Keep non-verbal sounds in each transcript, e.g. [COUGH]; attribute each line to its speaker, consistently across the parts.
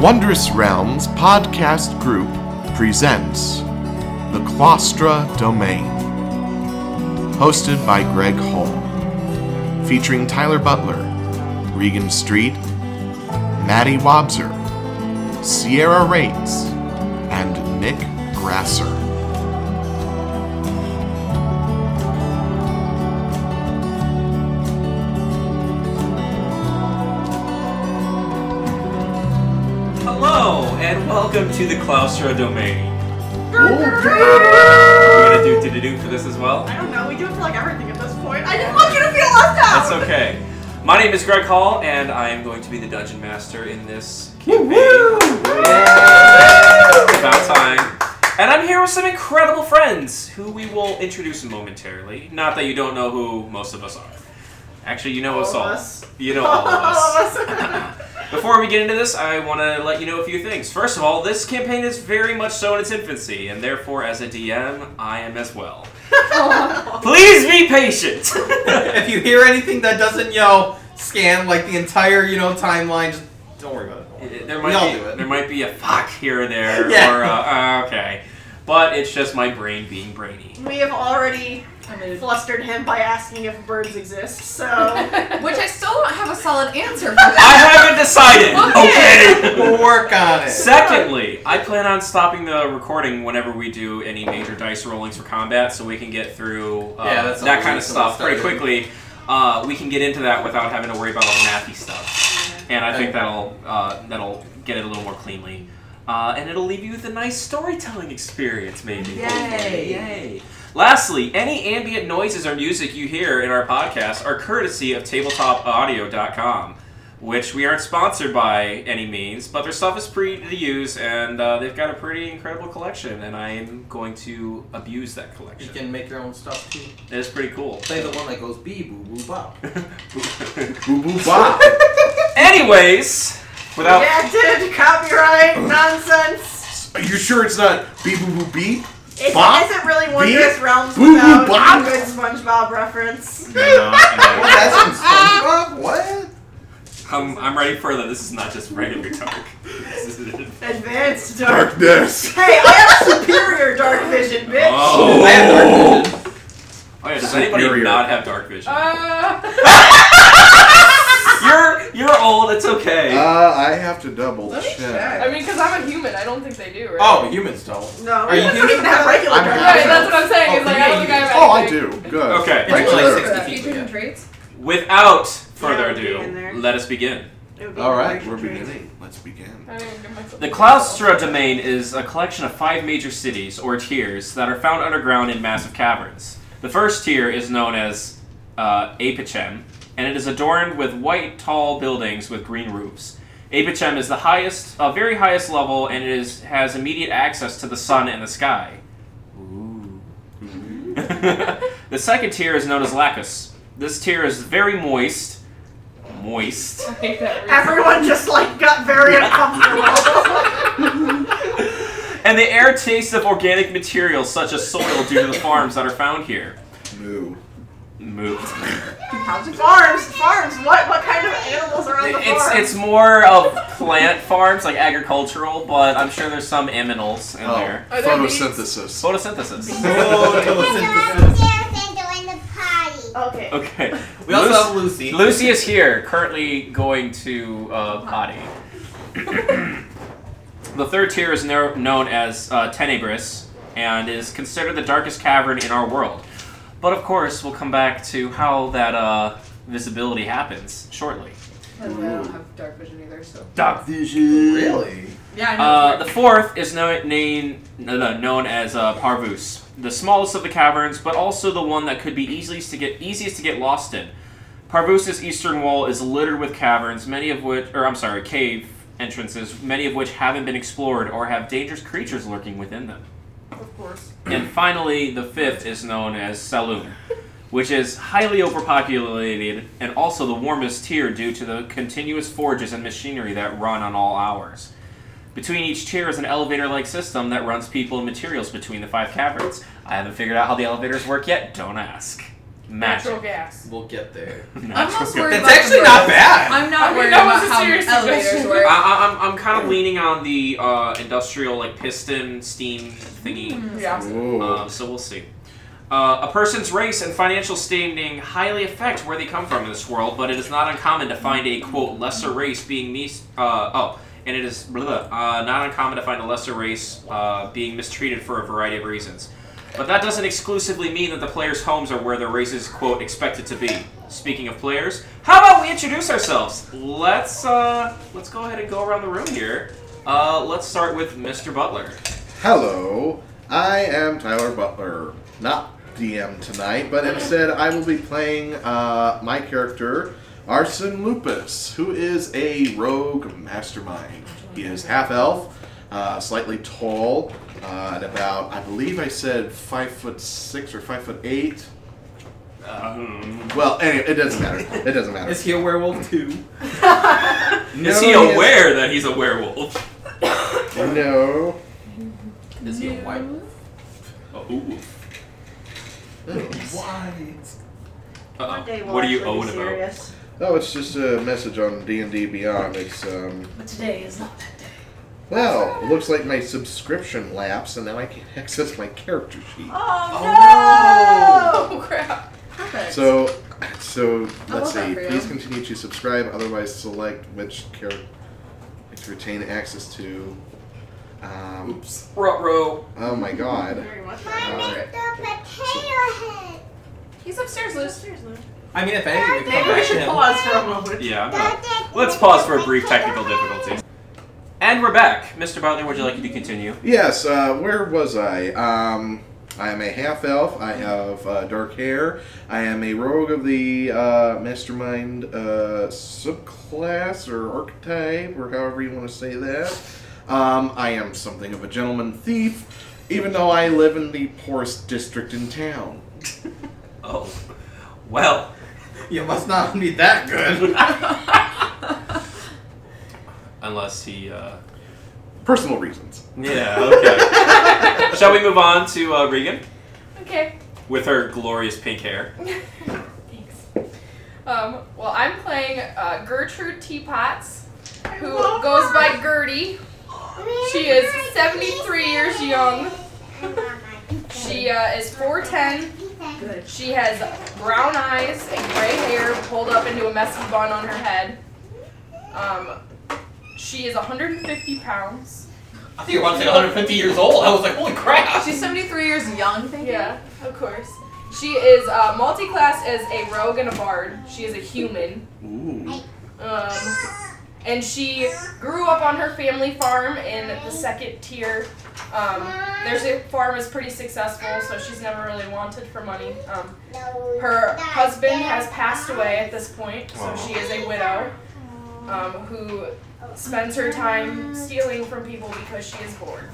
Speaker 1: Wondrous Realms Podcast Group presents The Claustra Domain, hosted by Greg Hall, featuring Tyler Butler, Regan Street, Maddie Wobser, Sierra Rates, and Nick Grasser.
Speaker 2: Hello, and welcome to the Claustro Domain. We're gonna do did do for this as well.
Speaker 3: I don't know. We do it for like everything at this point. I didn't want you to feel left out.
Speaker 2: That's okay. My name is Greg Hall, and I am going to be the dungeon master in this campaign. It's About time. And I'm here with some incredible friends who we will introduce momentarily. Not that you don't know who most of us are. Actually, you know us
Speaker 3: All
Speaker 2: all.
Speaker 3: of us.
Speaker 2: You know all of us. [LAUGHS] Before we get into this, I want to let you know a few things. First of all, this campaign is very much so in its infancy, and therefore, as a DM, I am as well. Please be patient! [LAUGHS]
Speaker 4: if you hear anything that doesn't yell scan like the entire you know timeline, just don't worry about it. Don't worry about it.
Speaker 2: there
Speaker 4: we all
Speaker 2: might
Speaker 4: do
Speaker 2: be
Speaker 4: it.
Speaker 2: there might be a fuck here and
Speaker 4: [LAUGHS]
Speaker 2: there,
Speaker 4: Yeah.
Speaker 2: or uh, uh, okay, but it's just my brain being brainy.
Speaker 3: we have already flustered him by asking if birds exist. So
Speaker 5: Which I still don't have a solid answer for
Speaker 2: I
Speaker 5: that.
Speaker 2: haven't decided.
Speaker 4: [LAUGHS]
Speaker 2: Okay.
Speaker 4: we'll work on it.
Speaker 2: Secondly, I plan on stopping the recording whenever we do any major dice rollings for combat, so we can get through uh,
Speaker 4: Yeah, that's
Speaker 2: that
Speaker 4: always
Speaker 2: kind of
Speaker 4: a
Speaker 2: stuff
Speaker 4: good
Speaker 2: pretty
Speaker 4: start.
Speaker 2: quickly. Uh, we can get into that without having to worry about all the mathy stuff, and I think that'll uh, that'll get it a little more cleanly, uh, and it'll leave you with a nice storytelling experience, maybe.
Speaker 5: Yay.
Speaker 2: Yay! Lastly, any ambient noises or music you hear in our podcast are courtesy of tabletopaudio.com, which we aren't sponsored by any means, but their stuff is free to use, and uh, they've got a pretty incredible collection, and I am going to abuse that
Speaker 4: You
Speaker 2: collection.
Speaker 4: can make your own stuff too.
Speaker 2: It is pretty cool. [LAUGHS]
Speaker 4: Play the one that goes bee boo boo bop.
Speaker 1: Boo boo bop.
Speaker 2: Anyways,
Speaker 1: [LAUGHS]
Speaker 2: without
Speaker 3: redacted copyright nonsense.
Speaker 1: Are you sure it's not beep boo boo beep?
Speaker 3: It
Speaker 1: Bop?
Speaker 3: not really wondrous realms
Speaker 1: Boo boo
Speaker 3: without
Speaker 1: bop?
Speaker 3: a good SpongeBob reference.
Speaker 4: what? Oh, That's from SpongeBob? What?
Speaker 2: I'm, I'm ready further. This is not just regular [LAUGHS] dark. This is-
Speaker 3: Advanced dark.
Speaker 1: Darkness.
Speaker 3: Hey, I have superior dark vision, bitch.
Speaker 2: oh.
Speaker 4: I have dark vision.
Speaker 2: oh yeah, does anybody
Speaker 1: Superior.
Speaker 2: not have dark vision?
Speaker 5: Uh,
Speaker 2: You're you're old. It's okay.
Speaker 1: Uh, I have to double
Speaker 3: Let me
Speaker 1: check.
Speaker 3: check.
Speaker 5: I mean, because I'm a human, I don't think they do, right?
Speaker 4: Oh, humans don't.
Speaker 3: No,
Speaker 4: Are you
Speaker 3: we don't even
Speaker 4: kidding?
Speaker 3: have regular
Speaker 1: I'm
Speaker 3: dark
Speaker 1: not.
Speaker 5: Right,
Speaker 3: vision.
Speaker 5: that's what I'm saying.
Speaker 4: Oh,
Speaker 5: It's like, I don't think I have
Speaker 1: Oh, I do.
Speaker 5: anything.
Speaker 1: Good.
Speaker 2: Okay.
Speaker 1: Thanks
Speaker 4: It's
Speaker 1: for
Speaker 4: like
Speaker 1: that.
Speaker 4: 60 feet,
Speaker 5: Features
Speaker 4: yeah.
Speaker 5: and traits?
Speaker 2: Without further
Speaker 3: Yeah, be in there.
Speaker 2: ado, let us begin.
Speaker 3: It would be
Speaker 4: All right,
Speaker 3: dark
Speaker 1: We're
Speaker 3: vision.
Speaker 1: beginning. Let's begin.
Speaker 5: I didn't even give myself-
Speaker 2: The Claustra domain is a collection of five major cities, or tiers, that are found underground in massive caverns. The first tier is known as uh, Apichem, and it is adorned with white, tall buildings with green roofs. Apichem is the highest, uh, very highest level, and it is, has immediate access to the sun and the sky. [LAUGHS] the second tier is known as Lacus. This tier is very moist. Moist.
Speaker 5: I hate that reason.
Speaker 3: Everyone just like got very uncomfortable.
Speaker 2: And the air tastes of organic materials such as soil due to the farms that are found here.
Speaker 1: Moo.
Speaker 2: Moo.
Speaker 3: farms, farms. What what kind of animals are on the
Speaker 2: It's
Speaker 3: farm?
Speaker 2: it's more of plant farms, like agricultural, but I'm sure there's some aminals
Speaker 4: Oh.
Speaker 2: in there.
Speaker 5: Are there bees?
Speaker 1: photosynthesis.
Speaker 4: [LAUGHS]
Speaker 2: Photosynthesis.
Speaker 3: okay.
Speaker 2: okay.
Speaker 4: We also
Speaker 2: Lucy,
Speaker 4: have Lucy.
Speaker 2: Lucy is here, currently going to uh, potty. the third tier is kno- known as uh, Tenebris and is considered the darkest cavern in our world. But of course, we'll come back to how that uh, visibility happens shortly.
Speaker 5: I don't have dark vision either, so.
Speaker 2: Dark vision.
Speaker 4: Really?
Speaker 5: Yeah, I know.
Speaker 2: Uh, the fourth is known, name, no, no, known as uh, Parvus, the smallest of the caverns, but also the one that could be easiest to get easiest to get lost in. Parvus's eastern wall is littered with caverns, many of which, or I'm sorry, cave entrances, many of which haven't been explored or have dangerous creatures lurking within them.
Speaker 5: of course.
Speaker 2: And finally, the fifth is known as Saloon, which is highly overpopulated and also the warmest tier due to the continuous forges and machinery that run on all hours. Between each tier is an elevator like system that runs people and materials between the five caverns. I haven't figured out how the elevators work yet, don't ask. Magic. [LAUGHS]
Speaker 5: Natural gas.
Speaker 4: We'll get there.
Speaker 2: Natural gas.
Speaker 5: most worried
Speaker 4: That's
Speaker 5: about
Speaker 4: actually
Speaker 5: the
Speaker 4: not
Speaker 5: birds.
Speaker 4: bad.
Speaker 5: I'm not
Speaker 3: I mean,
Speaker 5: worried
Speaker 3: that
Speaker 5: about
Speaker 3: was a
Speaker 5: how
Speaker 3: serious
Speaker 5: elevators
Speaker 3: suggestion.
Speaker 5: work.
Speaker 2: I, I, I'm, I'm kind of leaning on the uh, industrial like piston steam thingy.
Speaker 5: [LAUGHS] Yeah.
Speaker 1: Whoa.
Speaker 2: Uh, so we'll see. Uh, a person's race and financial standing highly affect where they come from in this world, but it is not uncommon to find a quote lesser race being mis. Uh, oh, and it is blah, uh, not uncommon to find a lesser race uh, being mistreated for a variety of reasons. But that doesn't exclusively mean that the players' homes are where their race is quote expected to be. Speaking of players, how about we introduce ourselves? Let's uh, let's go ahead and go around the room here. Uh, let's start with Mr. Butler.
Speaker 1: Hello, I am Tyler Butler. Not DM tonight, but instead I will be playing uh, my character, Arson Lupus, who is a rogue mastermind. He is half elf, uh, slightly tall, uh, at about, I believe I said five foot six or five foot eight.
Speaker 2: Um,
Speaker 1: Well, anyway, it doesn't matter. It doesn't matter.
Speaker 4: Is he a werewolf too?
Speaker 2: Is he
Speaker 1: No,
Speaker 2: aware that he's a werewolf?
Speaker 1: is- No.
Speaker 4: Is he a white wolf?
Speaker 2: Oh, ooh. Oh.
Speaker 4: White.
Speaker 2: Uh-oh.
Speaker 3: [LAUGHS] One day we'll
Speaker 2: What are you
Speaker 3: actually be
Speaker 2: owing about?
Speaker 3: serious.
Speaker 1: Oh, it's just a message on D and D Beyond. It's um.
Speaker 3: But today is not that day.
Speaker 1: Well, it looks like my subscription lapsed, and now I can't [LAUGHS] access my character sheet.
Speaker 3: Oh,
Speaker 5: Oh crap.
Speaker 3: no! Perfect.
Speaker 1: So, so let's
Speaker 5: love that
Speaker 1: see.
Speaker 5: for you.
Speaker 1: Please continue to subscribe. Otherwise, select which character to retain access to. Um,
Speaker 4: Oops.
Speaker 2: Ruh row.
Speaker 1: oh my god.
Speaker 5: Very much.
Speaker 1: Uh,
Speaker 5: He's upstairs, Liz. [LAUGHS]
Speaker 4: I mean, if anything, we
Speaker 3: Maybe we should pause for a moment.
Speaker 2: Yeah. I'm not- Let's pause for a brief technical difficulty. And we're back. Mr. Butler, would you like to continue?
Speaker 1: Yes, uh, where was I? Um, I am a half elf. I have uh, dark hair. I am a rogue of the uh, mastermind uh, subclass or archetype, or however you want to say that. Um, I am something of a gentleman thief, even though I live in the poorest district in town.
Speaker 2: Oh. Well.
Speaker 4: You must not be that good.
Speaker 2: Unless he, uh...
Speaker 1: Personal reasons.
Speaker 2: Yeah, okay. [LAUGHS] Shall we move on to uh, Regan?
Speaker 5: Okay.
Speaker 2: With her glorious pink hair.
Speaker 5: Thanks. Um, well, I'm playing uh, Gertrude Teapots, who
Speaker 3: love
Speaker 5: goes
Speaker 3: her.
Speaker 5: by Gertie. She is 73 years young. She uh, is 4'10.
Speaker 3: Good.
Speaker 5: She has brown eyes and gray hair pulled up into a messy bun on her head. Um, she is 150 pounds.
Speaker 6: I think you're about to say 150 years old. I was like, holy crap.
Speaker 7: She's 73 years young, thank
Speaker 3: [LAUGHS]
Speaker 7: you.
Speaker 5: Yeah, of course. She is uh, multi-class as a rogue and a bard. She is a human.
Speaker 1: Ooh.
Speaker 5: Um, and she grew up on her family farm in the second tier. [LAUGHS] Um, their farm is pretty successful, so she's never really wanted for money. Um, her husband has passed away at this point, so she is a widow um, who spends her time stealing from people because she is bored.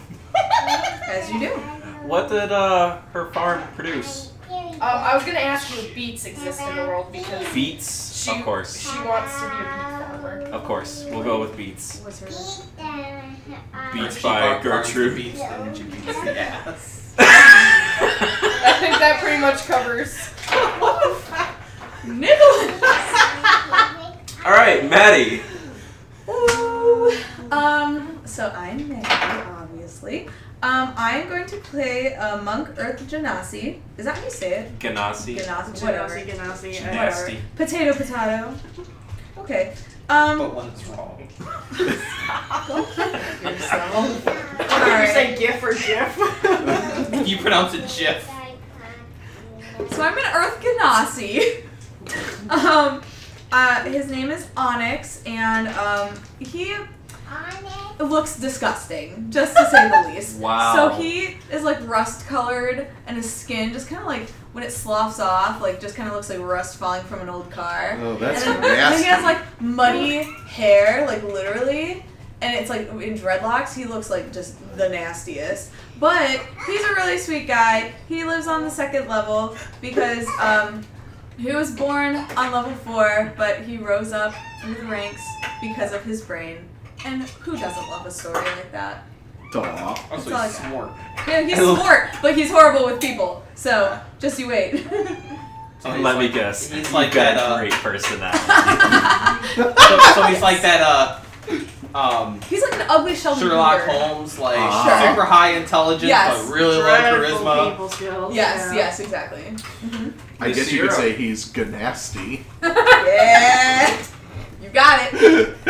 Speaker 7: As you do.
Speaker 2: What did, uh, her farm produce?
Speaker 5: Um, I was gonna ask you if beets exist in the world because
Speaker 2: Beets,
Speaker 5: she
Speaker 2: of course.
Speaker 5: she wants to be a beet farmer.
Speaker 2: Of course. We'll go with beets. [LAUGHS]
Speaker 7: What's her
Speaker 8: uh, [LAUGHS]
Speaker 2: Beats by Gertrude.
Speaker 4: Beats and she beats the ass.
Speaker 5: I think that pretty much covers. [LAUGHS]
Speaker 2: Alright, Maddie.
Speaker 7: Ooh. Um, so I'm Maggie, obviously. Um, I'm going to play uh, Monk Earth Genasi. Is that how you say it?
Speaker 2: Ganassi.
Speaker 7: Genasi, whatever.
Speaker 3: Genasi, Genasi. I- [LAUGHS]
Speaker 2: Nasty.
Speaker 7: Potato, potato. Okay.
Speaker 4: [LAUGHS]
Speaker 7: Um,
Speaker 4: But when it's wrong.
Speaker 7: yourself.
Speaker 3: I thought you
Speaker 7: Alright.
Speaker 3: said GIF
Speaker 2: [LAUGHS]
Speaker 3: or GIF.
Speaker 4: [LAUGHS] If you pronounce it Jeff.
Speaker 7: So I'm an Earth Ganassi. [LAUGHS] um, uh, his name is Onyx, and um, he looks disgusting, just to say the least.
Speaker 2: Wow.
Speaker 7: So he is like rust colored, and his skin just kind of like when it sloughs off, like just kind of looks like rust falling from an old car.
Speaker 1: Oh,
Speaker 7: [LAUGHS]
Speaker 1: that's
Speaker 7: and then, then he has
Speaker 1: nasty.
Speaker 7: like muddy hair, like literally, and it's like in dreadlocks. He looks like just the nastiest. But he's a really sweet guy. He lives on the second level because um, he was born on level four, but he rose up through the ranks because of his brain. And who doesn't love a story like that?
Speaker 1: Aw.
Speaker 4: Also,
Speaker 7: That's all I
Speaker 4: he's smart.
Speaker 7: Yeah, he's
Speaker 4: I love-
Speaker 7: smart, but he's horrible with people. So just you wait. [LAUGHS]
Speaker 4: So
Speaker 6: And
Speaker 4: he's
Speaker 6: let me
Speaker 4: like-
Speaker 6: guess.
Speaker 4: He's
Speaker 6: You've
Speaker 4: like
Speaker 6: got
Speaker 4: that.
Speaker 6: a
Speaker 4: Uh,
Speaker 6: great personality.
Speaker 4: [LAUGHS] so, so he's like that. Uh, um,
Speaker 7: He's like an ugly Sheldon
Speaker 4: Sherlock
Speaker 7: Cooper.
Speaker 4: Holmes, like
Speaker 6: Ah.
Speaker 7: Sure.
Speaker 4: super high intelligence,
Speaker 7: Yes.
Speaker 4: but really low
Speaker 3: Dreadful
Speaker 4: charisma.
Speaker 3: people skills.
Speaker 7: Yes,
Speaker 3: yeah.
Speaker 7: yes, exactly.
Speaker 1: I
Speaker 6: Miss
Speaker 1: guess you could
Speaker 6: Europe.
Speaker 1: say he's ganasty.
Speaker 7: yeah, you got it.
Speaker 1: [LAUGHS]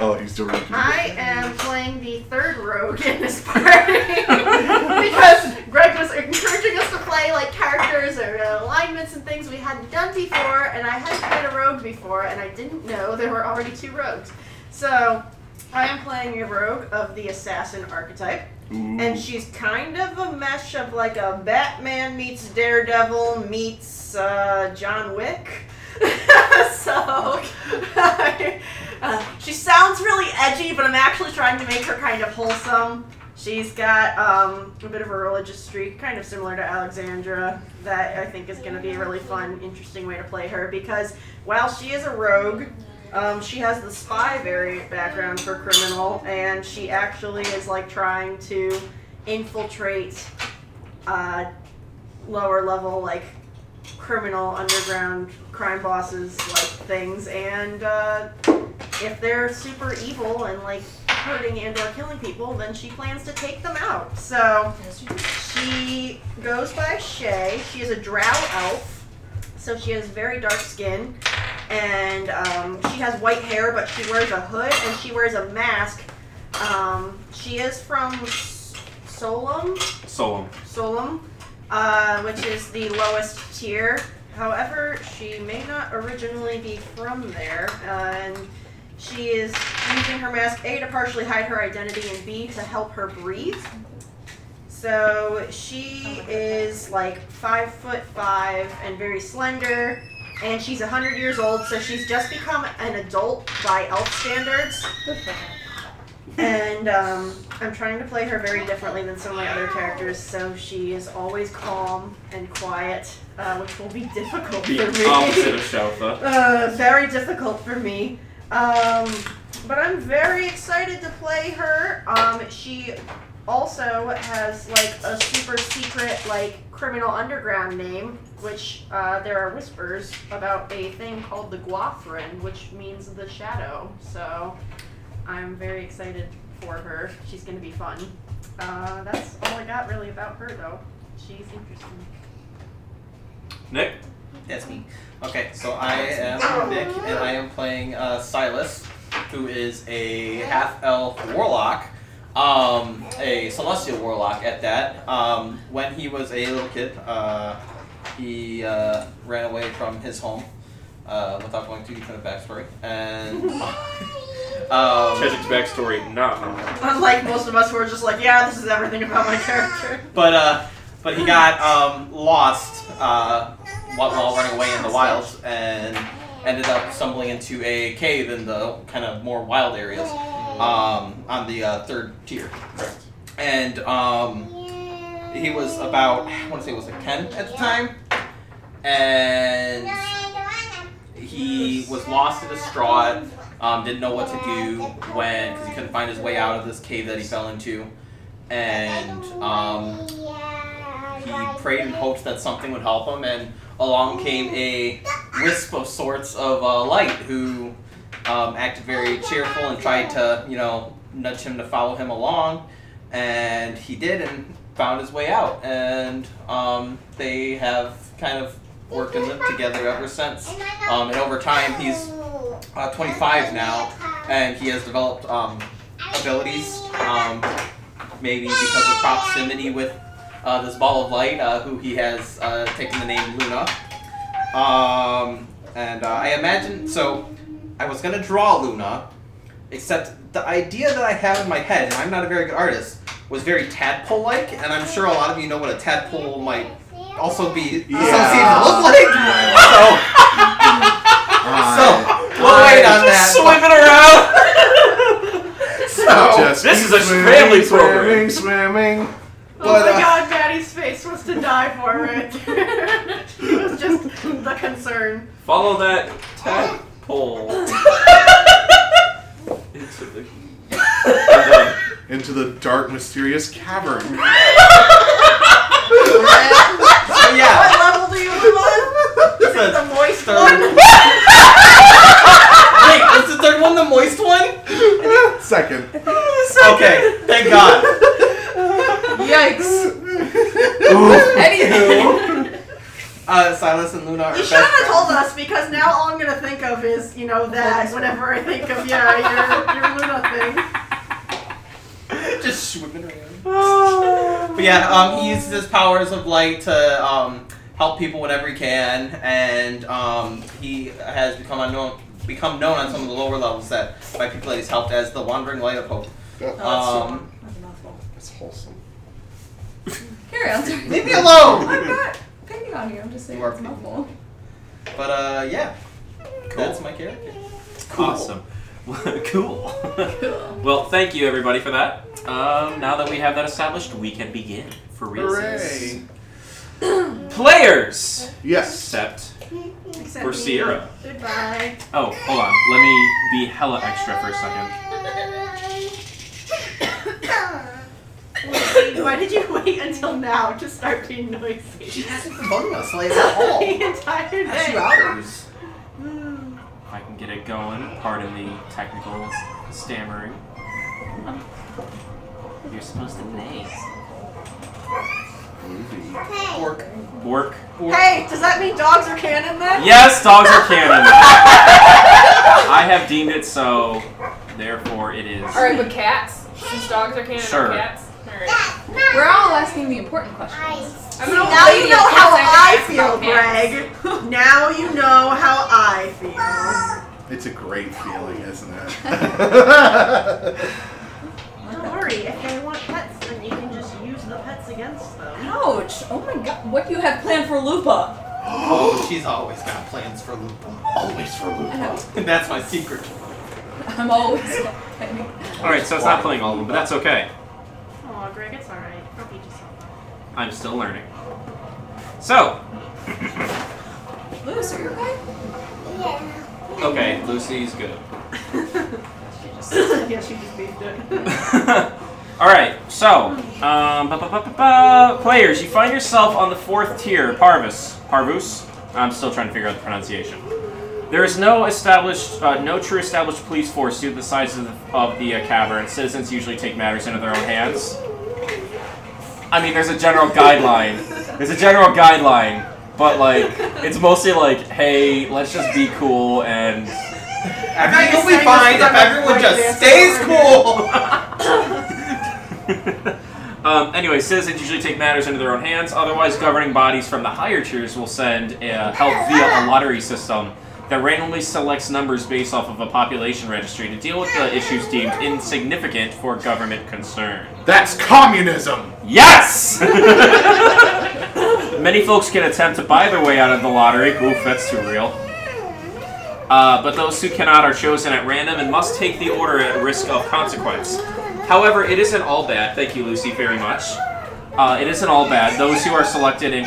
Speaker 1: oh, he's doing it.
Speaker 3: I am playing the third rogue in this party [LAUGHS] because Greg was encouraging us to play like characters or uh, alignments and things we hadn't done before, and I hadn't played a rogue before, and I didn't know there were already two rogues. So I am playing a rogue of the assassin archetype,
Speaker 1: Ooh.
Speaker 3: and she's kind of a mesh of like a Batman meets Daredevil meets uh, John Wick. [LAUGHS] so [LAUGHS] uh, she sounds really edgy, but I'm actually trying to make her kind of wholesome. She's got um, a bit of a religious streak, kind of similar to Alexandra, that I think is going to be a really fun, interesting way to play her because while she is a rogue, um, she has the spy variant background for criminal, and she actually is like trying to infiltrate uh, lower level like criminal underground crime bosses like things, and uh, if they're super evil and like hurting and or killing people, then she plans to take them out. So she goes by Shay. She is a drow elf, so she has very dark skin and um, she has white hair, but she wears a hood and she wears a mask. Um, she is from S- Solom,
Speaker 2: Solemn.
Speaker 3: Solom, uh, which is the lowest tier. However, she may not originally be from there, uh, and she is using her mask A to partially hide her identity and B to help her breathe. So she is like five foot five and very slender, and she's a hundred years old. So she's just become an adult by elf standards and um, I'm trying to play her very differently than some of my other characters, so she is always calm and quiet, uh, which will be [LAUGHS] difficult
Speaker 2: The
Speaker 3: for me.
Speaker 2: opposite of Shelfa.
Speaker 3: Uh, very difficult for me. Um, but I'm very excited to play her. Um, she also has like a super secret like criminal underground name, which uh, there are whispers about a thing called the Guathrin, which means the shadow. So I'm very excited for her. She's gonna be fun. Uh, that's all I got really about her though. She's interesting.
Speaker 2: Nick?
Speaker 4: That's me. Okay, so I am Nick, and I am playing uh, Silas, who is a half elf warlock, um, a celestial warlock at that. Um, when he was a little kid, uh, he uh, ran away from his home uh, without going too deep into backstory, and. um,
Speaker 2: Cheswick's backstory, not normal.
Speaker 3: Unlike most of us who are just like, yeah, this is everything about my character.
Speaker 4: But uh, but he got um, lost uh, while, while running away in the wilds and ended up stumbling into a cave in the kind of more wild areas um, on the uh, third tier. And um, he was about I want to say it was like ten at the time, and he was lost and distraught. Um, didn't know what to do when because he couldn't find his way out of this cave that he fell into, and um, he prayed and hoped that something would help him, and along came a wisp of sorts of uh, light who um, acted very cheerful and tried to, you know, nudge him to follow him along, and he did and found his way out, and um, they have kind of worked and lived together ever since. Um, and over time, he's uh, 25 now, and he has developed um, abilities, um, maybe because of proximity with uh, this ball of light, uh, who he has uh, taken the name Luna. Um, and uh, I imagine, so I was gonna draw Luna, except the idea that I have in my head, and I'm not a very good artist, was very tadpole like, and I'm sure a lot of you know what a tadpole might also be associated
Speaker 1: Yeah.
Speaker 4: to look like. [LAUGHS] So,
Speaker 1: I
Speaker 4: so we'll wait on that.
Speaker 6: Just swimming around.
Speaker 4: So,
Speaker 1: just
Speaker 2: This
Speaker 1: keep
Speaker 2: is a
Speaker 1: swimming,
Speaker 2: family program.
Speaker 1: Swimming, swimming.
Speaker 3: oh my
Speaker 4: But, uh,
Speaker 3: god, Daddy's face was to die for right there. [LAUGHS] it was just the concern.
Speaker 2: Follow that
Speaker 4: [LAUGHS]
Speaker 2: tadpole into the.
Speaker 1: Into the dark,
Speaker 2: [LAUGHS]
Speaker 1: mysterious cavern.
Speaker 4: so yeah.
Speaker 3: What level do you [LAUGHS]
Speaker 4: Uh, Silas and Luna are
Speaker 3: You
Speaker 4: best
Speaker 3: should have
Speaker 4: friends.
Speaker 3: told us because now all I'm gonna think of is you know that whenever I think of yeah your your Luna thing.
Speaker 4: Just swimming around. But yeah, um, he uses his powers of light to um, help people whenever he can, and um, he has become unknown, become known on some of the lower levels that by people that he's helped as the Wandering Light of Hope.
Speaker 1: That-
Speaker 4: Um,
Speaker 7: That's a mouthful.
Speaker 1: That's wholesome.
Speaker 7: Carry on.
Speaker 2: [LAUGHS]
Speaker 7: Sorry.
Speaker 4: leave me alone.
Speaker 3: [LAUGHS]
Speaker 7: I'm not picking on you. I'm just saying
Speaker 4: You are
Speaker 7: it's a mouthful.
Speaker 4: But uh, yeah, that's my character. Cool.
Speaker 2: Awesome. [LAUGHS] cool. [LAUGHS] well, thank you everybody for that. Um, now that we have that established, we can begin for reasons.
Speaker 1: Hooray!
Speaker 2: [CLEARS THROAT] Players,
Speaker 1: Yes.
Speaker 2: except
Speaker 3: Except
Speaker 2: for
Speaker 3: me.
Speaker 2: Sierra.
Speaker 3: Goodbye.
Speaker 2: Oh, hold on. Let me be hella extra for a second.
Speaker 3: Wait, why did you wait until now to start being noisy?
Speaker 4: She hasn't been voting us like at [LAUGHS] all.
Speaker 3: [LAUGHS] the entire day.
Speaker 4: Past two hours.
Speaker 3: Mm.
Speaker 2: If I can get it going. Pardon the technical stammering. You're supposed to play.
Speaker 4: Orc.
Speaker 2: Bork.
Speaker 3: Hey, does that mean dogs are canon then?
Speaker 2: Yes, dogs are canon. I have deemed it so. Therefore, it is.
Speaker 5: All right, but cats. Since dogs are canon,
Speaker 2: Sure.
Speaker 5: cats. All right.
Speaker 7: We're all asking the important questions.
Speaker 5: I'm an old
Speaker 3: Now
Speaker 5: lady,
Speaker 3: you
Speaker 5: of
Speaker 3: know
Speaker 5: course
Speaker 3: how
Speaker 5: can
Speaker 3: I
Speaker 5: ask
Speaker 3: feel,
Speaker 5: about cats.
Speaker 3: Greg. Now you know how I feel.
Speaker 1: It's a great feeling, isn't
Speaker 2: [LAUGHS]
Speaker 1: it?
Speaker 3: Don't worry, if they want pets, then you can just use the pets against them.
Speaker 7: Ouch! Oh my god, what do you have planned for Lupa?
Speaker 4: Oh, [GASPS] she's always got plans for Lupa.
Speaker 1: Always for Lupa.
Speaker 4: And [LAUGHS] that's my secret.
Speaker 7: I'm always. [LAUGHS]
Speaker 2: All right, so it's not playing all of them, but that's okay.
Speaker 3: Aw, Greg, it's alright. Don't beat yourself
Speaker 2: I'm still learning. So,
Speaker 7: Lewis, are you okay?
Speaker 2: okay, Lucy's good.
Speaker 3: up. [LAUGHS] yeah, she just beat it.
Speaker 2: [LAUGHS] All right, so um, ba- ba- ba- ba- ba. players, you find yourself on the fourth tier, Parvus. Parvus. I'm still trying to figure out the pronunciation. There is no established, uh, no true established police force due to the size of the, of the uh, cavern. Citizens usually take matters into their own hands. I mean, there's a general guideline. There's a general guideline, but like, it's mostly like, hey, let's just be cool and
Speaker 4: Everything
Speaker 3: just
Speaker 4: will be
Speaker 3: saying
Speaker 4: fine
Speaker 3: this
Speaker 4: if
Speaker 3: for my
Speaker 4: everyone
Speaker 3: break
Speaker 4: just
Speaker 3: dance
Speaker 4: stays
Speaker 3: partner.
Speaker 4: cool.
Speaker 2: [LAUGHS] um, anyway, citizens usually take matters into their own hands. Otherwise, governing bodies from the higher tiers will send uh, help via a lottery system that randomly selects numbers based off of a population registry to deal with the issues deemed insignificant for government concern.
Speaker 1: That's communism.
Speaker 2: Yes! [LAUGHS] Many folks can attempt to buy their way out of the lottery. Oof, that's too real. Uh, but those who cannot are chosen at random and must take the order at risk of consequence. However, it isn't all bad. Thank you, Lucy, very much. Uh, it isn't all bad. Those who are selected in.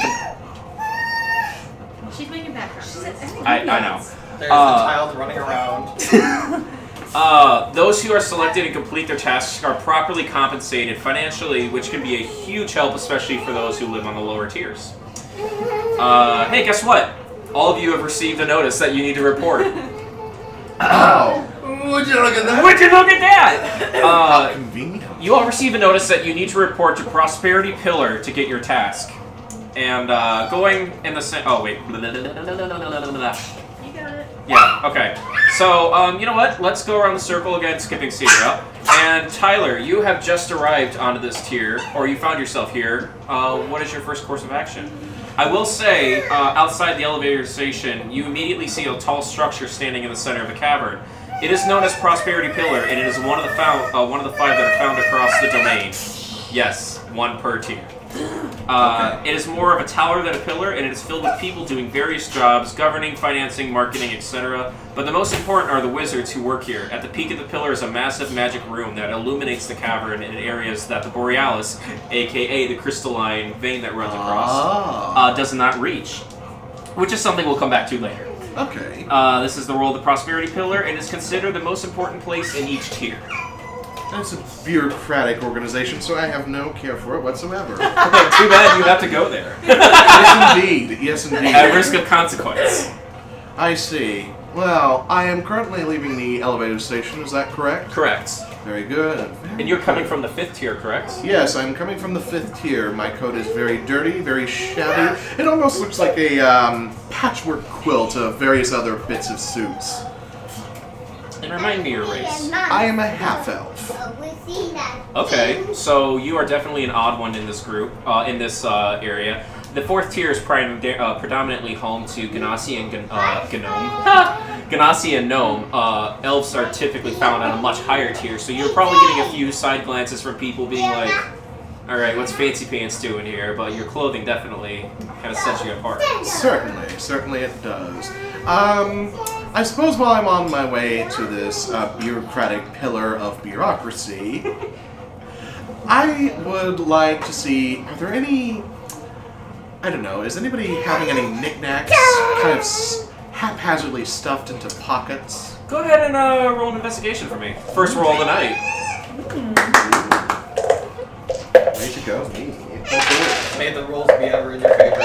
Speaker 3: She's making background.
Speaker 2: I, I know.
Speaker 4: [LAUGHS] There's
Speaker 2: Uh,
Speaker 4: a child running around.
Speaker 2: Uh, those who are selected and complete their tasks are properly compensated financially, which can be a huge help, especially for those who live on the lower tiers. Uh, hey, guess what? All of you have received a notice that you need to report.
Speaker 1: Oh, would you look at that?
Speaker 2: Would you look at that?
Speaker 1: How
Speaker 2: Uh,
Speaker 1: Oh. convenient.
Speaker 2: you all receive a notice that you need to report to Prosperity Pillar to get your task. And uh, going in the same. Oh wait. [LAUGHS]
Speaker 3: You got it.
Speaker 2: Yeah. Okay. So um, you know what? Let's go around the circle again, skipping Sierra. And Tyler, you have just arrived onto this tier, or you found yourself here. Uh, what is your first course of action? I will say, uh, outside the elevator station, you immediately see a tall structure standing in the center of a cavern. It is known as Prosperity Pillar, and it is one of the found, uh, one of the five that are found across the domain. Yes, one per tier. Uh, It is more of a tower than a pillar, and it is filled with people doing various jobs, governing, financing, marketing, etc. But the most important are the wizards who work here. At the peak of the pillar is a massive magic room that illuminates the cavern in areas that the borealis, aka the crystalline vein that runs across,
Speaker 1: Ah.
Speaker 2: uh, does not reach. Which is something we'll come back to later.
Speaker 1: Okay.
Speaker 2: Uh, this is the role of the prosperity pillar, and is considered the most important place in each [LAUGHS] tier.
Speaker 1: That's a bureaucratic organization, so I have no care for it
Speaker 2: [LAUGHS]
Speaker 1: whatsoever.
Speaker 2: Too bad you have to go there.
Speaker 1: yes, indeed. Yes, indeed.
Speaker 2: [LAUGHS] At risk of consequence.
Speaker 1: I see. Well, I am currently leaving the elevator station. Is that correct?
Speaker 2: Correct.
Speaker 1: Very good.
Speaker 2: And you're coming from the fifth tier, correct?
Speaker 1: Yes, I'm coming from the fifth tier. My coat is very dirty, very shabby. It almost looks like a um, patchwork quilt of various other bits of suits.
Speaker 2: And remind me your race.
Speaker 1: I am a half elf.
Speaker 2: Okay, so you are definitely an odd one in this group, uh, in this uh, area. The fourth tier is prim- uh, predominantly home to Ganassi and Gan- uh, [LAUGHS] Gnome. Ganassi and Gnome. Uh, elves are typically found on a much higher tier, so you're probably getting a few side glances from people being like, all right, what's Fancy Pants doing here? But your clothing definitely kind of sets you apart.
Speaker 1: Certainly, certainly it does. Um, I suppose while I'm on my way to this uh, bureaucratic pillar of bureaucracy, I would like to see are there any. I don't know, is anybody having any knickknacks kind of s- haphazardly stuffed into pockets?
Speaker 2: Go ahead and uh, roll an investigation for me. First roll of the night.
Speaker 1: There you go, me. Okay.
Speaker 4: May the rolls be ever in your favor.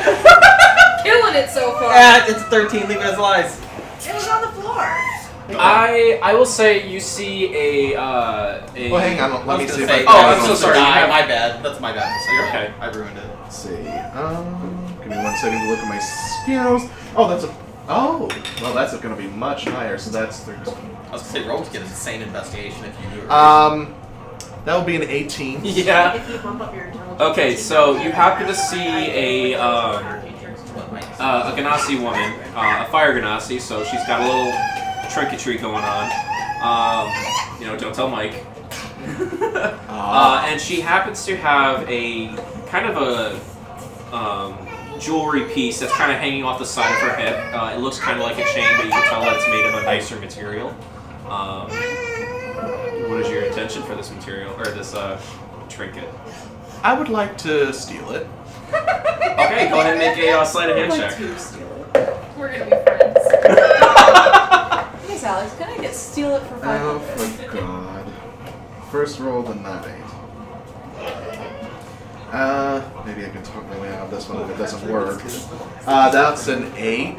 Speaker 5: Killing it so far.
Speaker 4: Ah, it's 13, leave it as lies.
Speaker 3: It was on the floor.
Speaker 2: I I will say you see a. Uh, a
Speaker 1: Well, hang on,
Speaker 4: I
Speaker 1: let me
Speaker 4: was
Speaker 1: see
Speaker 4: gonna
Speaker 1: if
Speaker 4: say,
Speaker 1: I
Speaker 2: Oh, I'm
Speaker 4: that was
Speaker 2: so
Speaker 4: a
Speaker 2: sorry, you
Speaker 4: die.
Speaker 2: have-
Speaker 4: My bad. That's my bad. So
Speaker 2: You're okay.
Speaker 4: I ruined it.
Speaker 1: Let's see. Um, give me one second to look at my skills. Oh, that's a. Oh, well, that's going to be much higher. So that's thirteen.
Speaker 4: I was gonna say, roll to get an insane investigation if you do it.
Speaker 1: Um, that will be an eighteen.
Speaker 2: [LAUGHS] [LAUGHS] Yeah.
Speaker 3: If you bump up your intelligence.
Speaker 2: Okay, so you happen to see a um,
Speaker 4: What, Mike?
Speaker 2: uh, a Ganassi woman, uh, a fire Ganassi, so she's got a little trinketry going on. Um, you know, don't tell Mike. uh, and she happens to have a kind of a um, jewelry piece that's kind of hanging off the side of her hip. Uh, it looks kind of like a chain, but you can tell that it's made of a nicer material. Um, what is your intention for this material or this uh, trinket?
Speaker 1: I would like to steal it.
Speaker 2: Okay, go ahead and make a uh, sleight of hand check.
Speaker 5: We're gonna be friends.
Speaker 7: Yes, Alex, can I get steal it for five
Speaker 1: Oh,
Speaker 7: hundred?
Speaker 1: for God. First roll the nine. Uh, maybe I can talk my way out of this one if it doesn't work. Uh, that's an eight.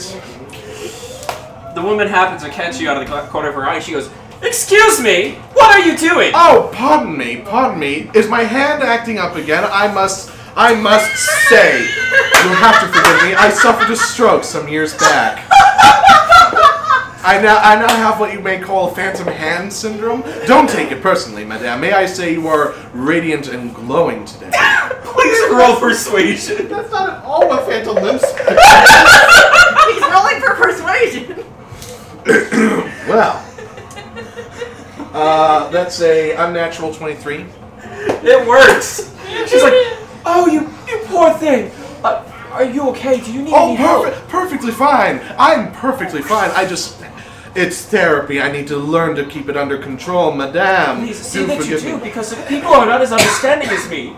Speaker 2: The woman happens to catch you out of the cor- corner of her eye. She goes, "Excuse me, what are you doing?"
Speaker 1: Oh, pardon me, pardon me. Is my hand acting up again? I must, I must say, you'll have to forgive me. I suffered a stroke some years back. I now, I now have what you may call phantom hand syndrome. Don't take it personally, madame. May I say you are radiant and glowing today? [LAUGHS]
Speaker 2: Please roll persuasion.
Speaker 1: That's not at all what phantom [LAUGHS] limbs.
Speaker 3: [LAUGHS] He's rolling for persuasion.
Speaker 1: well, uh, that's a unnatural twenty-three.
Speaker 2: It works. She's like, "Oh, you, you poor thing. Uh, are you okay? Do you need
Speaker 1: Oh,
Speaker 2: any help?"
Speaker 1: perfect, perfectly fine. I'm perfectly fine. I just. It's therapy. I need to learn to keep it under control, madame.
Speaker 2: Please see that you do, because if people are not as understanding as me,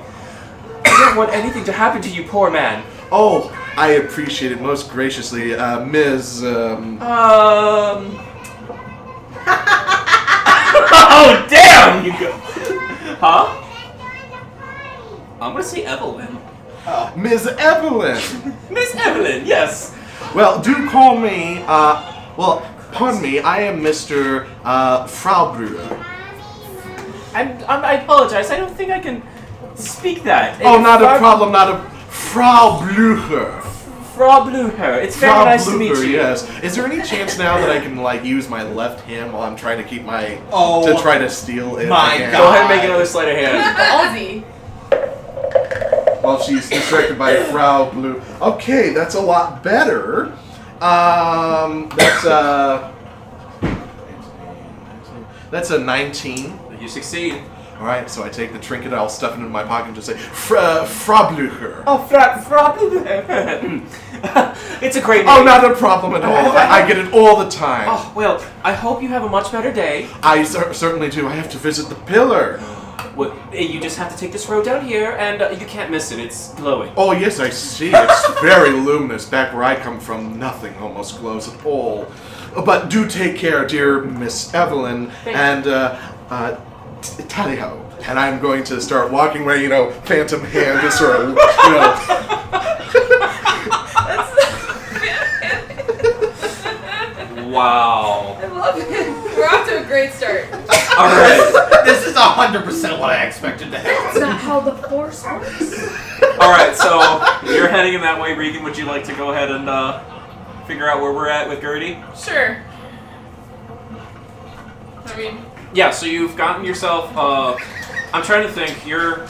Speaker 2: I don't want anything to happen to you, poor man.
Speaker 1: Oh, I appreciate it most graciously, uh, Ms. Um,
Speaker 2: Um. [LAUGHS] oh damn! You go. Huh? I'm gonna say Evelyn. Uh,
Speaker 1: Ms. Evelyn.
Speaker 2: Miss Evelyn, yes.
Speaker 1: Well, do call me. Uh, well, pardon me. I am Mr. Uh, Fraubruder.
Speaker 2: I'm, I'm, um, I apologize. I don't think I can speak that.
Speaker 1: Oh,
Speaker 2: It's
Speaker 1: not a
Speaker 2: Fra-
Speaker 1: problem. Not a Frau Blücher.
Speaker 2: Fra Blücher. It's very
Speaker 1: Frau
Speaker 2: nice to meet
Speaker 1: Blücher,
Speaker 2: you.
Speaker 1: Yes. Is there any chance now that I can like use my left hand while I'm trying to keep my
Speaker 4: Oh.
Speaker 1: to try to steal it?
Speaker 4: My
Speaker 1: again?
Speaker 2: Go ahead and make another sleight of
Speaker 7: [LAUGHS]
Speaker 2: hand.
Speaker 7: Ballsy.
Speaker 1: While she's distracted by Frau Blue. Okay, that's a lot better. Um, that's uh, that's a 19.
Speaker 2: You succeed.
Speaker 1: All right, so I take the trinket, I'll stuff it into my pocket, and just say Fra Frau Blücher.
Speaker 2: Oh, Fra, Fra Blücher. [LAUGHS] it's a great name.
Speaker 1: Oh, not a problem at all. I, I get it all the time.
Speaker 2: Oh, well, I hope you have a much better day.
Speaker 1: I cer- certainly do. I have to visit the pillar.
Speaker 2: Well, eh, you just have to take this road down here, and uh, you can't miss it. It's glowing.
Speaker 1: Oh, yes, I see. It's very luminous. Back where I come from, nothing almost glows at all. But do take care, dear Miss Evelyn,
Speaker 2: Thank
Speaker 1: and uh, uh, t- tally ho. And I'm going to start walking where, you know, Phantom Hand is sort of, you know.
Speaker 2: Wow. Wow.
Speaker 7: I love it. We're off to a great start.
Speaker 2: All right.
Speaker 4: [LAUGHS] This is hundred percent what I expected to happen.
Speaker 5: That's not how the force works.
Speaker 2: All right. So you're heading in that way, Regan. Would you like to go ahead and uh, figure out where we're at with Gertie?
Speaker 5: Sure. I mean,
Speaker 2: Yeah. So you've gotten yourself. Uh, I'm trying to think. You're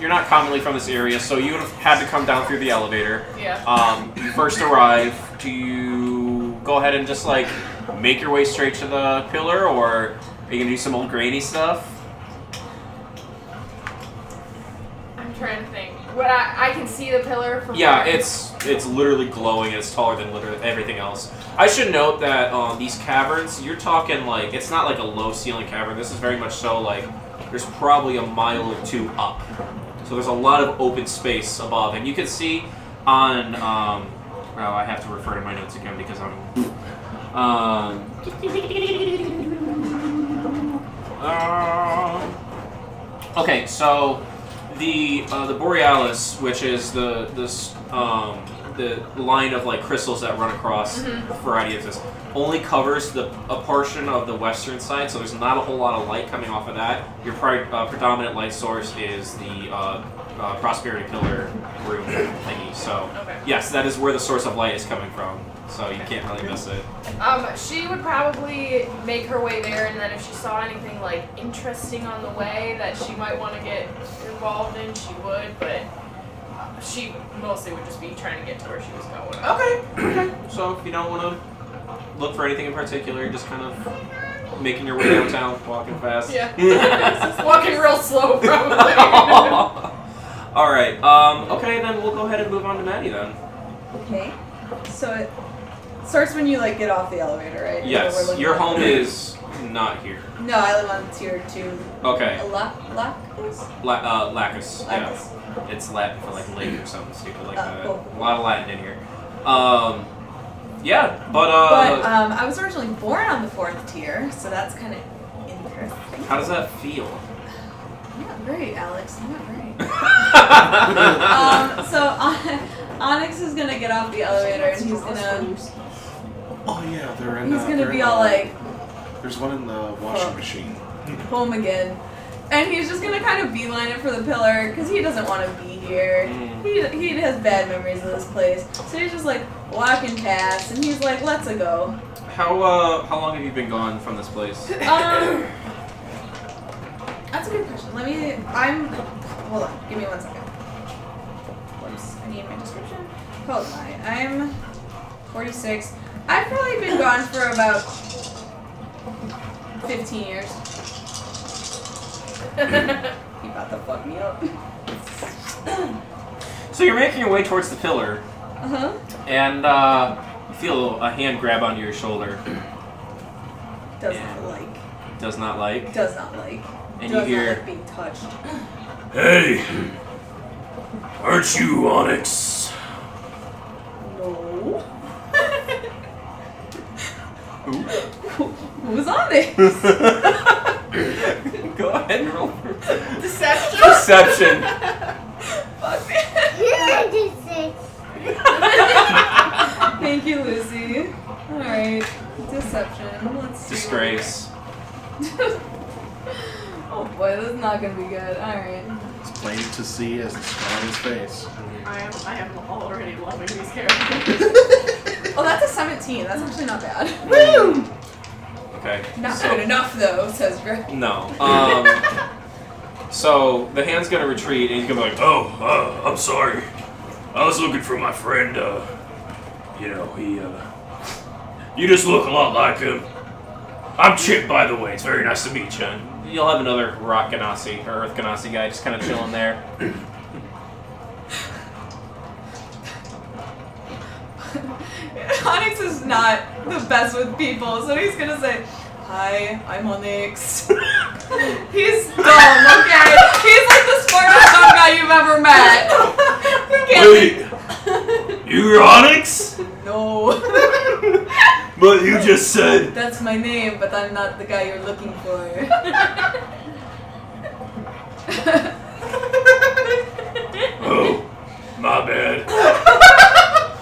Speaker 2: you're not commonly from this area, so you would have had to come down through the elevator.
Speaker 5: yeah.
Speaker 2: Um, you first arrive. Do you go ahead and just like make your way straight to the pillar, or are you gonna do some old granny stuff?
Speaker 5: I'm trying to think. What I, I can see the pillar from
Speaker 2: Yeah,
Speaker 5: where-
Speaker 2: it's it's literally glowing and it's taller than literally everything else. I should note that um, these caverns, you're talking like it's not like a low ceiling cavern. This is very much so like there's probably a mile or two up. So there's a lot of open space above, and you can see on. Um, oh, I have to refer to my notes again because I'm. Um, um, Ah. okay, so the uh, the borealis, which is the this um, the line of like crystals that run across a variety of this, only covers the a portion of the western side. So there's not a whole lot of light coming off of that. Your pri- uh, predominant light source is the uh, uh, prosperity pillar room thingy. So
Speaker 5: Okay.
Speaker 2: yes, that is where the source of light is coming from. So you can't really miss it.
Speaker 5: Um, she would probably make her way there, and then if she saw anything like interesting on the way that she might want to get involved in, she would. But uh, she mostly would just be trying to get to where she was going.
Speaker 4: Okay.
Speaker 2: So if you don't want to look for anything in particular, you're just kind of making your way downtown, walking fast. [LAUGHS]
Speaker 7: [LAUGHS]
Speaker 5: Yeah. Walking real slow,
Speaker 2: [LAUGHS]
Speaker 5: probably.
Speaker 2: All right. Um, okay, then we'll go ahead and move on to Maddie then.
Speaker 7: Okay. So it starts when you like get off the elevator, right? Is what we're
Speaker 2: Yes,
Speaker 7: looking
Speaker 2: your
Speaker 7: at.
Speaker 2: home is not here.
Speaker 7: No, I live on tier two.
Speaker 2: Okay,
Speaker 7: Lock, lock,
Speaker 2: La- uh, Lacus. Yeah, it's Latin for like lake or something stupid like
Speaker 7: Oh,
Speaker 2: that.
Speaker 7: cool.
Speaker 2: A lot of Latin in here. Um, yeah, but
Speaker 7: But
Speaker 2: uh,
Speaker 7: um, I was originally born on the fourth tier, so that's kind of interesting.
Speaker 2: how does that feel? [LAUGHS]
Speaker 7: Not great, Alex. Not great. [LAUGHS] um, so On- Onyx is gonna get off the elevator and he's gonna
Speaker 1: Oh yeah, they're in.
Speaker 7: he's
Speaker 1: uh,
Speaker 7: gonna
Speaker 1: they're
Speaker 7: be
Speaker 1: in
Speaker 7: all
Speaker 1: the-
Speaker 7: like
Speaker 1: There's one in the washing
Speaker 7: Oh.
Speaker 1: machine.
Speaker 7: home again, and he's just gonna kind of beeline it for the pillar because he doesn't want to be here.
Speaker 2: Mm.
Speaker 7: He, he has bad memories of this place, so he's just like walking past, and he's like, "Let's a go."
Speaker 2: How uh, how long have you been gone from this place?
Speaker 7: Um, that's a good question. Let me. I'm. Hold on. Give me one second. Whoops. I need my description. Hold on. I'm 46. I've probably been gone for about 15 years. [LAUGHS] You about to fuck me up.
Speaker 2: So you're making your way towards the pillar,
Speaker 7: Uh huh.
Speaker 2: and uh, you feel a hand grab onto your shoulder.
Speaker 7: Does
Speaker 2: Yeah.
Speaker 7: not like.
Speaker 2: Does not
Speaker 9: [LAUGHS]
Speaker 2: like,
Speaker 7: Does not like.
Speaker 2: and you
Speaker 7: does
Speaker 2: hear.
Speaker 7: not like being touched.
Speaker 9: Hey! Aren't you Onyx?
Speaker 7: No.
Speaker 2: Who?
Speaker 7: [LAUGHS] Who's on this?
Speaker 2: Go ahead and roll for
Speaker 3: Deception.
Speaker 2: perception.
Speaker 7: [LAUGHS] Fuck [LAUGHS] me. Thank you, Lucy. Alright. Deception. Let's see.
Speaker 2: Disgrace.
Speaker 7: [LAUGHS] oh boy, this is not gonna be good. Alright.
Speaker 1: It's plain to see as the scar on his face.
Speaker 3: I am, I am already loving these characters. [LAUGHS]
Speaker 7: Oh, that's a 17. That's actually not bad.
Speaker 2: Okay.
Speaker 7: Not
Speaker 2: so-
Speaker 7: good enough, though, says Greg.
Speaker 2: No. Um, so the hand's gonna retreat, and he's gonna be like,
Speaker 9: Oh, uh, I'm sorry. I was looking for my friend, uh, you know, he, uh, you just look a lot like him. I'm Chip, by the way. It's very nice to meet you.
Speaker 2: "Oh, you'll have another rock ganassi or earth ganassi guy just kind of chilling there."
Speaker 7: [LAUGHS] Onyx is not the best with people, so he's gonna say, Hi, I'm Onyx. [LAUGHS] he's dumb, okay? He's like the smartest dumb guy you've ever met. [LAUGHS] You can't
Speaker 9: Really? You're Onyx?
Speaker 7: think- [LAUGHS] no. [LAUGHS]
Speaker 9: But you just said,
Speaker 7: That's my name, but I'm not the guy you're looking for.
Speaker 9: [GASPS] oh, my bad.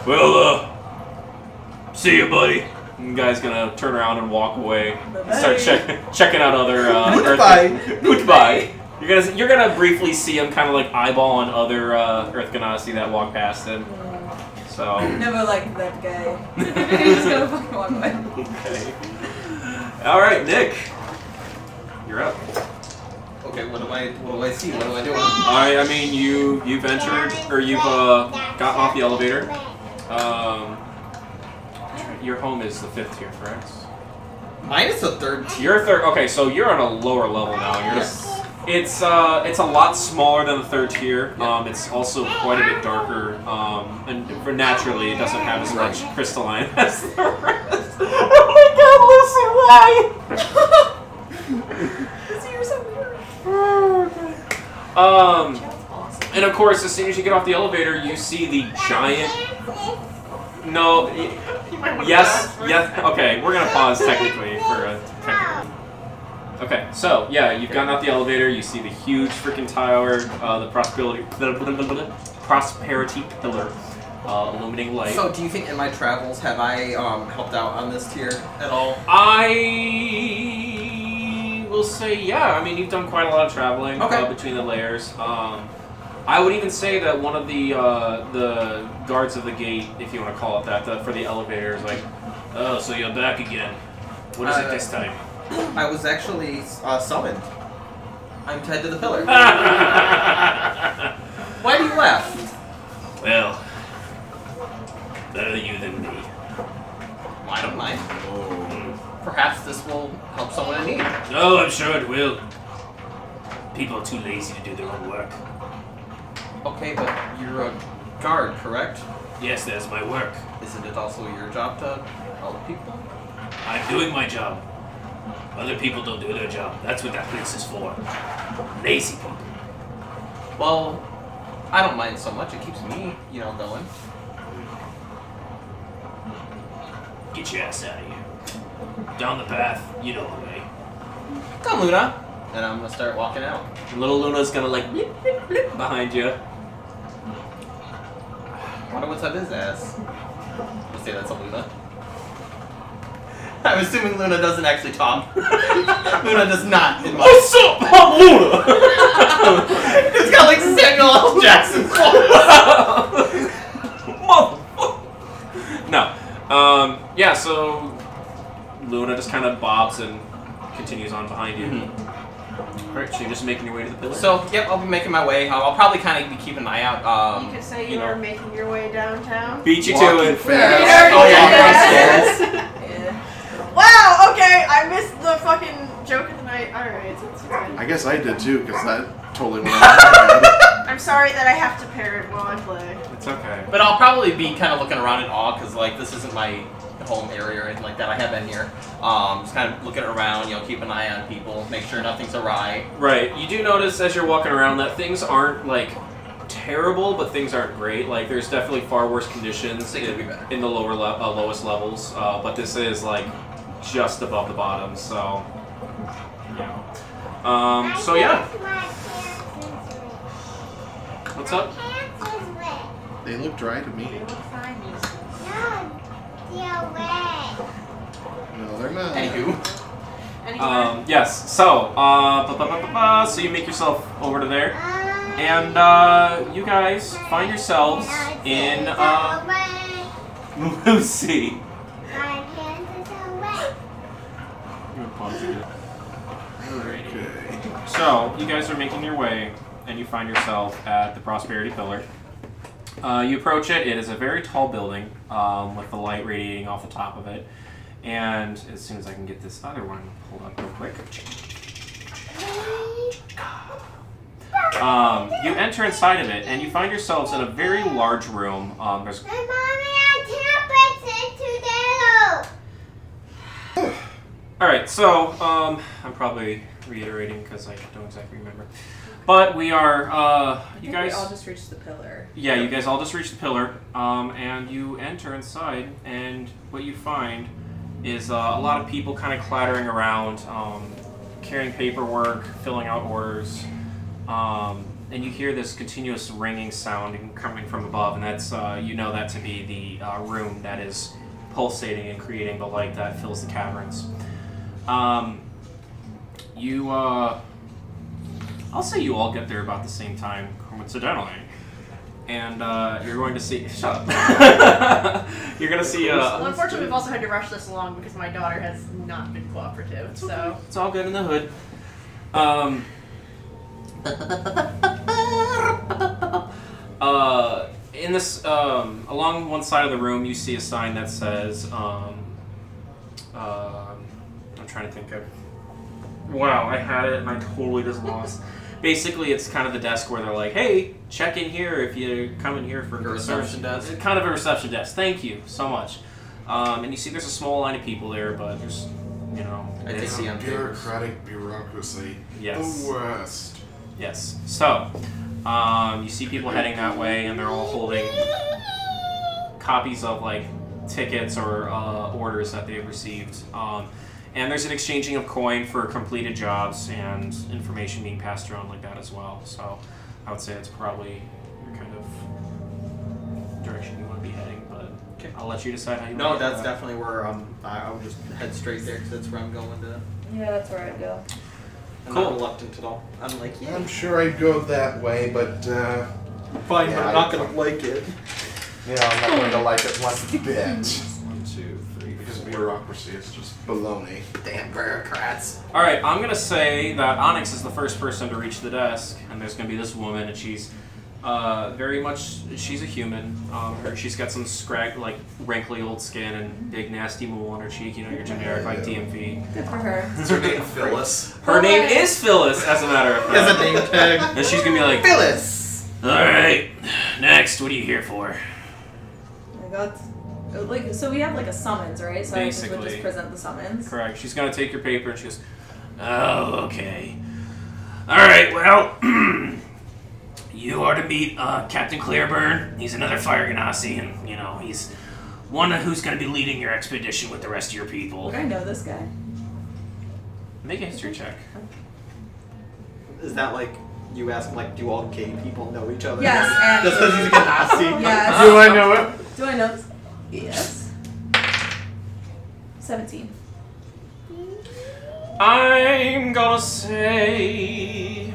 Speaker 9: Well, uh, see you, buddy.
Speaker 2: And and guy's gonna turn around and walk away.
Speaker 7: Bye-bye.
Speaker 2: [LAUGHS] Start check, checking out other. Uh, Earth-
Speaker 1: Goodbye.
Speaker 2: Goodbye. You're gonna you're gonna briefly see him kind of like eyeball on other uh, Earth Ganassi that walk past him. So
Speaker 7: Never liked that guy. [LAUGHS] He's just gonna fucking
Speaker 2: [LAUGHS]
Speaker 7: walk away.
Speaker 2: okay. All right, Nick, you're up.
Speaker 4: Okay, what do I what do I see? What do I do?
Speaker 2: I I mean you you ventured or you've uh, gotten off the elevator. Um, your home is the fifth tier, correct?
Speaker 4: Mine is the third tier.
Speaker 2: You're third. Okay, so you're on a lower level now. You're just It's uh, it's a lot smaller than the third tier. Um, it's also quite a bit darker. Um, and for naturally, it doesn't have as much crystalline [LAUGHS] as the rest. Oh my God, Lucy, why? [LAUGHS]
Speaker 7: This year's so weird.
Speaker 2: um, and of course, as soon as you get off the elevator, you see the giant. No. y- Yes. Yes. Okay, we're gonna pause technically for a technical. Okay, so yeah, you've gotten out the elevator. You see the huge freaking tower, uh, the prosperity, blah, blah, blah, blah, blah, prosperity pillar, uh, illuminating light.
Speaker 4: So, do you think in my travels have I um, helped out on this tier at all?
Speaker 2: I will say, yeah. I mean, you've done quite a lot of traveling
Speaker 4: Okay.
Speaker 2: uh, between the layers. Um, I would even say that one of the uh, the guards of the gate, if you want to call it that, the, for the elevator is like, oh, so you're back again. What is it
Speaker 4: Uh,
Speaker 2: this time?
Speaker 4: I was actually uh, summoned. I'm tied to the
Speaker 9: [LAUGHS]
Speaker 4: pillar.
Speaker 2: [LAUGHS]
Speaker 9: well,
Speaker 4: Why do you laugh?
Speaker 9: better you than me.
Speaker 4: I don't mind.
Speaker 1: Oh.
Speaker 4: Perhaps this will help someone in need.
Speaker 9: Oh, I'm sure it will. People are too lazy to do their own work.
Speaker 4: Okay, but you're a guard, correct?
Speaker 9: Yes, there's my work.
Speaker 4: Isn't it also your job to help people?
Speaker 9: I'm doing my job. Other people don't do their job. That's what that place is for. Lazy people.
Speaker 4: Well, I don't mind so much. It keeps me, you know, going.
Speaker 9: Get your ass out of here. Down the path, you know the way.
Speaker 4: Come, Luna. And I'm gonna start walking out.
Speaker 2: And little Luna's gonna like blip, blip, blip behind you.
Speaker 4: Wonder what's up his ass. Let's say that's a Luna. I'm assuming Luna doesn't actually talk. [LAUGHS] Luna does not in
Speaker 2: Oh,
Speaker 4: my
Speaker 9: What's up, I'm Luna?
Speaker 2: [LAUGHS]
Speaker 4: [LAUGHS] It's got like Samuel L. Jackson.
Speaker 2: Motherfucker. no. Um, yeah, so Luna just kind of bobs and continues on behind you. Alright, so you're just making your way to the pillar?
Speaker 4: Mm-hmm. so, yep, I'll be making my way. Um, I'll probably kind of be keeping an eye out.
Speaker 3: you
Speaker 4: Um,
Speaker 3: could say
Speaker 4: you
Speaker 3: you
Speaker 4: know.
Speaker 3: were making your way downtown.
Speaker 2: beat you
Speaker 1: Walking
Speaker 2: to it.
Speaker 1: fast.
Speaker 4: Oh, yeah,
Speaker 7: Yeah.
Speaker 3: wow, okay, I missed the fucking joke of the night. Alright, it's, it's fine.
Speaker 1: I guess I did too, because that totally went out.
Speaker 3: I'm sorry that I have to parrot while I play.
Speaker 2: It's okay.
Speaker 4: but I'll probably be kind of looking around in awe because like this isn't my home area or anything like that. I have been here. Um, just kind of looking around, you know, keep an eye on people, make sure nothing's awry.
Speaker 2: Right. You do notice as you're walking around that things aren't like terrible, but things aren't great. Like there's definitely far worse conditions
Speaker 4: They could be
Speaker 2: in,
Speaker 4: better.
Speaker 2: in the lower le- uh, lowest levels, uh, but this is like just above the bottom. So, yeah. Um, so yeah, what's up?
Speaker 1: they look dry to me. No, they're
Speaker 4: Oh,
Speaker 1: not.
Speaker 4: Anywho,
Speaker 2: Um, yes. So, uh, ba- ba- ba- ba- ba, so you make yourself over to there, and uh, you guys find yourselves in uh, [LAUGHS] Lucy.
Speaker 1: Okay.
Speaker 2: So you guys are making your way, and you find yourself at the Prosperity Pillar. Uh, you approach it. It is a very tall building um, with the light radiating off the top of it. And as soon as I can get this other one pulled up real quick, um, you enter inside of it, and you find yourselves in a very large room. Um, there's All right, so um, I'm probably reiterating because I don't exactly remember, but we are. Uh,
Speaker 7: I
Speaker 2: you
Speaker 7: think
Speaker 2: guys,
Speaker 7: We all just reached the pillar.
Speaker 2: yeah, you guys all just reach the pillar, um, and you enter inside, and what you find is uh, a lot of people kind of clattering around, um, carrying paperwork, filling out orders, um, and you hear this continuous ringing sound coming from above, and that's uh, you know that to be the uh, room that is pulsating and creating the light that fills the caverns. Um, you, uh, I'll say you all get there about the same time, coincidentally. And uh, you're going to see. [LAUGHS] Shut up. [LAUGHS] you're going to see.
Speaker 3: Well,
Speaker 2: Uh,
Speaker 3: unfortunately, we've also had to rush this along because my daughter has not been cooperative. So
Speaker 2: it's all good in the hood. Um, uh, in this, um, along one side of the room, you see a sign that says, um, um I'm trying to think of. Wow, I had it and I totally just lost. Basically, it's kind of the desk where they're like, "Hey, check in here if you come in here for
Speaker 4: Like a
Speaker 2: concerns."
Speaker 4: reception desk?
Speaker 2: Kind of a reception desk. Thank you so much. Um, and you see, there's a small line of people there, but there's, you know,
Speaker 4: I did see on papers.
Speaker 1: Bureaucratic bureaucracy.
Speaker 2: Yes.
Speaker 1: The worst.
Speaker 2: Yes. So, um, you see people heading that way, and they're all holding copies of like tickets or uh, orders that they've received. Um, and there's an exchanging of coin for completed jobs and information being passed around like that as well. So, I would say it's probably your kind of direction you want to be heading. But
Speaker 4: Okay.
Speaker 2: I'll let you decide how you.
Speaker 4: [LAUGHS] No,
Speaker 2: want to
Speaker 4: that's definitely where um, I, I would just head straight there because that's where I'm going to.
Speaker 7: Yeah, that's where I go.
Speaker 4: I'm
Speaker 2: Cool.
Speaker 4: not reluctant at all. I'm like, yeah,
Speaker 1: I'm sure I'd go that way, but uh,
Speaker 4: fine,
Speaker 1: Yeah,
Speaker 4: but
Speaker 1: I-
Speaker 4: I'm not gonna like it.
Speaker 1: yeah, I'm not going to like it one bit.
Speaker 2: One, two, three.
Speaker 1: Because bureaucracy is just baloney.
Speaker 4: Damn bureaucrats.
Speaker 2: All right, I'm gonna say that Onyx is the first person to reach the desk, and there's gonna be this woman, and she's uh, very much she's a human. Um, her, she's got some scrag like wrinkly old skin and big nasty mole on her cheek. You know your generic like
Speaker 4: [LAUGHS]
Speaker 2: DMV.
Speaker 7: Good for her.
Speaker 4: Is her name Phyllis?
Speaker 2: Her name is Phyllis, as a matter of
Speaker 4: As
Speaker 2: fact.
Speaker 4: a name tag.
Speaker 2: And she's gonna be like,
Speaker 4: Phyllis.
Speaker 2: all right, next, what are you here for?
Speaker 7: I got uh, like so we have like a summons, right? So I just would
Speaker 2: Basically.
Speaker 7: just present the summons.
Speaker 2: Correct. She's gonna take your paper, and she goes, oh, okay. All right, well. [CLEARS THROAT] You are to meet uh, Captain Clearburn. He's another Fire Ganassi, and you know he's one who's going to be leading your expedition with the rest of your people.
Speaker 7: Would I know this guy?
Speaker 2: Make a history check.
Speaker 4: Is that like you ask like do all gay people know each other? [LAUGHS]
Speaker 7: Yes, and
Speaker 4: Just because he's a Ganassi.
Speaker 2: Uh,
Speaker 7: Yes.
Speaker 1: Do I know it?
Speaker 7: Do I know this? Yes. Seventeen.
Speaker 2: I'm gonna say.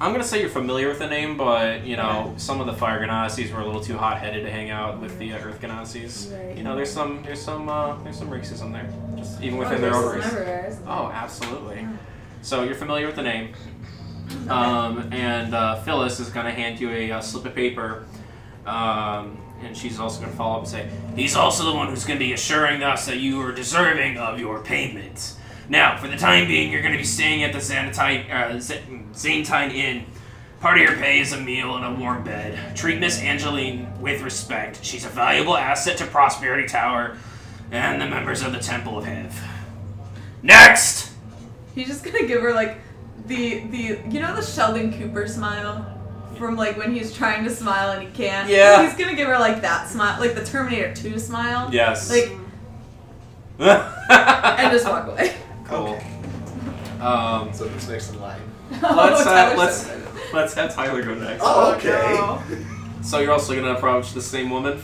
Speaker 2: I'm gonna say you're familiar with the name, but you know some of the Fire Ganassis were a little too hot-headed to hang out with the uh, Earth Ganassis.
Speaker 7: Right.
Speaker 2: You know, there's some, there's some, uh, there's some racism there, just even within
Speaker 7: oh,
Speaker 2: their
Speaker 7: racism
Speaker 2: own race.
Speaker 7: everywhere, isn't there?
Speaker 2: Oh, absolutely. So you're familiar with the name. Um, and uh, Phyllis is going to hand you a, uh slip of paper. Um, and she's also going to follow up and say, He's also the one who's going to be assuring us that you are deserving of your payment. Now, for the time being, you're going to be staying at the Xanatine, uh, Z- Xantine Inn. Part of your pay is a meal and a warm bed. Treat Miss Angeline with respect. She's a valuable asset to Prosperity Tower and the members of the Temple of Hev. Next!
Speaker 7: He's just gonna give her like the the you know the Sheldon Cooper smile from like when he's trying to smile and he can't.
Speaker 2: Yeah.
Speaker 7: He's gonna give her like that smile, like the Terminator Two smile.
Speaker 2: Yes. [LAUGHS]
Speaker 7: Like and just walk away.
Speaker 2: cool. Um,
Speaker 1: So who's next in line?
Speaker 7: [LAUGHS] Oh,
Speaker 2: Let's, uh,
Speaker 7: Tyler
Speaker 2: let's-
Speaker 7: said it.
Speaker 2: let's have Tyler go next.
Speaker 1: Oh, okay.
Speaker 2: So you're also gonna approach the same woman?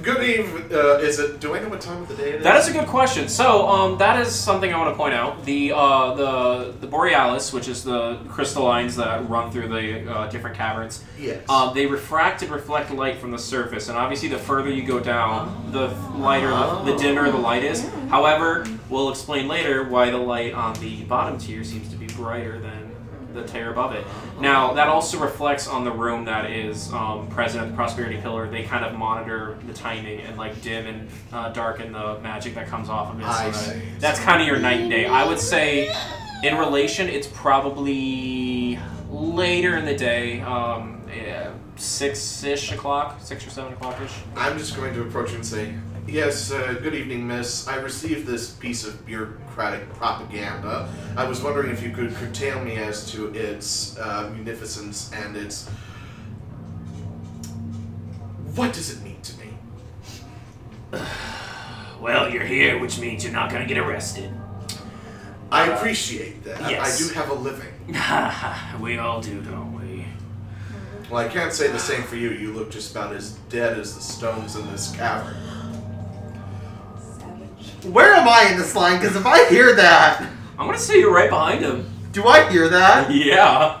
Speaker 1: Good eve. Uh, is it? Do I know what time of the day it is?
Speaker 2: That is a good question. So um, that is something I want to point out. The uh, the the borealis, which is the crystallines that run through the uh, different caverns,
Speaker 1: yes.
Speaker 2: um, they refract and reflect light from the surface. And obviously, the further you go down, the lighter, the,
Speaker 1: Oh.
Speaker 2: the dimmer the light is. However, we'll explain later why the light on the bottom tier seems to be brighter than the tier above it. Now, that also reflects on the room that is um, present at the Prosperity Pillar. They kind of monitor the timing and like dim and uh, darken the magic that comes off of it.
Speaker 1: I
Speaker 2: so that-
Speaker 1: see.
Speaker 2: That's kind of your night and day. I would say, in relation, it's probably later in the day, um, yeah, six ish o'clock, six or seven o'clock ish.
Speaker 1: I'm just going to approach and say, Yes, uh, good evening, miss. I received this piece of bureaucratic propaganda. I was wondering if you could curtail me as to its uh, munificence and its. What does it mean to me?
Speaker 9: Well, you're here, which means you're not gonna get arrested. [LAUGHS]
Speaker 1: I appreciate that. I-
Speaker 9: yes.
Speaker 1: I do have a living.
Speaker 9: we all do, don't we?
Speaker 1: Well, I can't say the same for you. You look just about as dead as the stones in this cavern.
Speaker 10: Where am I in this line? Because if I hear that,
Speaker 2: I'm gonna say you're right behind him.
Speaker 10: do I hear that?
Speaker 2: [LAUGHS] Yeah.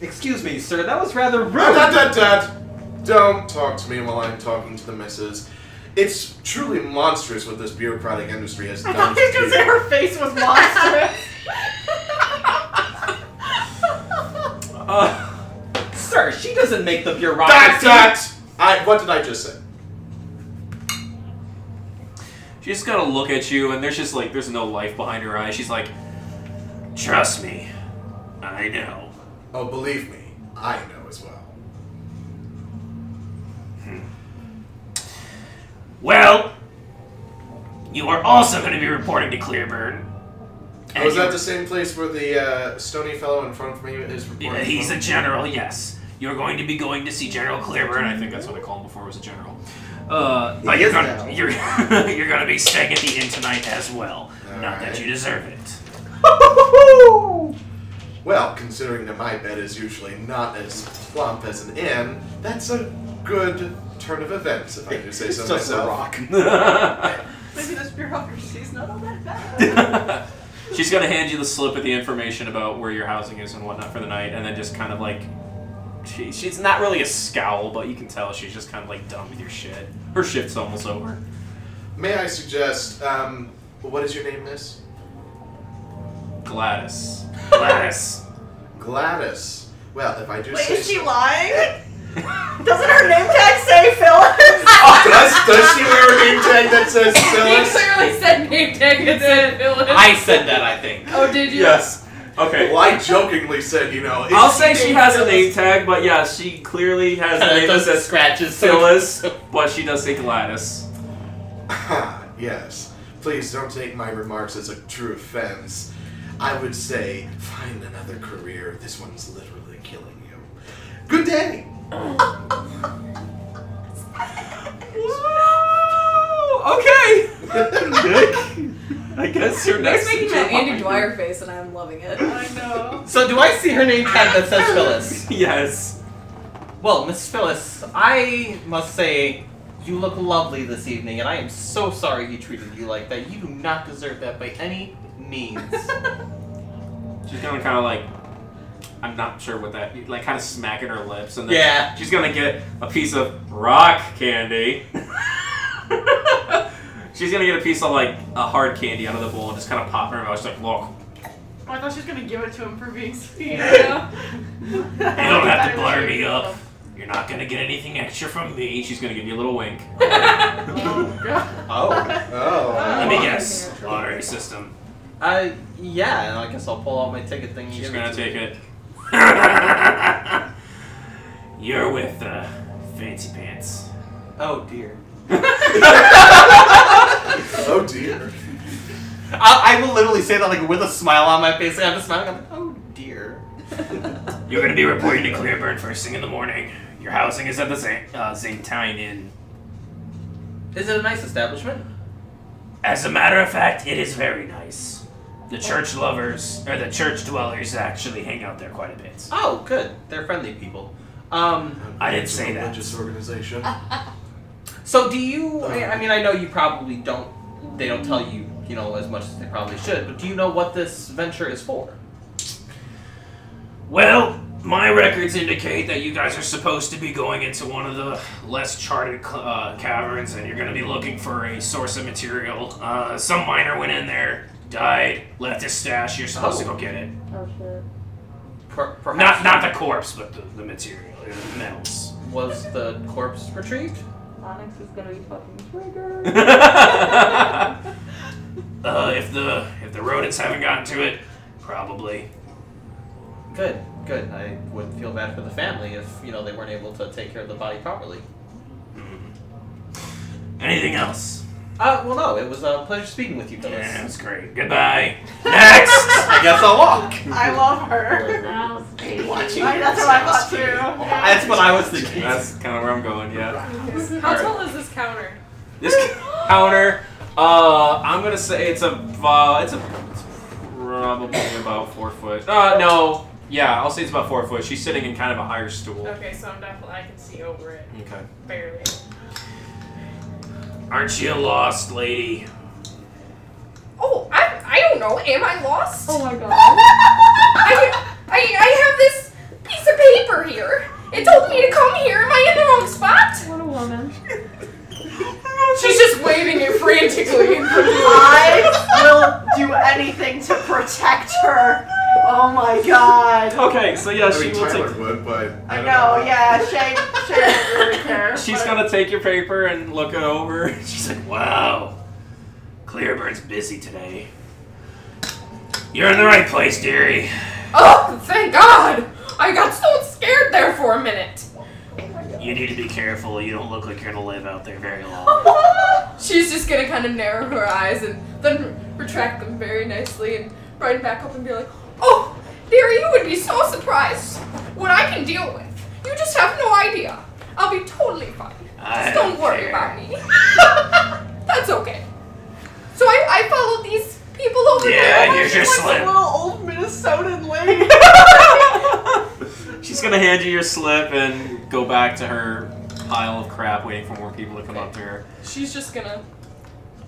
Speaker 4: Excuse me, sir. That was rather
Speaker 1: Dad,
Speaker 4: rude.
Speaker 1: dad, dad, dad. Don't talk to me while I'm talking to the missus. It's truly monstrous what this bureaucratic industry has
Speaker 3: I
Speaker 1: done.
Speaker 3: thought you was
Speaker 1: to
Speaker 3: gonna say
Speaker 1: you.
Speaker 3: her face was monstrous.
Speaker 2: Uh,
Speaker 4: Sir, she doesn't make the
Speaker 9: [LAUGHS]
Speaker 1: Dot
Speaker 4: bureaucracy.
Speaker 1: dot. I. What did I just say?
Speaker 2: she's just gonna look at you, and there's just like there's no life behind her eyes. She's like,
Speaker 9: Trust me, I know.
Speaker 1: Oh, believe me, I know as well. Oh,
Speaker 9: Well, you are also going to be reporting to Clearburn.
Speaker 1: Oh, is
Speaker 9: you-
Speaker 1: that the same place where the uh, stony fellow in front of me is reporting?
Speaker 9: Yeah, Uh, he's
Speaker 1: from?
Speaker 9: a general, yes. You're going to be going to see General Clearburn.
Speaker 2: I
Speaker 9: I
Speaker 2: think
Speaker 9: think.
Speaker 2: that's what I called him before was a general. Uh,
Speaker 9: But you're
Speaker 10: is
Speaker 9: gonna
Speaker 10: now.
Speaker 9: you're, [LAUGHS] you're gonna be staying at the inn tonight as well. Not
Speaker 1: Alright.
Speaker 9: that you deserve it.
Speaker 1: Well, considering that my bed is usually not as plump as an inn, that's a good turn of events, if I do say so
Speaker 4: It's just a
Speaker 1: myself.
Speaker 4: rock.
Speaker 3: [LAUGHS]
Speaker 2: [LAUGHS]
Speaker 10: [LAUGHS]
Speaker 3: Maybe this bureaucracy's not all that bad.
Speaker 2: She's gonna hand you the slip with the information about where your housing is and whatnot for the night, and then just kind of like, she, she's not really a scowl, but you can tell she's just kind of like done with your shit. Her shift's almost over.
Speaker 1: May I suggest, um, what is your name, miss?
Speaker 2: Gladys. Gladys.
Speaker 1: Gladys. Well, if I do
Speaker 3: Wait,
Speaker 1: say
Speaker 3: is she
Speaker 1: so-
Speaker 3: lying? Doesn't her name tag say Phyllis?
Speaker 1: does, does she wear a name tag that
Speaker 3: [LAUGHS]
Speaker 1: says
Speaker 5: You
Speaker 1: Phyllis?
Speaker 5: clearly said name tag and said Phyllis.
Speaker 4: I said that, I think.
Speaker 5: oh, did you?
Speaker 1: Yes.
Speaker 2: Okay.
Speaker 1: Well, I jokingly said, you know, is
Speaker 2: I'll say she
Speaker 1: named
Speaker 2: has a
Speaker 1: Phyllis?
Speaker 2: name tag, but yeah, she clearly has a name that
Speaker 4: Those [LAUGHS]
Speaker 2: says
Speaker 4: scratches.
Speaker 2: Phyllis, but she does say Gladys.
Speaker 1: Ah, [LAUGHS] yes. Please don't take my remarks as a true offense. I would say find another career. This one's literally killing you. Good day.
Speaker 2: Whoa! Okay. Nick, I guess you're
Speaker 7: Nick's
Speaker 2: next.
Speaker 7: making
Speaker 2: in
Speaker 7: that
Speaker 2: line.
Speaker 7: Andy Dwyer face, and I'm loving it.
Speaker 3: I know.
Speaker 4: So do I see her name tag that says Phyllis?
Speaker 2: Yes.
Speaker 4: Well, Miss Phyllis, I must say, you look lovely this evening, and I am so sorry he treated you like that. You do not deserve that by any
Speaker 2: [LAUGHS]
Speaker 4: means.
Speaker 2: She's gonna kind of like, I'm not sure what that, like, kind of smacking her lips, and then
Speaker 4: yeah.
Speaker 2: she's gonna get a piece of rock candy. she's gonna get a piece of like a hard candy out of the bowl and just kind of pop it in her mouth. She's like, look,
Speaker 3: I thought she was gonna give it to him for being
Speaker 9: [LAUGHS]
Speaker 3: sweet.
Speaker 5: Yeah.
Speaker 3: you
Speaker 9: You don't have to blur me up. You're not gonna get anything extra from me.
Speaker 2: she's gonna give you a little wink.
Speaker 3: Oh, God.
Speaker 4: Oh.
Speaker 1: [LAUGHS] Oh.
Speaker 2: [LAUGHS]
Speaker 9: Let me guess. Lottery system.
Speaker 4: Uh, yeah, and I guess I'll pull out my ticket thing. and
Speaker 2: She's
Speaker 4: give it
Speaker 2: gonna
Speaker 4: to
Speaker 2: take it.
Speaker 9: [LAUGHS] You're with uh, Fancy Pants.
Speaker 4: you.
Speaker 2: [LAUGHS]
Speaker 4: Oh dear.
Speaker 1: Oh dear.
Speaker 4: I, I will literally say that like with a smile on my face. Like, I'm smiling. I'm like, oh dear.
Speaker 9: You're gonna be reporting to Clearburn first thing in the morning. Your housing is at the Zane, uh, Zantine Inn.
Speaker 4: Is it a nice establishment?
Speaker 9: As a matter of fact, it is very nice. The church lovers, or the church dwellers, actually hang out there quite a bit.
Speaker 4: Oh, good. They're friendly people. Um,
Speaker 9: I didn't say that.
Speaker 1: Religious
Speaker 3: [LAUGHS]
Speaker 1: organization.
Speaker 4: So do you? I I mean, I know you probably don't. They don't tell you, you know, as much as they probably should. But do you know what this venture is for?
Speaker 9: Well, my records indicate that you guys are supposed to be going into one of the less charted cl- uh, caverns, and you're going to be looking for a source of material. Uh, some miner went in there, died, left his stash. You're supposed to go get it.
Speaker 4: Per-
Speaker 9: Not
Speaker 4: perhaps
Speaker 9: not the corpse, but the, the material, the metals.
Speaker 4: was the corpse retrieved?
Speaker 5: Onyx is gonna be fucking triggered.
Speaker 2: She's
Speaker 9: Uh, if the if the rodents haven't gotten to it, probably.
Speaker 4: Good, good. I would feel bad for the family if you know they weren't able to take care of the body properly.
Speaker 9: Mm. Anything else?
Speaker 4: Uh, well, no. It was a pleasure speaking with you, fellas.
Speaker 9: Yeah, that's great. Goodbye.
Speaker 5: [LAUGHS]
Speaker 9: Next.
Speaker 4: I guess I'll walk.
Speaker 3: I love
Speaker 9: [LAUGHS]
Speaker 3: her. I, that's what I thought too. Yeah.
Speaker 4: That's what I was thinking.
Speaker 2: That's kind of where I'm going. Yeah.
Speaker 5: How tall is this counter?
Speaker 2: This counter, uh, I'm gonna say it's a, uh, it's a, it's probably about four foot. Uh, no. Yeah, I'll say it's about four foot. She's sitting in kind of a higher stool.
Speaker 5: Okay, so I'm definitely I can see over it
Speaker 2: Okay.
Speaker 5: barely.
Speaker 9: Aren't you lost, lady? [LAUGHS]
Speaker 5: know. Am Oh, I lost?
Speaker 7: Oh my
Speaker 5: [LAUGHS]
Speaker 7: god.
Speaker 5: I, I, I have this piece of paper here. It told me to come here. Am I in the wrong spot?
Speaker 7: What a woman.
Speaker 5: [LAUGHS] She's just waving it frantically.
Speaker 3: I will do anything to protect her. Oh my god.
Speaker 2: Okay, so yeah,
Speaker 1: I
Speaker 2: she
Speaker 1: mean,
Speaker 2: will
Speaker 1: Tyler
Speaker 2: take.
Speaker 1: would, but
Speaker 3: I
Speaker 1: don't
Speaker 3: know, yeah, Shay, Shay doesn't really [LAUGHS] care.
Speaker 2: She's
Speaker 3: but-
Speaker 2: gonna take your paper and look it over.
Speaker 9: She's like, wow, Clearbird's busy today. You're in the right place, dearie.
Speaker 5: Oh, thank God! I got so scared there for a minute.
Speaker 9: You need to be careful. You don't look like you're gonna live out there
Speaker 5: [LAUGHS]
Speaker 9: very long.
Speaker 5: She's just gonna kind of narrow her eyes and then retract them very nicely and brighten back up and be like, "Oh, dearie, you would be so surprised what I can deal with. You just have no idea. I'll be totally fine.
Speaker 9: I
Speaker 5: Just don't
Speaker 9: don't
Speaker 5: worry
Speaker 9: care."
Speaker 5: about me. [LAUGHS] That's okay." So I, I followed these people over there.
Speaker 9: Yeah, you're just
Speaker 3: She's like a
Speaker 9: slim.
Speaker 3: little old Minnesotan
Speaker 4: [LAUGHS]
Speaker 3: lady.
Speaker 2: She's gonna hand you your slip and go back to her pile of crap, waiting for more people to come up to her.
Speaker 5: [LAUGHS] She's just gonna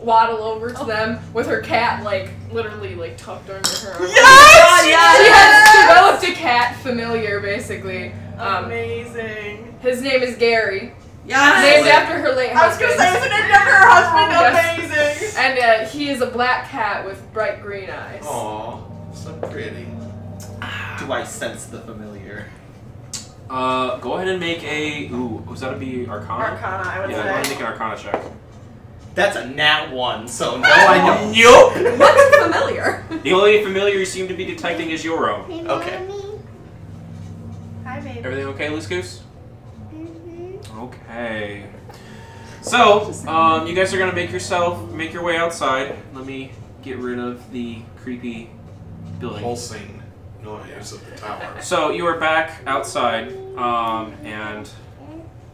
Speaker 5: waddle over to them with her cat, like literally, like tucked under her. Arm.
Speaker 3: yes!
Speaker 5: She has developed a cat familiar, basically.
Speaker 7: Oh,
Speaker 5: Um,
Speaker 3: Amazing.
Speaker 5: his name is Gary, named
Speaker 7: Yes.
Speaker 5: after her late
Speaker 3: I was gonna
Speaker 5: husband.
Speaker 3: say, isn't it never her husband? [LAUGHS]
Speaker 5: Yes.
Speaker 3: Amazing.
Speaker 5: and uh, he is a black cat with bright green eyes.
Speaker 1: Oh.
Speaker 4: Aww.
Speaker 1: So pretty.
Speaker 4: Do I sense the familiar?
Speaker 2: Uh, go ahead and make a. Ooh, was that to be Arcana?
Speaker 3: Arcana, I would
Speaker 2: Yeah, go ahead and
Speaker 3: say.
Speaker 2: make an Arcana check.
Speaker 4: That's a nat one, so no, I
Speaker 2: Nope.
Speaker 7: What's familiar?
Speaker 2: the only familiar you seem to be detecting is your own.
Speaker 4: don't. Okay.
Speaker 3: Hi, baby.
Speaker 2: Everything okay, Loose Goose?
Speaker 11: Mm-hmm.
Speaker 2: Okay. So, um, you guys are gonna make yourself make your way outside. Let me get rid of the creepy building.
Speaker 1: Pulsing noise of the tower.
Speaker 2: So you are back outside, um, and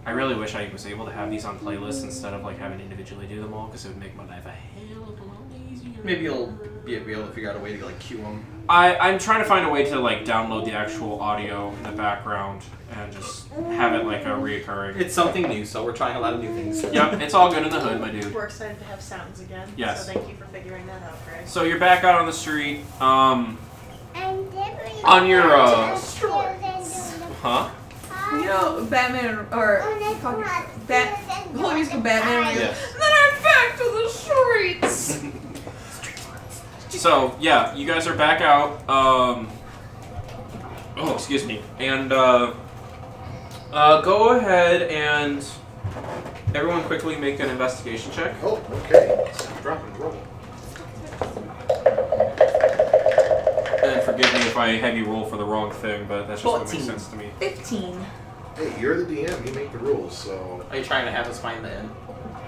Speaker 2: I really wish I was able to have these on playlists instead of like having to individually do them all because it would make my life a hell of a lot easier.
Speaker 4: Maybe you'll be be able to figure out a way to like cue them.
Speaker 2: I, I'm trying to find a way to like download the actual audio in the background and just have it like a reoccurring.
Speaker 4: It's something new, so we're trying a lot of new things.
Speaker 2: Yep, it's all good in the hood, my dude.
Speaker 3: We're excited to have sounds again.
Speaker 2: Yes.
Speaker 3: So thank you for figuring that out, Greg. [LAUGHS]
Speaker 2: So you're back out on the street. Um,
Speaker 11: On your
Speaker 2: uh,
Speaker 11: uh,
Speaker 2: huh?
Speaker 7: [LAUGHS] You know, Batman or
Speaker 8: Oh,
Speaker 7: fuck, Bat. The whole musical Batman. where he goes,
Speaker 2: Yes.
Speaker 7: Then I'm back to
Speaker 5: [LAUGHS]
Speaker 7: the streets.
Speaker 2: So yeah, you guys are back out. Um, oh, excuse me. And uh, uh, go ahead and everyone quickly make an investigation check.
Speaker 1: Oh, okay. Drop and roll.
Speaker 2: And forgive me if I have you roll for the wrong thing, but that's just what makes
Speaker 4: 14.
Speaker 2: sense to me.
Speaker 7: Fifteen.
Speaker 1: Hey, you're the DM. You make the rules, so
Speaker 4: Are you trying to have us find the end?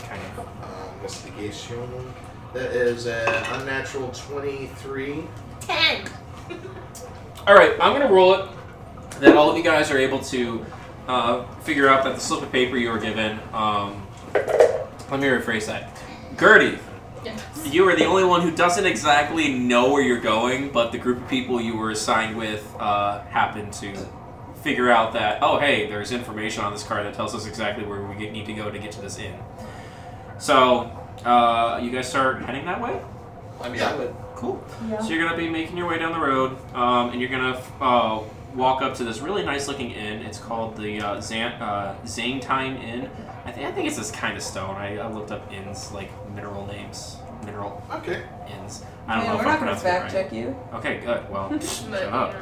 Speaker 2: Kind of.
Speaker 1: uh, investigation. That is an unnatural twenty-three.
Speaker 11: ten.
Speaker 2: All right, I'm gonna roll it. That all of you guys are able to uh, figure out that the slip of paper you were given. Um, let me rephrase that. Gertie,
Speaker 5: Yes.
Speaker 2: You are the only one who doesn't exactly know where you're going, but the group of people you were assigned with uh, happened to figure out that, oh, hey, there's information on this card that tells us exactly where we need to go to get to this inn. So, uh, you guys start heading that way?
Speaker 4: I mean, I would.
Speaker 2: Cool.
Speaker 7: Yeah.
Speaker 2: So, you're going to be making your way down the road, um, and you're going to uh, walk up to this really nice looking inn. It's called the uh, Zan- uh, Zangtime Inn. I, think I think it's this kind of stone. I, I looked up inns, like mineral names. Mineral
Speaker 1: Okay.
Speaker 2: ends. I don't
Speaker 7: yeah,
Speaker 2: know
Speaker 7: we're
Speaker 2: if
Speaker 7: not
Speaker 2: I'm
Speaker 7: gonna
Speaker 2: pronouncing it
Speaker 7: fact
Speaker 2: right.
Speaker 7: check you.
Speaker 2: Okay, good.
Speaker 7: [LAUGHS]
Speaker 2: Well, shut up.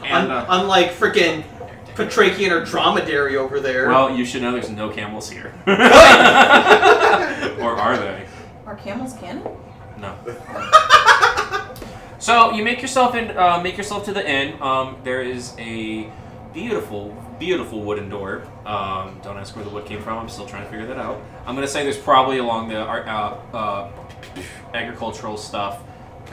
Speaker 4: Un-
Speaker 2: And, uh,
Speaker 4: unlike freaking Patrakian or Dromedary over there.
Speaker 2: well, you should know there's no camels here. [LAUGHS] or are they?
Speaker 7: Are camels can?
Speaker 2: No. so you make yourself in, uh, make yourself to the inn. Um, there is a beautiful, beautiful wooden door. Um, don't ask where the wood came from. I'm still trying to figure that out. I'm gonna say there's probably along the ar- uh, uh, agricultural stuff.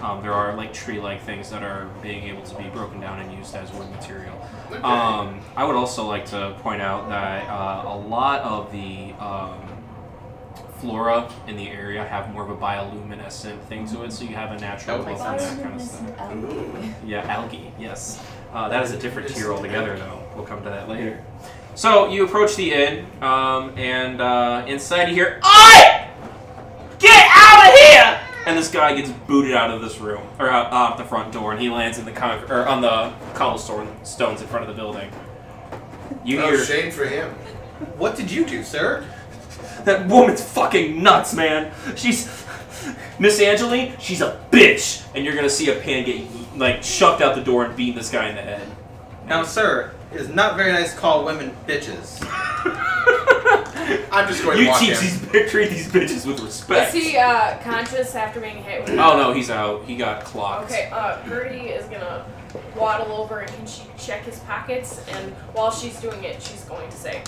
Speaker 2: Um, there are like tree-like things that are being able to be broken down and used as wood material.
Speaker 1: Okay.
Speaker 2: Um, I would also like to point out that uh, a lot of the um, flora in the area have more of a bioluminescent thing to it, so you have a
Speaker 7: Oh
Speaker 2: natural
Speaker 4: That
Speaker 2: wealth
Speaker 4: makes
Speaker 2: and that kind of stuff.
Speaker 1: Ooh.
Speaker 2: Yeah, algae, yes. Uh, that is a different tier altogether, though. We'll come to that later. So you approach the inn, um, and uh, inside you hear, "Oi! Get out of here! and this guy gets booted out of this room or out, out the front door, and he lands in the con- or on the cobblestone stones in front of the building. You
Speaker 1: No
Speaker 2: hear
Speaker 1: shame for him.
Speaker 4: What did you do, sir?
Speaker 2: that woman's fucking nuts, man. She's Miss Angeline. She's a bitch, and you're gonna see a pan get like shoved out the door and beating this guy in the head.
Speaker 4: Now, sir, it is not very nice to call women bitches.
Speaker 1: I'm just going to
Speaker 2: you
Speaker 1: walk
Speaker 2: teach
Speaker 1: in.
Speaker 2: these [LAUGHS] treat these bitches with
Speaker 5: Is
Speaker 2: respect.
Speaker 5: he uh, conscious after being hit? With
Speaker 2: oh no, he's out. He got clocked.
Speaker 5: Okay, uh, Gertie is gonna waddle over and can she check his pockets? And while she's doing it, she's going to say,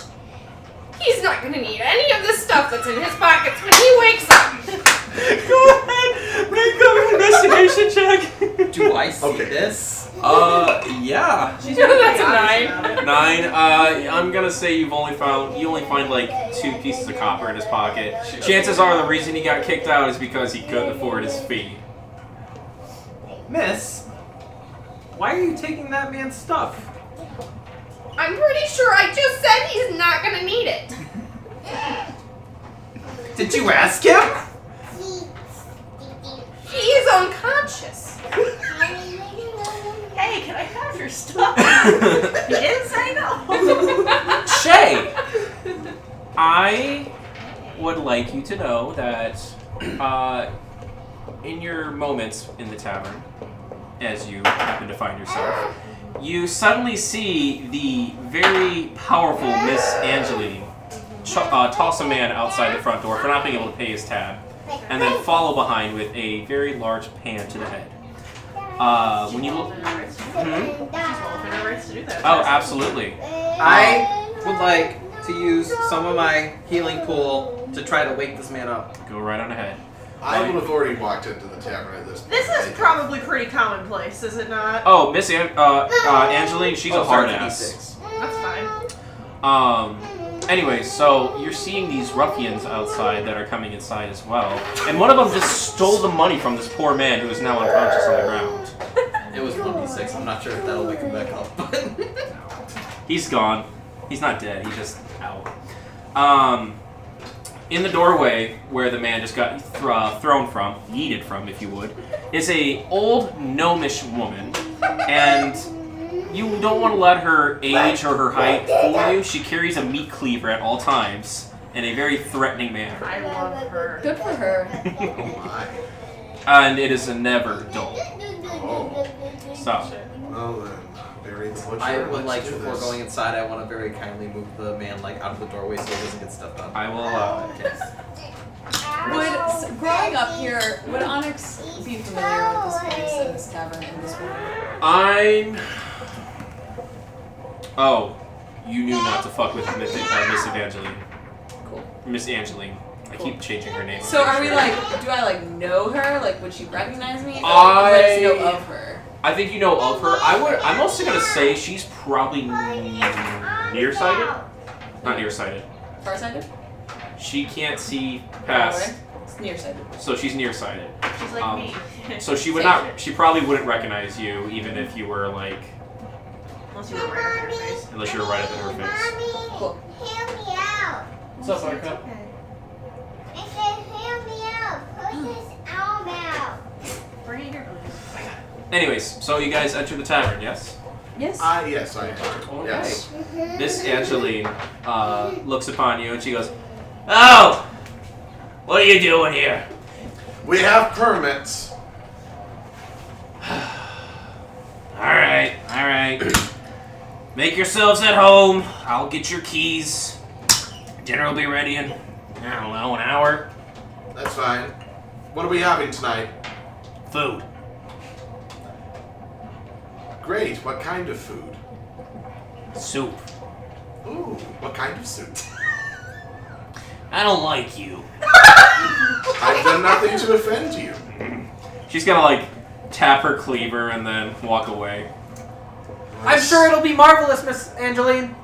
Speaker 5: "He's not gonna need any of this stuff that's in his pockets when he wakes up."
Speaker 2: [LAUGHS] Go ahead. Make an investigation check.
Speaker 4: Do I see
Speaker 1: Okay.
Speaker 4: this?
Speaker 2: [LAUGHS] uh, yeah.
Speaker 5: She's no, [LAUGHS] that's a nine.
Speaker 2: Nine. Uh, I'm gonna say you've only found you only find like two pieces of copper in his pocket. Chances are the reason he got kicked out is because he couldn't afford his [LAUGHS] fee.
Speaker 4: Miss, why are you taking that man's stuff?
Speaker 5: I'm pretty sure I just said he's not gonna need it.
Speaker 4: Did you ask him?
Speaker 5: He is unconscious.
Speaker 3: Hey,
Speaker 5: [LAUGHS]
Speaker 3: can I have your stuff? he didn't say no.
Speaker 2: [LAUGHS] Shay, I would like you to know that uh, in your moments in the tavern, as you happen to find yourself, you suddenly see the very powerful Miss Angeline ch- uh, toss a man outside the front door for not being able to pay his tab, and then follow behind with a very large pan to the head. Uh, when you look, Hmm?
Speaker 3: rights to do that.
Speaker 2: oh, absolutely.
Speaker 4: I would like to use some of my healing pool to try to wake this man up.
Speaker 2: Go right on ahead.
Speaker 1: I would have already walked into the tavern at this point.
Speaker 3: This is probably pretty commonplace, is it not?
Speaker 2: Oh, Miss An- uh, uh, Angeline, she's
Speaker 4: Oh,
Speaker 2: a hard
Speaker 4: sorry,
Speaker 2: ass.
Speaker 3: That's fine.
Speaker 2: Um. Anyway, so you're seeing these ruffians outside that are coming inside as well, and one of them just stole the money from this poor man who is now unconscious on the ground.
Speaker 4: D6. It was 1d6. I'm not sure if that'll wake him back up. [LAUGHS] but-
Speaker 2: He's gone. He's not dead. He's just out. Um, in the doorway where the man just got th- uh, thrown from, yeeted from, if you would, is a old gnomish woman, and you don't want to let her age or her height fool you. She carries a meat cleaver at all times in a very threatening manner,
Speaker 3: I love her.
Speaker 7: Good for her.
Speaker 1: Oh my.
Speaker 2: and it is never dull. So,
Speaker 1: Well then, bury the butcher.
Speaker 4: I would like,
Speaker 1: Let's do
Speaker 4: before
Speaker 1: this.
Speaker 4: going inside, I want to very kindly move the man like out of the doorway so he doesn't get stepped on.
Speaker 2: I will allow it.
Speaker 4: [LAUGHS]
Speaker 7: Would s- growing up here, would Onyx be familiar with this place and this tavern and this room?
Speaker 2: I'm. Oh, you knew not to fuck with Miss, uh, Miss Evangeline.
Speaker 7: Cool.
Speaker 2: Miss Angeline. I keep changing her name.
Speaker 7: So are we like? Do I like know her? Like, would she recognize me? Or, like,
Speaker 2: I-
Speaker 7: Let's know of her.
Speaker 2: I think you know of her. I would. I'm also gonna say she's probably nearsighted. Not nearsighted.
Speaker 7: Farsighted?
Speaker 2: She can't see past,
Speaker 7: It's nearsighted.
Speaker 2: so she's nearsighted.
Speaker 3: She's like
Speaker 2: Um,
Speaker 3: me.
Speaker 2: So she would not. She probably wouldn't recognize you, even if you were like,
Speaker 3: Unless you were right in her face.
Speaker 2: unless you were right up in her face.
Speaker 7: Cool.
Speaker 6: What's up, Buttercup?
Speaker 3: Bring it here, please.
Speaker 2: Anyways, so you guys enter the tavern, yes?
Speaker 7: Yes.
Speaker 1: Ah, yes, I am.
Speaker 2: Okay.
Speaker 1: Yes.
Speaker 2: Miss Angeline uh, looks upon you and she goes, "Oh, what are you doing here?"
Speaker 1: We have permits.
Speaker 2: All right, all right. Make yourselves at home. I'll get your keys. Dinner will be ready in I don't know an hour.
Speaker 1: That's fine. What are we having tonight?
Speaker 2: Food.
Speaker 1: Great. What kind of food?
Speaker 2: Soup.
Speaker 1: Ooh, what kind of soup?
Speaker 2: I don't like you.
Speaker 1: I've done nothing to offend you.
Speaker 2: She's gonna like tap her cleaver and then walk away. [LAUGHS]
Speaker 4: I'm sure it'll be marvelous, Miss Angeline.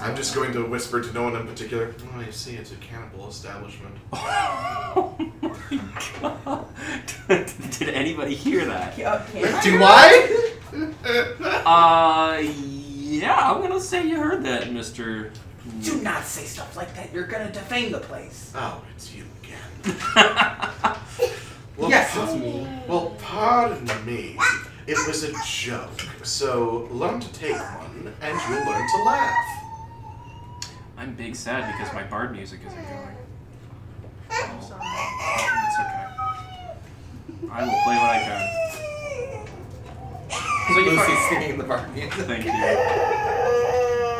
Speaker 1: I'm just going to whisper to no one in particular. Oh, I see. It's a cannibal establishment.
Speaker 2: Oh my god! [LAUGHS] Did anybody hear
Speaker 1: [LAUGHS]
Speaker 2: that?
Speaker 7: Okay.
Speaker 10: Do I?
Speaker 2: Uh, yeah, I'm gonna say you heard that, Mister
Speaker 4: Do not say stuff like that. You're gonna defame the place.
Speaker 1: Oh, it's you again.
Speaker 2: [LAUGHS]
Speaker 4: Yes,
Speaker 1: par-
Speaker 4: it's me.
Speaker 1: Well, pardon me. It was a joke. So learn to take one, and you'll learn to laugh.
Speaker 2: I'm big sad because my bard music isn't going. It's okay. I will play what I can. So you
Speaker 4: Lucy's
Speaker 2: find-
Speaker 4: singing the bar
Speaker 2: [LAUGHS]
Speaker 4: music.
Speaker 2: Thank you.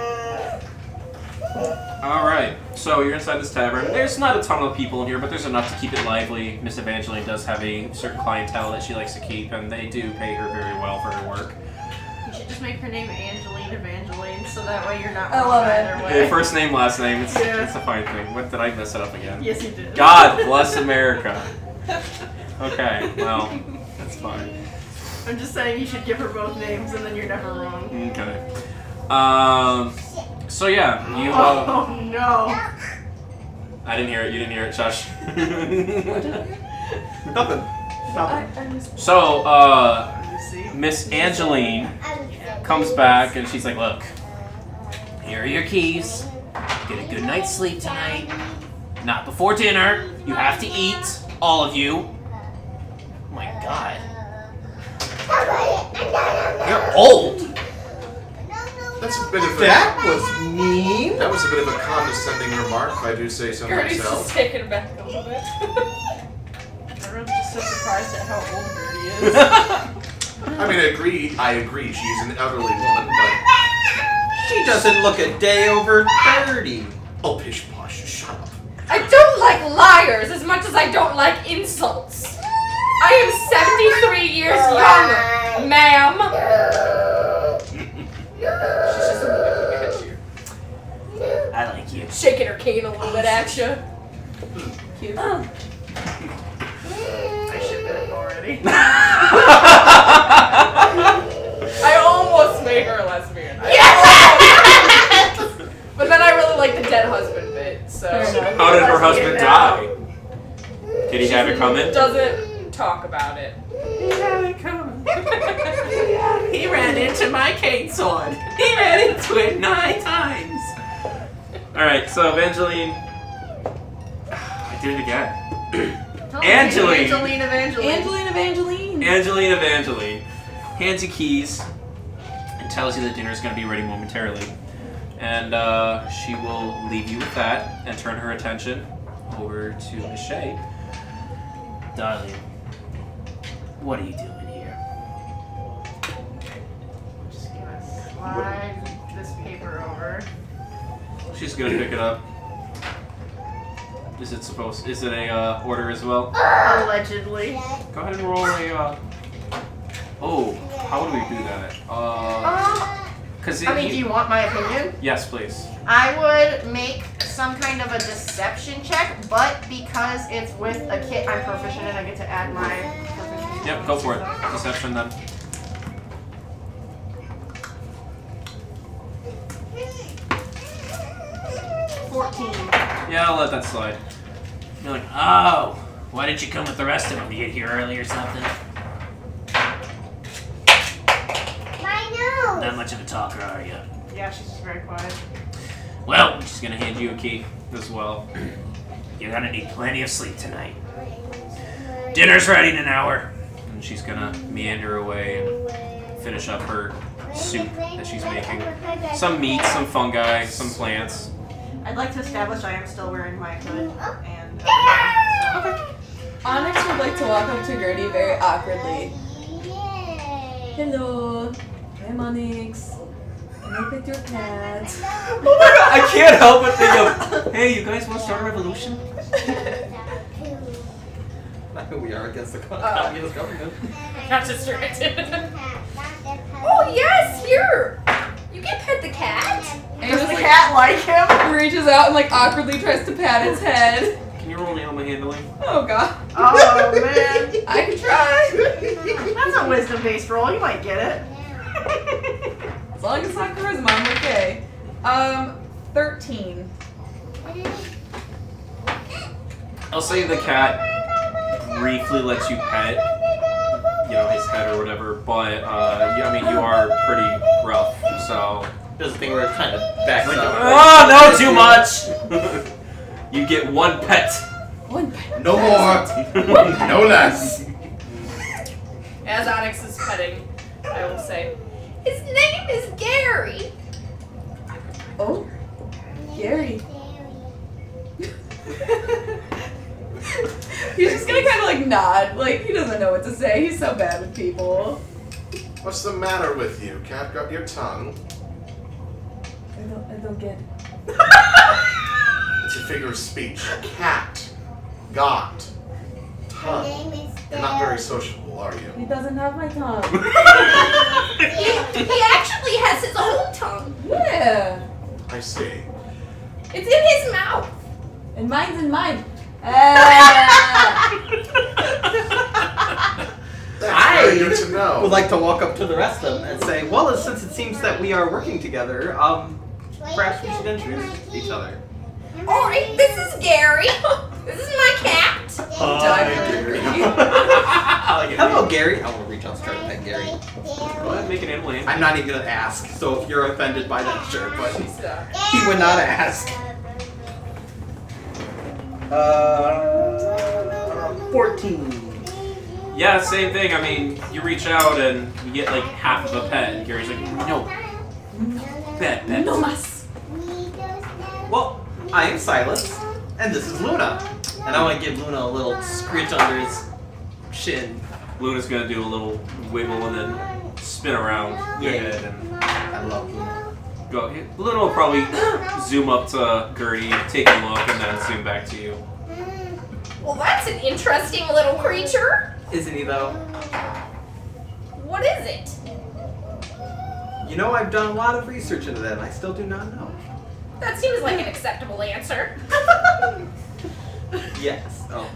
Speaker 2: All right, so you're inside this tavern. There's not a ton of people in here, but there's enough to keep it lively. Miss Evangeline does have a certain clientele that she likes to keep, and they do pay her very well for her work.
Speaker 3: You should just make her name Angeline Evangeline, so that way you're not
Speaker 7: I
Speaker 3: wrong
Speaker 7: love it.
Speaker 3: either
Speaker 2: Hey,
Speaker 3: way.
Speaker 2: first name, last name. It's,
Speaker 3: Yeah.
Speaker 2: it's a fine thing. What did I mess it up again?
Speaker 3: [LAUGHS] Yes, you did.
Speaker 2: God
Speaker 3: [LAUGHS]
Speaker 2: bless America. Okay, well, that's fine.
Speaker 3: I'm just saying you should give her both names, and then you're never wrong.
Speaker 2: Okay. Um. So yeah, you. Uh,
Speaker 3: Oh no.
Speaker 2: I didn't hear it. You didn't hear it, Josh.
Speaker 4: [LAUGHS] Nothing. Nothing.
Speaker 2: so, uh,
Speaker 3: You see?
Speaker 2: Miss Angeline comes back and she's like, "Look, here are your keys. Get a good night's sleep tonight. Not before dinner. You have to eat, all of you. Oh my God, you're
Speaker 4: [LAUGHS]
Speaker 2: old. [LAUGHS]
Speaker 1: That's a bit of a
Speaker 10: That was mean.
Speaker 1: that was a bit of a condescending remark, if I do say so
Speaker 5: Gertie's just
Speaker 1: myself.
Speaker 5: taken back a little bit.
Speaker 3: Everyone's just so surprised at how old Gertie is.
Speaker 2: That's
Speaker 1: I mean, I agree. I agree. She's an elderly woman, but
Speaker 4: She doesn't look a day over thirty.
Speaker 1: oh, pish posh, shut up.
Speaker 5: I don't like liars as much as I don't like insults. I am 73 years young, ma'am.
Speaker 4: She's just looking at you.
Speaker 8: [LAUGHS]
Speaker 5: Shaking her cane a little bit at you.
Speaker 7: Cute.
Speaker 3: I should have already.
Speaker 5: I almost made her a lesbian. I- [LAUGHS] but then I really like the dead husband bit, so.
Speaker 2: How did her husband die? Did he have it coming?
Speaker 5: Doesn't talk about it.
Speaker 6: He ran into my cane sword. He ran into it nine times.
Speaker 2: All right, so Evangeline, I did it again. Angeline.
Speaker 3: Angeline Evangeline.
Speaker 7: Angeline Evangeline.
Speaker 2: Angeline Evangeline hands you keys and tells you that dinner's going to be ready momentarily. And uh, she will leave you with that and turn her attention over to Miss Shay. Darling, what are you doing here?
Speaker 3: I'm just gonna slide this paper over.
Speaker 2: She's going to pick it up. Is it supposed? Is it a uh, order as well?
Speaker 3: Allegedly.
Speaker 2: Go ahead and roll a. Uh... Oh, how do we do that? Uh,
Speaker 3: Um,
Speaker 2: cause it,
Speaker 3: I mean, do
Speaker 2: you-
Speaker 3: you want my opinion?
Speaker 2: Yes, please.
Speaker 3: I would make some kind of a deception check, but because it's with a kit, I'm proficient and I get to add my proficiency.
Speaker 2: Yep, go for it. Deception then.
Speaker 3: Fourteen.
Speaker 2: Yeah, I'll let that slide. You're like, oh, why didn't you come with the rest of them to get here early or something?
Speaker 11: My
Speaker 2: Not
Speaker 11: nose.
Speaker 2: much of a talker, are you?
Speaker 3: Yeah, she's just very quiet.
Speaker 2: Well, I'm just gonna hand you a key as well. You're gonna need plenty of sleep tonight. Dinner's ready in an hour. And she's gonna meander away and finish up her soup that she's making. Some meat, some fungi, some plants.
Speaker 3: I'd like to establish I am still wearing my hood and. [LAUGHS] Uh,
Speaker 7: Onyx would like to walk up to Gertie very awkwardly. Hello, I'm Onyx. I look at your cat.
Speaker 2: I can't help but think of, hey, you guys want to start a revolution?
Speaker 4: [LAUGHS] We are [LAUGHS] against the communist government.
Speaker 5: Not distracted. oh, yes, here! You can pet the cat.
Speaker 7: And
Speaker 3: does
Speaker 7: just
Speaker 3: the
Speaker 7: like
Speaker 3: cat like him?
Speaker 7: reaches out and like awkwardly tries to pat its head.
Speaker 2: Can you roll an animal handling?
Speaker 7: Oh god,
Speaker 3: Oh [LAUGHS] man,
Speaker 7: I can
Speaker 3: [LAUGHS]
Speaker 7: try.
Speaker 3: that's a wisdom-based roll. You might get it. [LAUGHS]
Speaker 7: As long as it's not charisma, I'm okay. Um, thirteen.
Speaker 2: I'll say the cat briefly lets you pet, you know, his head or whatever, but uh, yeah, I mean, you are pretty rough, so
Speaker 4: does a thing where it kind of backs [LAUGHS]
Speaker 2: Oh, no, too
Speaker 4: up.
Speaker 2: much! [LAUGHS] You get one pet.
Speaker 7: One pet.
Speaker 1: No more, [LAUGHS] no less.
Speaker 5: As Onyx is petting, I will say,
Speaker 11: His name is Gary.
Speaker 7: Oh, Gary. He's just gonna kind of like nod, like he doesn't know what to say. He's so bad with people.
Speaker 1: What's the matter with you? Cat got your tongue.
Speaker 7: I don't, I don't get.
Speaker 1: It's a figure of speech. Cat got
Speaker 11: Her
Speaker 1: tongue.
Speaker 11: name is
Speaker 1: You're not very
Speaker 11: Gary.
Speaker 1: sociable, are you?
Speaker 7: He doesn't have my tongue.
Speaker 11: He, he actually has his own tongue.
Speaker 7: Yeah,
Speaker 1: I see.
Speaker 11: It's in his mouth.
Speaker 7: and mine's in mine. Ah.
Speaker 1: That's
Speaker 4: I
Speaker 1: very good to know.
Speaker 4: Would like to walk up to the rest of them and say, "Well, since it seems that we are working together, um, perhaps we should introduce each other."
Speaker 11: [LAUGHS] All right, this is Gary. This is my cat.
Speaker 4: Hello, Gary. I will reach out and start to pet Gary.
Speaker 2: Go ahead, make an animal handling.
Speaker 4: I'm not even gonna ask. So if you're offended by that, sure, but
Speaker 5: "She's uh,
Speaker 4: he would not ask. Uh, fourteen.
Speaker 2: Yeah, same thing. I mean, you reach out and you get like half of a pet, and Gary's like, no, pet, pet.
Speaker 7: no mas.
Speaker 4: Well, I am Silas, and this is Luna, and I want to give Luna a little screech under his shin.
Speaker 2: Luna's gonna do a little wiggle and then spin around your
Speaker 4: Yeah.
Speaker 2: head and
Speaker 4: I love Luna.
Speaker 2: go. Luna will probably [GASPS] zoom up to Gertie, take a look, and then zoom back to you.
Speaker 11: Well, that's an interesting little creature.
Speaker 4: Isn't he though?
Speaker 11: What is it?
Speaker 4: You know I've done a lot of research into that, and I still do not know.
Speaker 11: That seems like an acceptable answer. [LAUGHS]
Speaker 4: Yes. Oh.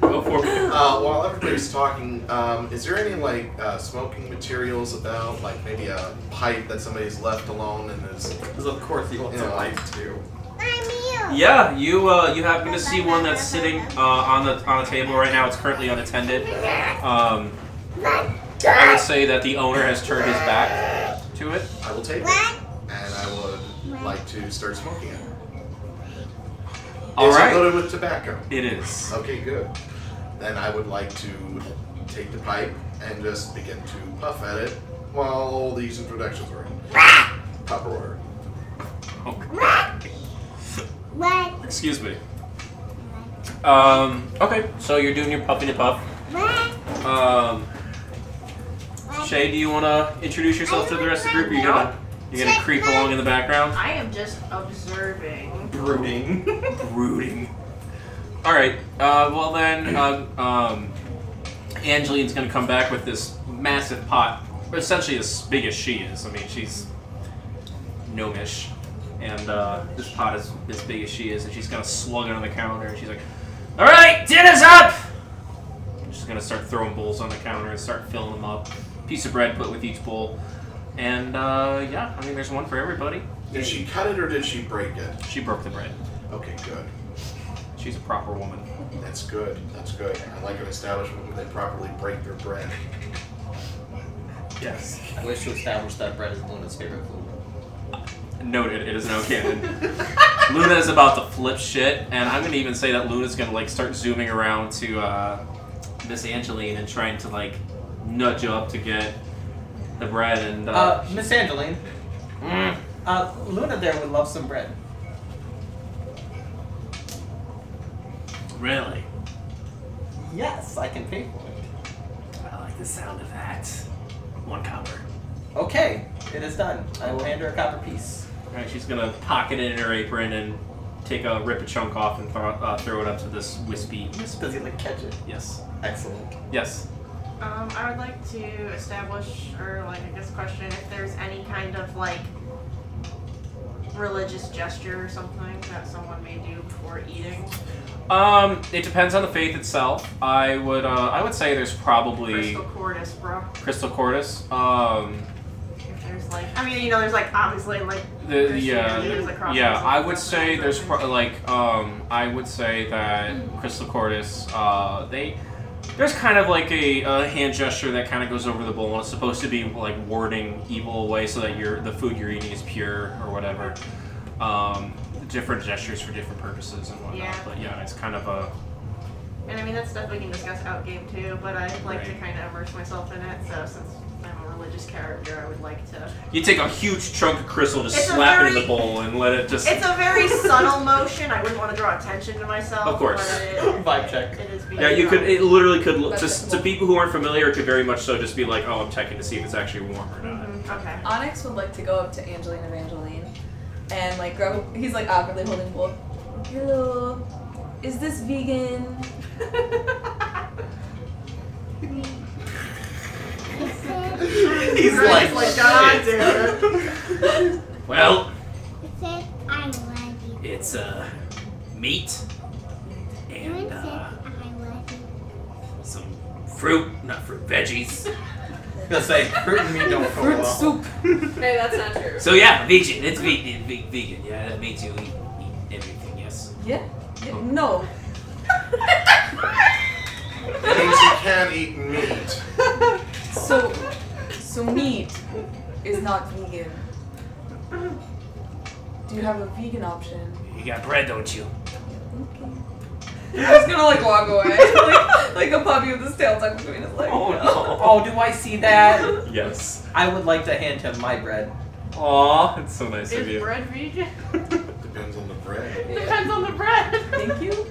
Speaker 2: Go for it.
Speaker 1: Uh, while everybody's talking, um, is there any like uh, smoking materials about, like maybe a pipe that somebody's left alone and is
Speaker 4: Because of course he wants
Speaker 1: Yeah.
Speaker 4: a life too.
Speaker 11: I'm you.
Speaker 2: Yeah, you uh, you happen to see one that's sitting uh, on the on a table right now. It's currently unattended. Um, I would say that the owner has turned his back to it.
Speaker 1: I will take it and I would like to start smoking it.
Speaker 2: All
Speaker 1: is
Speaker 2: right.
Speaker 1: it loaded with tobacco?
Speaker 2: It is.
Speaker 1: Okay, good. Then I would like to take the pipe and just begin to puff at it while all these introductions are in
Speaker 2: Ah!
Speaker 1: proper order.
Speaker 11: What?
Speaker 2: Excuse me. Um, okay, so you're doing your puffing and puff.
Speaker 11: What?
Speaker 2: Um, Shay, do you want to introduce yourself to the rest of the group? Or you gonna you gonna creep along in the background,
Speaker 3: I am just observing.
Speaker 4: Brooding.
Speaker 2: brooding. All right. Uh, well then, uh, um, Angeline's gonna come back with this massive pot, essentially as big as she is. I mean, she's gnomish, and uh, this pot is as big as she is, and she's gonna slug it on the counter, and she's like, "All right, dinner's up." She's gonna start throwing bowls on the counter and start filling them up. Piece of bread put with each bowl, and uh, yeah, I mean, there's one for everybody.
Speaker 1: Did she cut it or did she break it?
Speaker 2: She broke the bread.
Speaker 1: Okay, good.
Speaker 2: She's a proper woman.
Speaker 1: That's good. That's good. I like an establishment where they properly break their
Speaker 2: [LAUGHS]
Speaker 1: bread.
Speaker 2: Yes.
Speaker 4: I wish to establish that bread is Luna's favorite food.
Speaker 2: Noted. It is no canon. [LAUGHS] Luna is about to flip shit, and I'm gonna even say that Luna's gonna like start zooming around to uh, Miss Angeline and trying to like nudge up to get the bread and. Uh,
Speaker 4: Uh, Miss Angeline,
Speaker 2: mm.
Speaker 4: uh, Luna there would love some bread.
Speaker 2: Really?
Speaker 4: Yes, I can pay for it.
Speaker 2: I like the sound of that. One copper.
Speaker 4: Okay, it is done. I will hand her a copper piece.
Speaker 2: All right, she's gonna pocket it in her apron and take a rip a chunk off and throw, uh, throw it up to this wispy.
Speaker 4: Does he like catch it?
Speaker 2: Yes.
Speaker 4: [LAUGHS] Excellent.
Speaker 2: Yes.
Speaker 3: Um, I would like to establish, or like, I guess, question if there's any kind of like religious gesture or something that someone may do before eating.
Speaker 2: Um, it depends on the faith itself. I would uh, I would say there's probably
Speaker 3: Crystal cordis, bro.
Speaker 2: Crystal Cordis. Um,
Speaker 3: If there's like, I mean, you know, there's like obviously like
Speaker 2: the, the uh,
Speaker 3: Christianity, there's, like, crosses
Speaker 2: yeah,
Speaker 3: and
Speaker 2: I would
Speaker 3: stuff
Speaker 2: say
Speaker 3: like
Speaker 2: there's
Speaker 3: that.
Speaker 2: pro- like um, I would say that Crystal Cordis. Uh, they There's kind of like a, uh hand gesture that kind of goes over the bowl, and it's supposed to be like warding evil away so that your the food you're eating is pure or whatever. Um, different gestures for different purposes and whatnot.
Speaker 3: Yeah.
Speaker 2: But yeah, it's kind of a
Speaker 3: And I mean, that's stuff we can discuss out game too, but I like to
Speaker 2: Right.
Speaker 3: kind of immerse myself in it, so since I'm a religious character, I would like to.
Speaker 2: you take a huge chunk of crystal, just
Speaker 3: It's a
Speaker 2: slap it in
Speaker 3: very-
Speaker 2: the bowl, and let it just.
Speaker 3: It's a
Speaker 2: [LAUGHS]
Speaker 3: very subtle motion. I wouldn't want to draw attention to myself.
Speaker 2: Of course.
Speaker 3: But
Speaker 4: Vibe check.
Speaker 3: it, it is being
Speaker 2: Yeah, you could.
Speaker 3: drawn.
Speaker 2: It literally could. look-
Speaker 7: That's
Speaker 2: To,
Speaker 7: cool.
Speaker 2: to people who aren't familiar, it could very much so just be like, "Oh, I'm checking to see if it's actually warm or not."
Speaker 3: Mhm, Okay.
Speaker 7: Onyx would like to go up to Angeline Evangeline and like grab. He's like awkwardly holding bowl. Hello, is this vegan?
Speaker 2: [LAUGHS]
Speaker 3: [LAUGHS]
Speaker 4: He's
Speaker 3: Right,
Speaker 4: like,
Speaker 3: like, God damn it.
Speaker 9: Well,
Speaker 11: It says I love you.
Speaker 9: it's uh, meat
Speaker 11: Mine
Speaker 9: and
Speaker 11: says
Speaker 9: uh,
Speaker 11: I love you.
Speaker 9: some fruit, not fruit, veggies.
Speaker 4: gonna say, fruit and meat [LAUGHS] don't go well.
Speaker 5: Hey, that's not true.
Speaker 9: So yeah, vegan. It's vegan. ve- Vegan. Yeah, that means you eat, eat everything. Yes.
Speaker 7: Yeah. yeah, No.
Speaker 1: It means you can eat meat.
Speaker 7: So, so meat is not vegan. Do you have a
Speaker 4: [LAUGHS]
Speaker 7: vegan option?
Speaker 9: You got bread, don't you?
Speaker 7: I was gonna like walk away, [LAUGHS] like, like a puppy with his tail tucked between his legs.
Speaker 4: Oh, do I see that?
Speaker 7: Mm-hmm.
Speaker 2: Yes.
Speaker 4: I would like to hand him my bread.
Speaker 2: Aw, it's so nice of
Speaker 3: Is
Speaker 2: you.
Speaker 3: bread vegan?
Speaker 1: Depends on the bread.
Speaker 3: Depends on the bread.
Speaker 7: Thank you.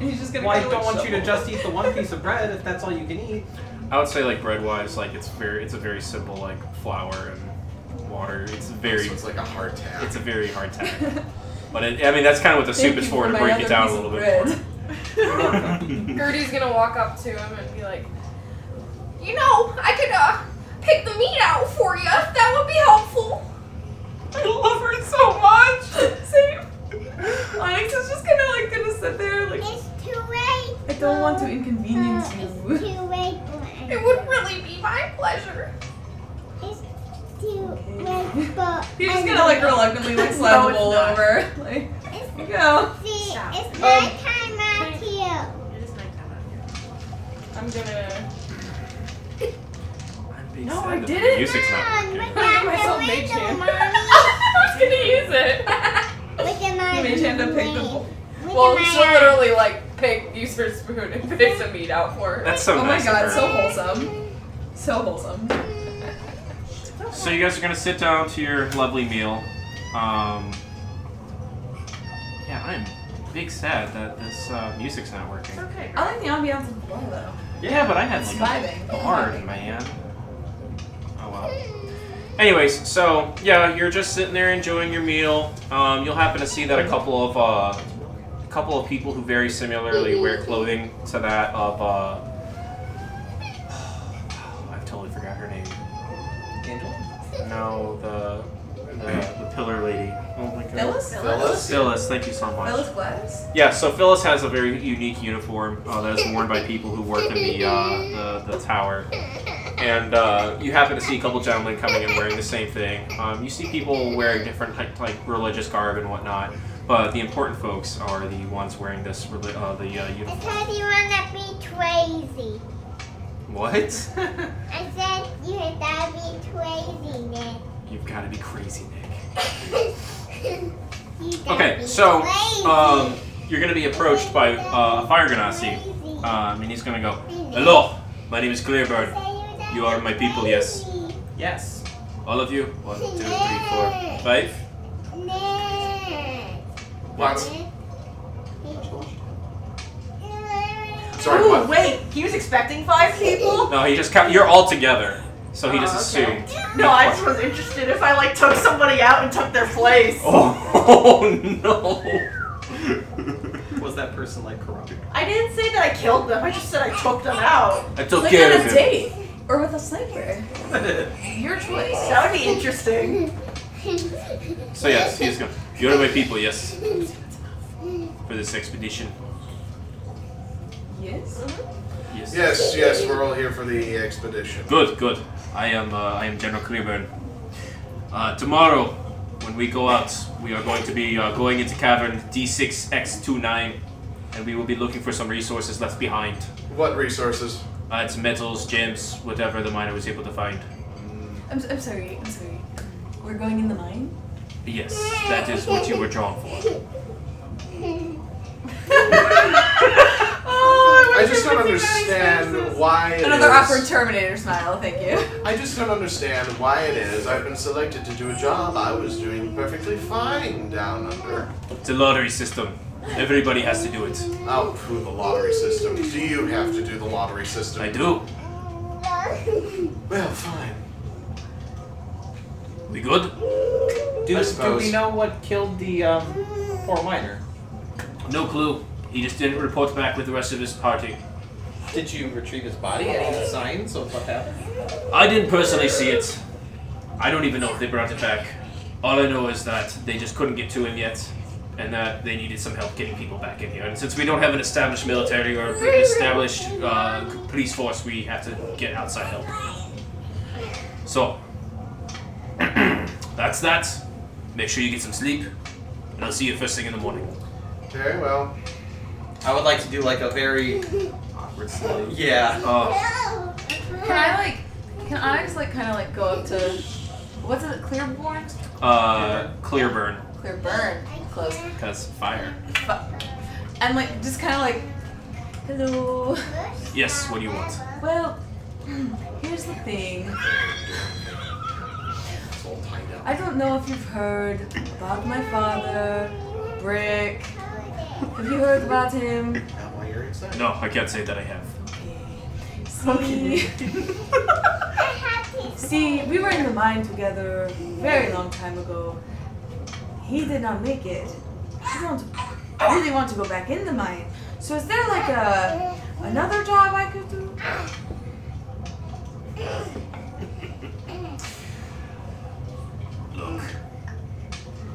Speaker 7: And he's just gonna.
Speaker 4: Well, I
Speaker 7: kinda,
Speaker 4: don't
Speaker 7: like,
Speaker 4: want you to
Speaker 7: shuffle.
Speaker 4: just eat the
Speaker 7: [LAUGHS]
Speaker 4: one piece of bread if that's all you can eat.
Speaker 2: I would say like bread wise, like it's very, it's a very simple like flour and water. It's very,
Speaker 1: So it's like a hard tap.
Speaker 2: it's a very hard tack. But it, I mean, that's kind of what the soup
Speaker 7: Thank
Speaker 2: is
Speaker 7: you
Speaker 2: for to
Speaker 7: my
Speaker 2: break
Speaker 7: other
Speaker 2: it down a
Speaker 7: piece
Speaker 2: little
Speaker 7: of
Speaker 2: bit
Speaker 7: bread. [LAUGHS]
Speaker 2: more.
Speaker 5: Gertie's gonna walk up to him and be like,
Speaker 11: You know, I could uh pick the meat out for you. That would be helpful.
Speaker 5: I love her so much!
Speaker 7: [LAUGHS] Same. [LAUGHS] Onyx is just kind of like gonna sit there, like
Speaker 11: It's too late.
Speaker 7: I don't want to inconvenience you.
Speaker 11: too late.
Speaker 5: It would really be my pleasure.
Speaker 11: It's too late, but
Speaker 7: He's just gonna like reluctantly [LAUGHS] like slide
Speaker 3: No,
Speaker 7: the
Speaker 3: it's
Speaker 7: bowl
Speaker 3: not.
Speaker 7: over. [LAUGHS] Like,
Speaker 11: it's,
Speaker 7: you go.
Speaker 11: see,
Speaker 3: Stop.
Speaker 11: it's nighttime out here.
Speaker 3: It is nighttime out here.
Speaker 11: [LAUGHS]
Speaker 5: I'm gonna.
Speaker 2: [LAUGHS] I'm being
Speaker 5: No,
Speaker 2: sad
Speaker 5: I
Speaker 2: that the
Speaker 5: didn't.
Speaker 2: Music's not
Speaker 11: Mom,
Speaker 2: [LAUGHS] working.
Speaker 11: we're
Speaker 5: I
Speaker 11: not
Speaker 5: made myself
Speaker 11: the
Speaker 5: mage
Speaker 11: window,
Speaker 5: hand. [LAUGHS]
Speaker 11: Mommy.
Speaker 5: I was gonna use [LAUGHS] it!
Speaker 11: Look at my
Speaker 7: Mage hand to pick the
Speaker 11: wing.
Speaker 7: bowl.
Speaker 11: Look
Speaker 5: well,
Speaker 11: at my
Speaker 5: she'll literally like pick, use her spoon and pick some meat out for her.
Speaker 2: That's so
Speaker 7: oh my
Speaker 2: nice. of
Speaker 7: god,
Speaker 2: her.
Speaker 7: so wholesome. So wholesome.
Speaker 2: So you guys are gonna sit down to your lovely meal. Um, yeah, I'm big sad that this uh, music's not working.
Speaker 3: It's okay.
Speaker 7: I like the ambiance of the bowl though.
Speaker 2: Yeah, but I had
Speaker 7: It's
Speaker 2: like
Speaker 7: vibing.
Speaker 2: a hard man. Oh well. Anyways, so yeah, you're just sitting there enjoying your meal. Um, you'll happen to see that a couple of uh, a couple of people who very similarly wear clothing to that of uh, [SIGHS] I've totally forgot her name.
Speaker 4: Angela?
Speaker 2: No, the the, the pillar lady. Oh my god.
Speaker 7: Phyllis?
Speaker 1: Phyllis?
Speaker 2: Phyllis, thank you so much.
Speaker 7: Phyllis Glass?
Speaker 2: Yeah, so Phyllis has a very unique uniform uh, that is worn by people who work in the uh, the, the tower, and uh, you happen to see a couple gentlemen coming in wearing the same thing. Um, you see people wearing different like, like religious garb and whatnot, but the important folks are the ones wearing this reli- uh, the uh,
Speaker 11: I
Speaker 2: uniform.
Speaker 11: said you wanna be crazy.
Speaker 2: What? [LAUGHS]
Speaker 11: I said you gotta be crazy, Nick.
Speaker 2: You've got to be crazy, Nick.
Speaker 11: You gotta
Speaker 2: Okay,
Speaker 11: be
Speaker 2: so,
Speaker 11: crazy.
Speaker 2: Um, you're gonna be approached by uh, a fire ganassi,
Speaker 11: Crazy.
Speaker 2: um, and he's gonna go, "Hello, my name is Clearbird.
Speaker 11: Say
Speaker 2: you are my people, yes.
Speaker 11: crazy.
Speaker 4: Yes.
Speaker 2: All of you, one, two, three, four, five.
Speaker 11: Nick.
Speaker 1: What? Sorry,
Speaker 3: Ooh,
Speaker 1: what?
Speaker 3: wait. He was expecting five people.
Speaker 2: No, he just count. You're all together, so he
Speaker 3: Oh,
Speaker 2: just
Speaker 3: okay.
Speaker 2: assumed. [LAUGHS]
Speaker 3: No, I just was interested if I like took somebody out and took their place.
Speaker 2: Oh, no!
Speaker 4: Was that person like corrupt?
Speaker 3: I didn't say that I killed them. I just said I took them out.
Speaker 2: I took
Speaker 7: Like
Speaker 2: care
Speaker 7: on a
Speaker 2: of him.
Speaker 7: date. Or with a sniper. Your choice.
Speaker 3: That would be [LAUGHS] interesting.
Speaker 2: So yes, he's going. You're my people, yes, for this expedition.
Speaker 7: Yes.
Speaker 2: Yes. [LAUGHS]
Speaker 1: Yes, yes, we're all here for the expedition.
Speaker 2: Good, good. I am. Uh, I am General Cleburne. Uh, tomorrow, when we go out, we are going to be uh, going into cavern D6X29. and we will be looking for some resources left behind.
Speaker 1: What resources?
Speaker 2: Uh, it's metals, gems, whatever the miner was able to find.
Speaker 7: I'm, s- I'm sorry, I'm sorry. We're going in the mine?
Speaker 2: Yes, that is what you were drawn for.
Speaker 1: I just don't understand why. it
Speaker 7: Another
Speaker 1: is-
Speaker 7: awkward Terminator smile, thank you.
Speaker 1: I just don't understand why it is I've been selected to do a job I was doing perfectly fine down under.
Speaker 2: It's a lottery system. Everybody has to do it.
Speaker 1: Oh, phew, the lottery system. Do you have to do the lottery system?
Speaker 2: I do.
Speaker 1: Well, fine.
Speaker 2: We good?
Speaker 4: Do, do
Speaker 1: suppose.
Speaker 4: we know what killed the um, poor miner?
Speaker 2: No clue. He just didn't report back with the rest of his party.
Speaker 4: Did you retrieve his body? Any signs of what happened?
Speaker 2: I didn't personally see it. I don't even know if they brought it back. All I know is that they just couldn't get to him yet, and that they needed some help getting people back in here. And since we don't have an established military or an established uh, police force, we have to get outside help. So, [CLEARS THROAT] that's that. Make sure you get some sleep, and I'll see you first thing in the morning.
Speaker 1: Very well.
Speaker 4: I would like to do like a very
Speaker 2: Awkward sleep.
Speaker 4: yeah.
Speaker 2: Uh,
Speaker 7: Can I like, can Onyx like kind of like go up to, what's it, Clearborn?
Speaker 2: uh, clear burn,
Speaker 7: Clearburn, close.
Speaker 2: because fire.
Speaker 7: And like, just kind of like, hello.
Speaker 2: Yes, what do you want?
Speaker 7: Well, [CLEARS THROAT] here's the thing. I don't know if you've heard about my father, Brick. Have you heard about him?
Speaker 1: Not why you're excited.
Speaker 2: No, I can't say that I have.
Speaker 7: See, see, we were in the mine together a very long time ago. He did not make it. I don't really want to go back in the mine. So is there like a another job I could do?
Speaker 2: Look,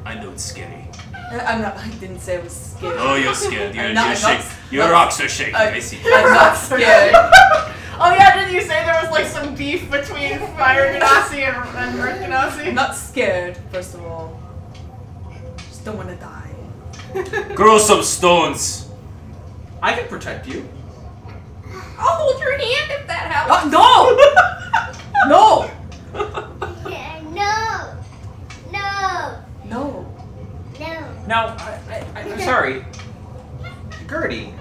Speaker 2: I know it's scary.
Speaker 7: Uh, I'm not. I didn't say I was scared.
Speaker 2: Oh, you're scared.
Speaker 7: [LAUGHS]
Speaker 2: You're,
Speaker 7: I'm not-
Speaker 2: you're
Speaker 7: I'm not-
Speaker 2: shak- Your rocks are shaking.
Speaker 7: I-
Speaker 2: I see.
Speaker 7: [LAUGHS] I'm not scared.
Speaker 3: Oh yeah, didn't you say there was like some beef between Fire Ganassi and, and Earth
Speaker 7: I'm
Speaker 3: Ganassi?
Speaker 7: not scared, first of all. Just don't want to die.
Speaker 2: Grow some stones.
Speaker 4: I can protect you.
Speaker 11: I'll hold your hand if that helps.
Speaker 7: Uh, no! [LAUGHS] no!
Speaker 8: No. No.
Speaker 7: No.
Speaker 8: No.
Speaker 4: Now, I, I, I'm sorry, Gertie.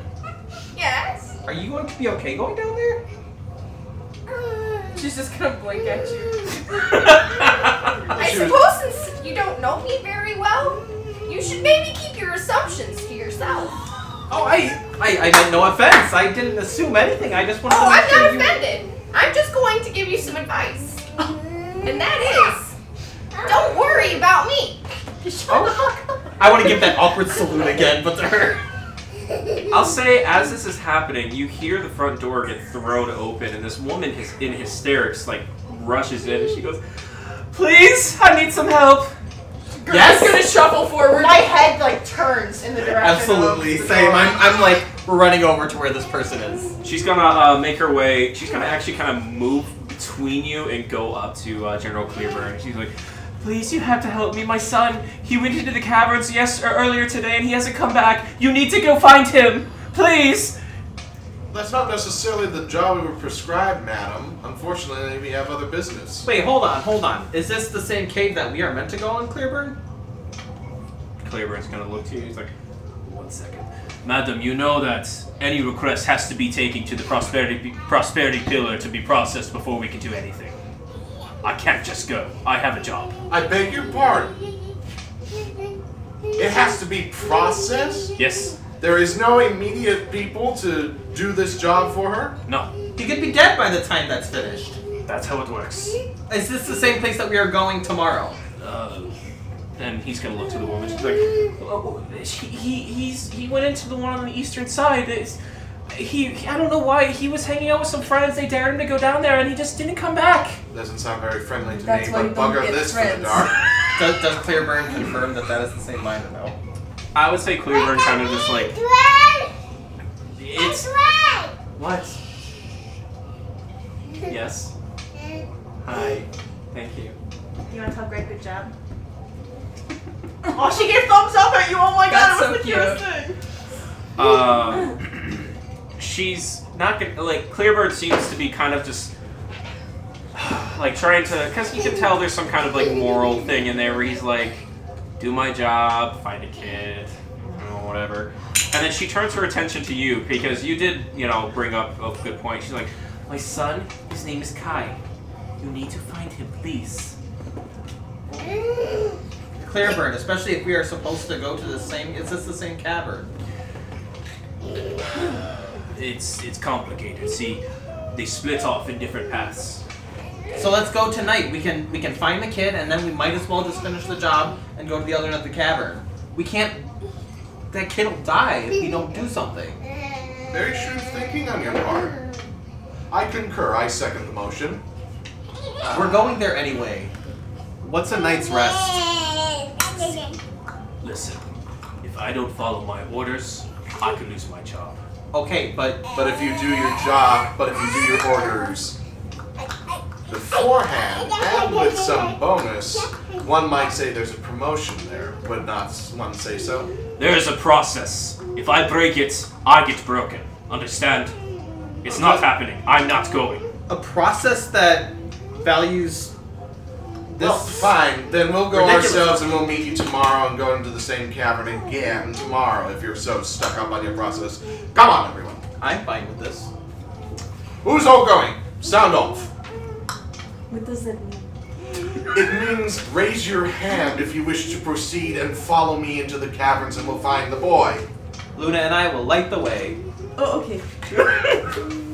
Speaker 11: Yes.
Speaker 4: Are you going to be okay going down
Speaker 11: [LAUGHS]
Speaker 4: there?
Speaker 5: She's just gonna blink at you.
Speaker 11: I suppose since you don't know me very well, you should maybe keep your assumptions to yourself.
Speaker 4: Oh, I, I, I meant no offense. I didn't assume anything. I just wanted
Speaker 11: Oh,
Speaker 4: to make
Speaker 11: I'm
Speaker 4: sure
Speaker 11: not
Speaker 4: you.
Speaker 11: offended. I'm just going to give you some advice. And that is don't worry about me.
Speaker 4: Oh. I want to give that awkward salute again, but to her.
Speaker 2: I'll say, as this is happening, you hear the front door get thrown open, and this woman is in hysterics, like rushes in, and she goes, "Please, I need some help."
Speaker 4: Yes.
Speaker 5: She's gonna shuffle forward.
Speaker 3: My head like turns in the direction. of-
Speaker 4: Absolutely, same. I'm, I'm like running over to where this person is.
Speaker 2: She's gonna uh, make her way. She's gonna actually kind of move between you and go up to uh, General Cleaver. She's like, "Please, you have to help me. My son. He went into the caverns yes or earlier today, and he hasn't come back. You need to go find him, please."
Speaker 1: That's not necessarily the job we were prescribed, madam. Unfortunately, we have other business.
Speaker 4: Wait, hold on, hold on. Is this the same cave that we are meant to go in, Clearburn?
Speaker 2: Clearburn's gonna look to you. He's like, "One second, madam. You know that any request has to be taken to the prosperity prosperity pillar to be processed before we can do anything. I can't just go. I have a job."
Speaker 1: I beg your pardon. It has to be processed.
Speaker 2: Yes.
Speaker 1: There is no immediate people to do this job for her.
Speaker 2: No.
Speaker 4: He could be dead by the time that's finished.
Speaker 2: That's how it works.
Speaker 4: Is this the same place that we are going tomorrow?
Speaker 2: Uh, and he's gonna look to the woman. She's like, oh, he, he he's he went into the one on the eastern side. It's, he I don't know why he was hanging out with some friends. They dared him to go down there, and he just didn't come back.
Speaker 1: Doesn't sound very friendly to
Speaker 7: That's
Speaker 1: me,
Speaker 7: why
Speaker 1: but
Speaker 7: you don't
Speaker 1: bugger
Speaker 7: get
Speaker 1: this for
Speaker 7: friends.
Speaker 1: the dark.
Speaker 4: Does, does Clearburn confirm that that is the same mine or no?
Speaker 2: I would say Cleburne kind of just like
Speaker 8: Dwayne!
Speaker 2: it's
Speaker 8: Dwayne!
Speaker 2: what? Yes. Hi. Thank you.
Speaker 3: You want to tell Greg good job? oh, she gave thumbs up at you. Oh my god,
Speaker 7: That's
Speaker 3: it was
Speaker 7: so
Speaker 3: the cutest thing.
Speaker 2: Uh, she's not gonna like Clearbird seems to be kind of just like trying to because you can tell there's some kind of like moral thing in there where he's like, do my job, find a kid, you know, whatever. And then she turns her attention to you because you did you know bring up a good point. She's like, my son, his name is Kai. You need to find him, please.
Speaker 4: Clearbird, especially if we are supposed to go to the same. Is this the same cavern?
Speaker 2: It's it's complicated. See, they split off in different paths.
Speaker 4: So let's go tonight. We can we can find the kid, and then we might as well just finish the job and go to the other end of the cavern. We can't. That kid will die if we don't do something.
Speaker 1: Very shrewd thinking on your part. I concur. I second the motion.
Speaker 4: We're going there anyway. What's a night's rest?
Speaker 2: Listen, if I don't follow my orders, I could lose my job.
Speaker 4: Okay, but
Speaker 1: But if you do your job, but if you do your orders beforehand and with some bonus, one might say there's a promotion there. Would not one say so?
Speaker 2: There is a process. If I break it, I get broken. Understand? It's not happening. I'm not going.
Speaker 4: a process that values this.
Speaker 1: well, fine. Then we'll go
Speaker 4: Ridiculous.
Speaker 1: ourselves and we'll meet you tomorrow and go into the same cavern again tomorrow if you're so stuck up on your process. Come on, everyone.
Speaker 4: I'm fine with this.
Speaker 1: Who's all going? Sound off.
Speaker 7: What does that mean?
Speaker 1: It means raise your hand if you wish to proceed and follow me into the caverns and we'll find the boy.
Speaker 4: Luna and I will light the way.
Speaker 7: Oh, okay.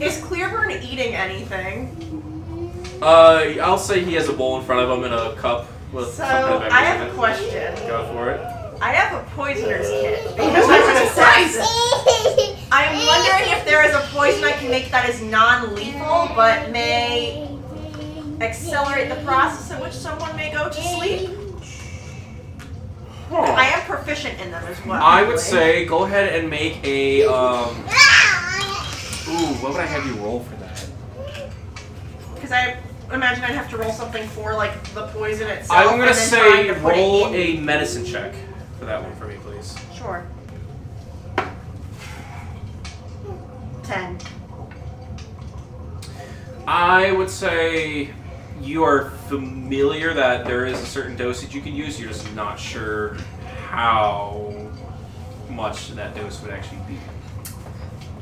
Speaker 3: Is Clearburn eating anything?
Speaker 2: Uh, I'll say he has a bowl in front of him and a cup with
Speaker 3: So
Speaker 2: some kind of beverage
Speaker 3: I have
Speaker 2: in
Speaker 3: a
Speaker 2: it.
Speaker 3: question.
Speaker 2: Go for it.
Speaker 3: I have a poisoner's
Speaker 2: Uh,
Speaker 3: kit
Speaker 2: [LAUGHS]
Speaker 3: because I'm an assassin. I am wondering if there is a poison I can make that is non-lethal but may accelerate the process in which someone may go to sleep. I am proficient in them as well.
Speaker 2: I
Speaker 3: by
Speaker 2: would
Speaker 3: the way.
Speaker 2: say go ahead and make a um. Ooh, what would I have you roll for that?
Speaker 3: because I imagine I'd have to roll something for like the poison itself.
Speaker 2: I'm gonna
Speaker 3: and then
Speaker 2: say
Speaker 3: trying to put it
Speaker 2: roll
Speaker 3: in-
Speaker 2: a medicine check for that one for me, please.
Speaker 3: Sure. Ten.
Speaker 2: I would say you are familiar that there is a certain dosage you can use. You're just not sure how much that dose would actually be.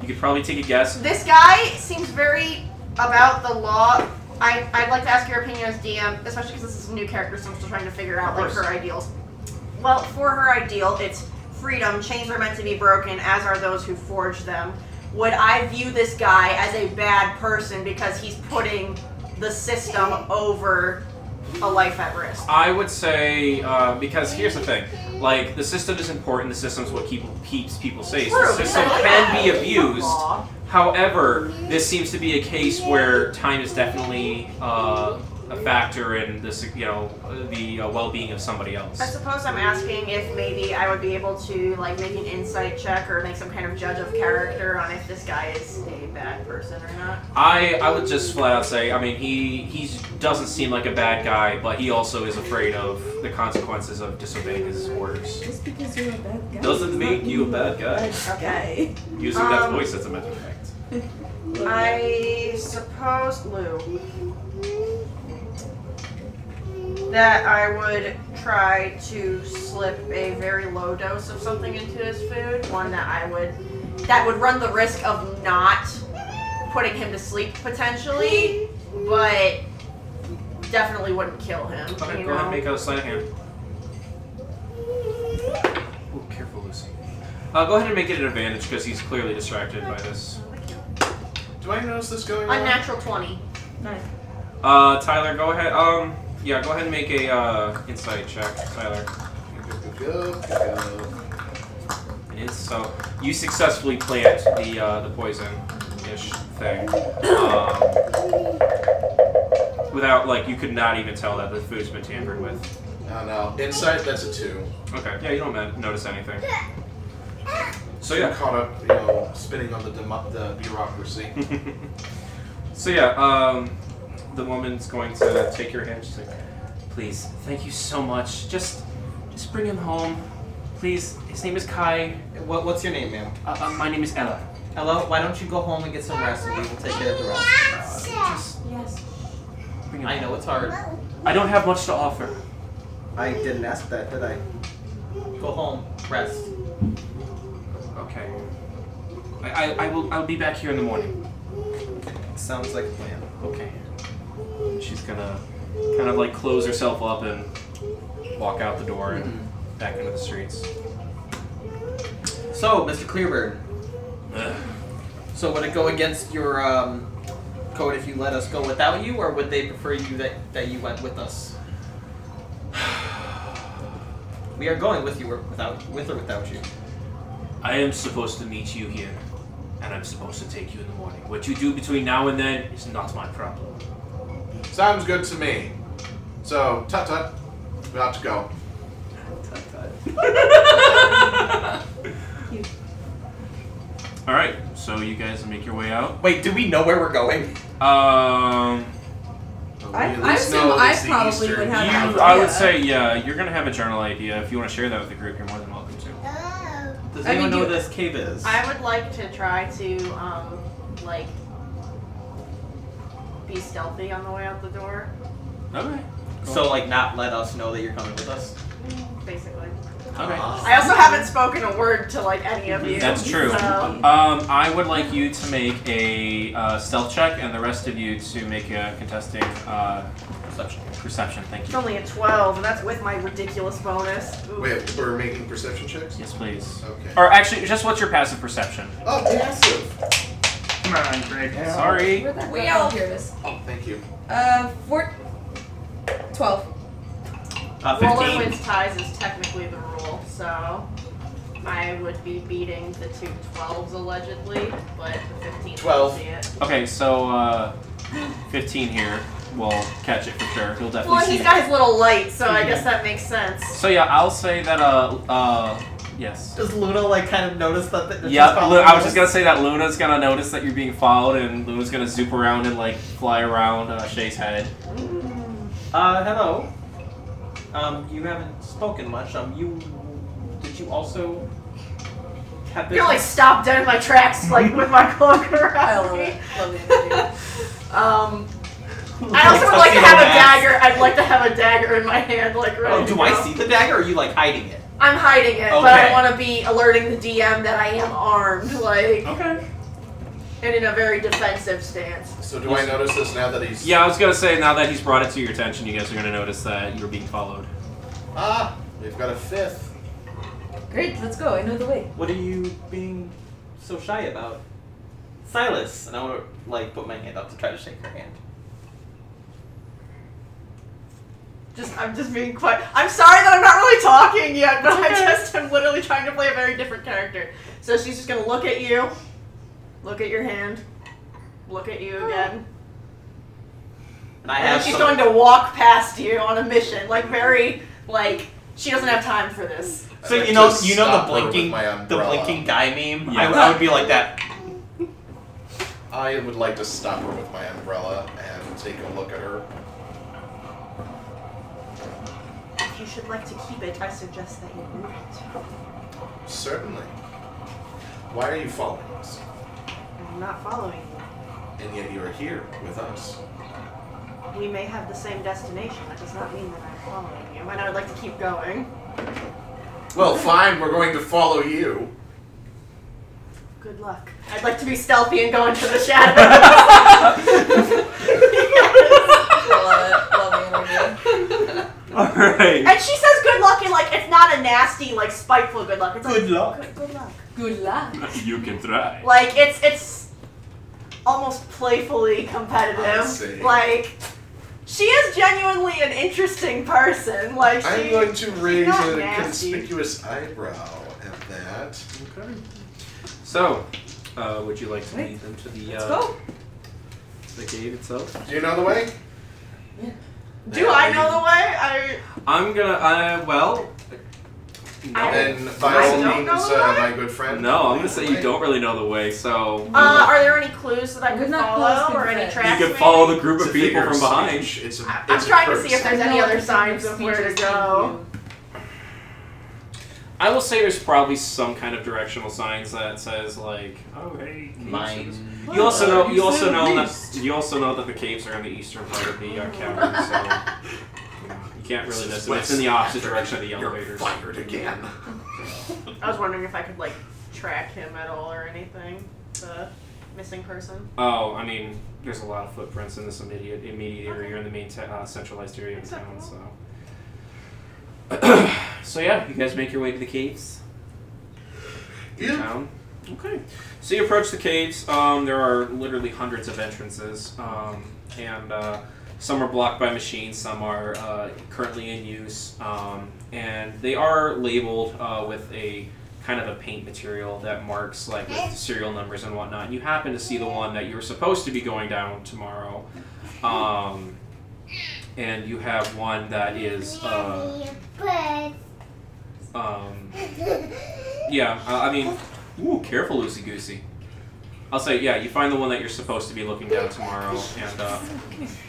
Speaker 2: You could probably take a guess.
Speaker 3: This guy seems very about the law. I, I'd like to ask your opinion as DM, especially because this is a new character, so I'm still trying to figure out
Speaker 2: Of
Speaker 3: like
Speaker 2: course.
Speaker 3: her ideals. Well, for her ideal, it's freedom. Chains are meant to be broken, as are those who forge them. Would I view this guy as a bad person because he's putting the system over a life at risk?
Speaker 2: I would say uh, because here's the thing: like the system is important. The system's what keep, keeps people safe.
Speaker 3: True,
Speaker 2: The system
Speaker 3: because
Speaker 2: can be
Speaker 3: I-
Speaker 2: abused.
Speaker 3: Aw.
Speaker 2: However, this seems to be a case where time is definitely uh, a factor in this, you know, the uh, well-being of somebody else.
Speaker 3: I suppose I'm asking if maybe I would be able to like make an insight check or make some kind of judge of character on if this guy is a bad person or not.
Speaker 2: I I would just flat out say, I mean, he he doesn't seem like a bad guy, but he also is afraid of the consequences of disobeying his orders.
Speaker 7: Just because you're a bad guy.
Speaker 2: Doesn't
Speaker 7: does
Speaker 2: make
Speaker 7: not
Speaker 2: you a bad guy.
Speaker 7: guy.
Speaker 2: Using that
Speaker 3: Um,
Speaker 2: voice as a matter of fact.
Speaker 3: I suppose Lou that I would try to slip a very low dose of something into his food, one that I would that would run the risk of not putting him to sleep potentially, but definitely wouldn't kill him.
Speaker 2: Okay,
Speaker 3: you
Speaker 2: go ahead and
Speaker 3: know?
Speaker 2: make a sleight of hand. Ooh, careful, Lucy. Uh, go ahead and make it an advantage because he's clearly distracted by this.
Speaker 1: Do I notice this going on?
Speaker 3: Unnatural twenty.
Speaker 2: Uh, Tyler, go ahead. Um, yeah, go ahead and make a uh, insight check, Tyler.
Speaker 1: Go, go, go.
Speaker 2: It is so. You successfully plant the uh, the poison ish thing. Um, without like you could not even tell that the food's been tampered with.
Speaker 1: No, no. Insight, that's a two.
Speaker 2: Okay, yeah, you don't ma- notice anything. [LAUGHS] So yeah,
Speaker 1: You're caught up, you know, spinning on the demo- the bureaucracy.
Speaker 2: so yeah, um, the woman's going to take your hand. She's like, "Please, thank you so much. Just, just bring him home. Please, his name is Kai.
Speaker 4: What, what's your name, ma'am?
Speaker 2: Uh, uh, my name is Ella.
Speaker 4: Ella, why don't you go home and get some rest and we will take care of the rest.
Speaker 5: Yes.
Speaker 4: I know it's hard.
Speaker 2: I don't have much to offer.
Speaker 4: I didn't ask that, did I? Go home, rest.
Speaker 2: Okay. I, I, I will I'll be back here in the morning.
Speaker 4: Sounds like a plan.
Speaker 2: Okay. And she's gonna kind of like close herself up and walk out the door and
Speaker 7: Mm-hmm.
Speaker 2: back into the streets.
Speaker 4: So, Mr. Clearburn. so would it go against your um, code if you let us go without you, or would they prefer you that, that you went with us? [SIGHS] We are going with you or without with or without you.
Speaker 9: I am supposed to meet you here, and I'm supposed to take you in the morning. What you do between now and then is not my problem.
Speaker 1: Sounds good to me. So, tut tut. We ought to go.
Speaker 2: All right. So you guys make your way out.
Speaker 4: Wait, do we know where we're going?
Speaker 2: Um.
Speaker 7: I- I assume I probably would have an
Speaker 2: You, I would
Speaker 7: idea.
Speaker 2: say, yeah, you're gonna have a journal idea. If you want to share that with the group, you're more than welcome to.
Speaker 4: Does
Speaker 7: I
Speaker 4: anyone
Speaker 7: mean,
Speaker 4: know
Speaker 7: do-
Speaker 4: where this cave is?
Speaker 3: I would like to try to, um, like, be stealthy on the way out the door,
Speaker 2: Okay.
Speaker 4: So like not let us know that you're coming with us.
Speaker 3: basically.
Speaker 2: Okay.
Speaker 3: I also haven't spoken a word to like any of you.
Speaker 2: That's true.
Speaker 3: So,
Speaker 2: Um, I would like you to make a uh, stealth check, and the rest of you to make a contesting uh,
Speaker 4: Perception.
Speaker 2: perception. Thank
Speaker 3: it's
Speaker 2: you.
Speaker 3: only a 12, and that's with my ridiculous bonus. Ooh.
Speaker 1: Wait, we're making perception checks?
Speaker 2: Yes, please.
Speaker 1: Okay.
Speaker 2: Or actually, just what's your passive perception?
Speaker 1: Oh, passive!
Speaker 9: Come on, Greg.
Speaker 2: Sorry.
Speaker 7: Where'd that
Speaker 5: We
Speaker 7: go? I
Speaker 5: all-
Speaker 7: don't hear this.
Speaker 1: Oh, thank you.
Speaker 7: Uh, four, 12.
Speaker 4: Uh,
Speaker 3: Roller
Speaker 4: Fifteen.
Speaker 3: wins ties is technically the rule, so I would be beating the two 12s allegedly, but the 15
Speaker 4: Twelve.
Speaker 3: see it.
Speaker 2: Okay, so uh, 15 here will catch it for sure. He'll definitely
Speaker 3: Well,
Speaker 2: see
Speaker 3: he's
Speaker 2: it.
Speaker 3: got his little light, so I guess that makes sense.
Speaker 2: So yeah, I'll say that. Uh, uh, yes.
Speaker 4: Does Luna like kind of notice that? that that she's
Speaker 2: Yeah, Lu-
Speaker 4: following
Speaker 2: I was just
Speaker 4: us?
Speaker 2: gonna say that Luna's gonna notice that you're being followed, and Luna's gonna zoop around and like fly around uh, Shay's head.
Speaker 4: Uh, hello. Um, you haven't spoken much. Um, you did you also have
Speaker 3: I feel
Speaker 4: [LAUGHS]
Speaker 3: like
Speaker 4: business?
Speaker 3: stopped dead in my tracks, like with
Speaker 4: [LAUGHS]
Speaker 3: my cloak
Speaker 7: I
Speaker 3: around
Speaker 7: love
Speaker 3: me.
Speaker 7: it. Love the energy.
Speaker 3: Um, I also would like to
Speaker 4: Tuxedo
Speaker 3: have a
Speaker 4: mask.
Speaker 3: dagger. I'd like to have a dagger in my hand, like right.
Speaker 4: Oh, do I see the dagger? Or are you like hiding it?
Speaker 3: I'm hiding it, but
Speaker 4: Okay.
Speaker 3: I want to be alerting the DM that I am armed, like,
Speaker 2: Okay.
Speaker 3: and in a very defensive stance.
Speaker 1: So, do I notice this now that he's.
Speaker 2: Yeah, I was gonna say now that he's brought it to your attention, you guys are gonna notice that you're being followed. [LAUGHS]
Speaker 1: Ah, we've got a fifth.
Speaker 7: Great, let's go. I know the way.
Speaker 4: What are you being so shy about, Silas? And I want to like put my hand up to try to shake her hand.
Speaker 3: Just, I'm just being quite. I'm sorry that I'm not really talking yet, but I just am literally trying to play a very different character. So she's just gonna look at you, look at your hand, look at you again.
Speaker 4: And I
Speaker 3: And
Speaker 4: have
Speaker 3: she's going
Speaker 4: some-
Speaker 3: to walk past you on a mission, like very, like she doesn't have time for this.
Speaker 4: So
Speaker 1: I'd like
Speaker 4: you know,
Speaker 1: to
Speaker 4: you know
Speaker 1: stop
Speaker 4: the
Speaker 1: her with
Speaker 4: blinking,
Speaker 1: my
Speaker 4: the
Speaker 1: umbrella.
Speaker 4: blinking guy meme. I,
Speaker 2: Yeah.
Speaker 4: I would be like that.
Speaker 1: I would like to stop her with my umbrella and take a look at her.
Speaker 3: If you should like to keep it, I suggest that you move it.
Speaker 1: Certainly. Why are you following us?
Speaker 3: I'm not following you.
Speaker 1: And yet you are here with us.
Speaker 3: We may have the same destination. That does not mean that I'm following you, and I would like to keep going.
Speaker 1: Well, fine, we're going to follow you.
Speaker 3: Good luck. I'd like to be stealthy and go into [LAUGHS] the shadows.
Speaker 7: Love it. Love the energy.
Speaker 2: All right.
Speaker 3: and she says good luck, and like it's not a nasty, like spiteful good luck. It's like,
Speaker 4: Good luck.
Speaker 3: Good, good luck.
Speaker 7: Good luck.
Speaker 9: You can try.
Speaker 3: Like it's it's almost playfully
Speaker 1: I see.
Speaker 3: competitive. Like she is genuinely an interesting person. Like
Speaker 1: I'm
Speaker 3: she
Speaker 1: going to raise
Speaker 3: not
Speaker 1: a
Speaker 3: nasty.
Speaker 1: conspicuous eyebrow at that.
Speaker 2: Okay. So, uh, would you like to lead them to the
Speaker 7: Let's
Speaker 2: uh,
Speaker 7: go.
Speaker 2: the cave itself?
Speaker 1: Do you know the way?
Speaker 3: Do I know the way? I
Speaker 2: I'm gonna. Uh, well.
Speaker 3: I-
Speaker 1: Then, by
Speaker 3: I
Speaker 1: all
Speaker 3: don't
Speaker 1: means,
Speaker 3: know the
Speaker 1: uh,
Speaker 3: way.
Speaker 1: my good friend.
Speaker 2: No, I'm
Speaker 1: lead
Speaker 2: gonna
Speaker 1: the
Speaker 2: say you
Speaker 1: way.
Speaker 2: don't really know the way, so
Speaker 3: uh, are there any clues that I
Speaker 7: We're
Speaker 3: could
Speaker 7: not
Speaker 3: follow
Speaker 7: close
Speaker 3: or any
Speaker 7: friends.
Speaker 2: you
Speaker 3: tracks?
Speaker 2: can follow the group
Speaker 1: It's
Speaker 2: of
Speaker 1: a
Speaker 2: people
Speaker 1: figure
Speaker 2: from
Speaker 1: of
Speaker 2: behind.
Speaker 1: speech. It's a,
Speaker 3: I-
Speaker 1: it's
Speaker 3: I'm
Speaker 1: a
Speaker 3: trying to see
Speaker 1: curse.
Speaker 3: if there's any other signs of where to go.
Speaker 2: I will say there's probably some kind of directional signs that says like, oh hey, caves
Speaker 4: Mine.
Speaker 2: are this- You also know.
Speaker 4: Uh,
Speaker 2: You also
Speaker 4: said
Speaker 2: know
Speaker 4: east.
Speaker 2: that. You also know that the caves are in the eastern part of the uh, cavern, so you can't really miss it. It's in the opposite direction of the elevators.
Speaker 12: Fired
Speaker 1: [LAUGHS]
Speaker 12: again.
Speaker 3: I was wondering if I could like track him at all or anything. The missing person.
Speaker 2: Oh, I mean, there's a lot of footprints in this immediate immediate area in the main ta- uh, centralized area of town. So, so [CLEARS THROAT] yeah, you guys make your way to the caves. in Town. Okay. So you approach the caves. Um, there are literally hundreds of entrances, um, and uh, some are blocked by machines. Some are uh, currently in use, um, and they are labeled uh, with a kind of a paint material that marks like with serial numbers and whatnot. And you happen to see the one that you're supposed to be going down tomorrow, um, and you have one that is. Uh, um, yeah, uh, I mean, ooh, careful, loosey goosey. I'll say, yeah, you find the one that you're supposed to be looking down tomorrow, and uh,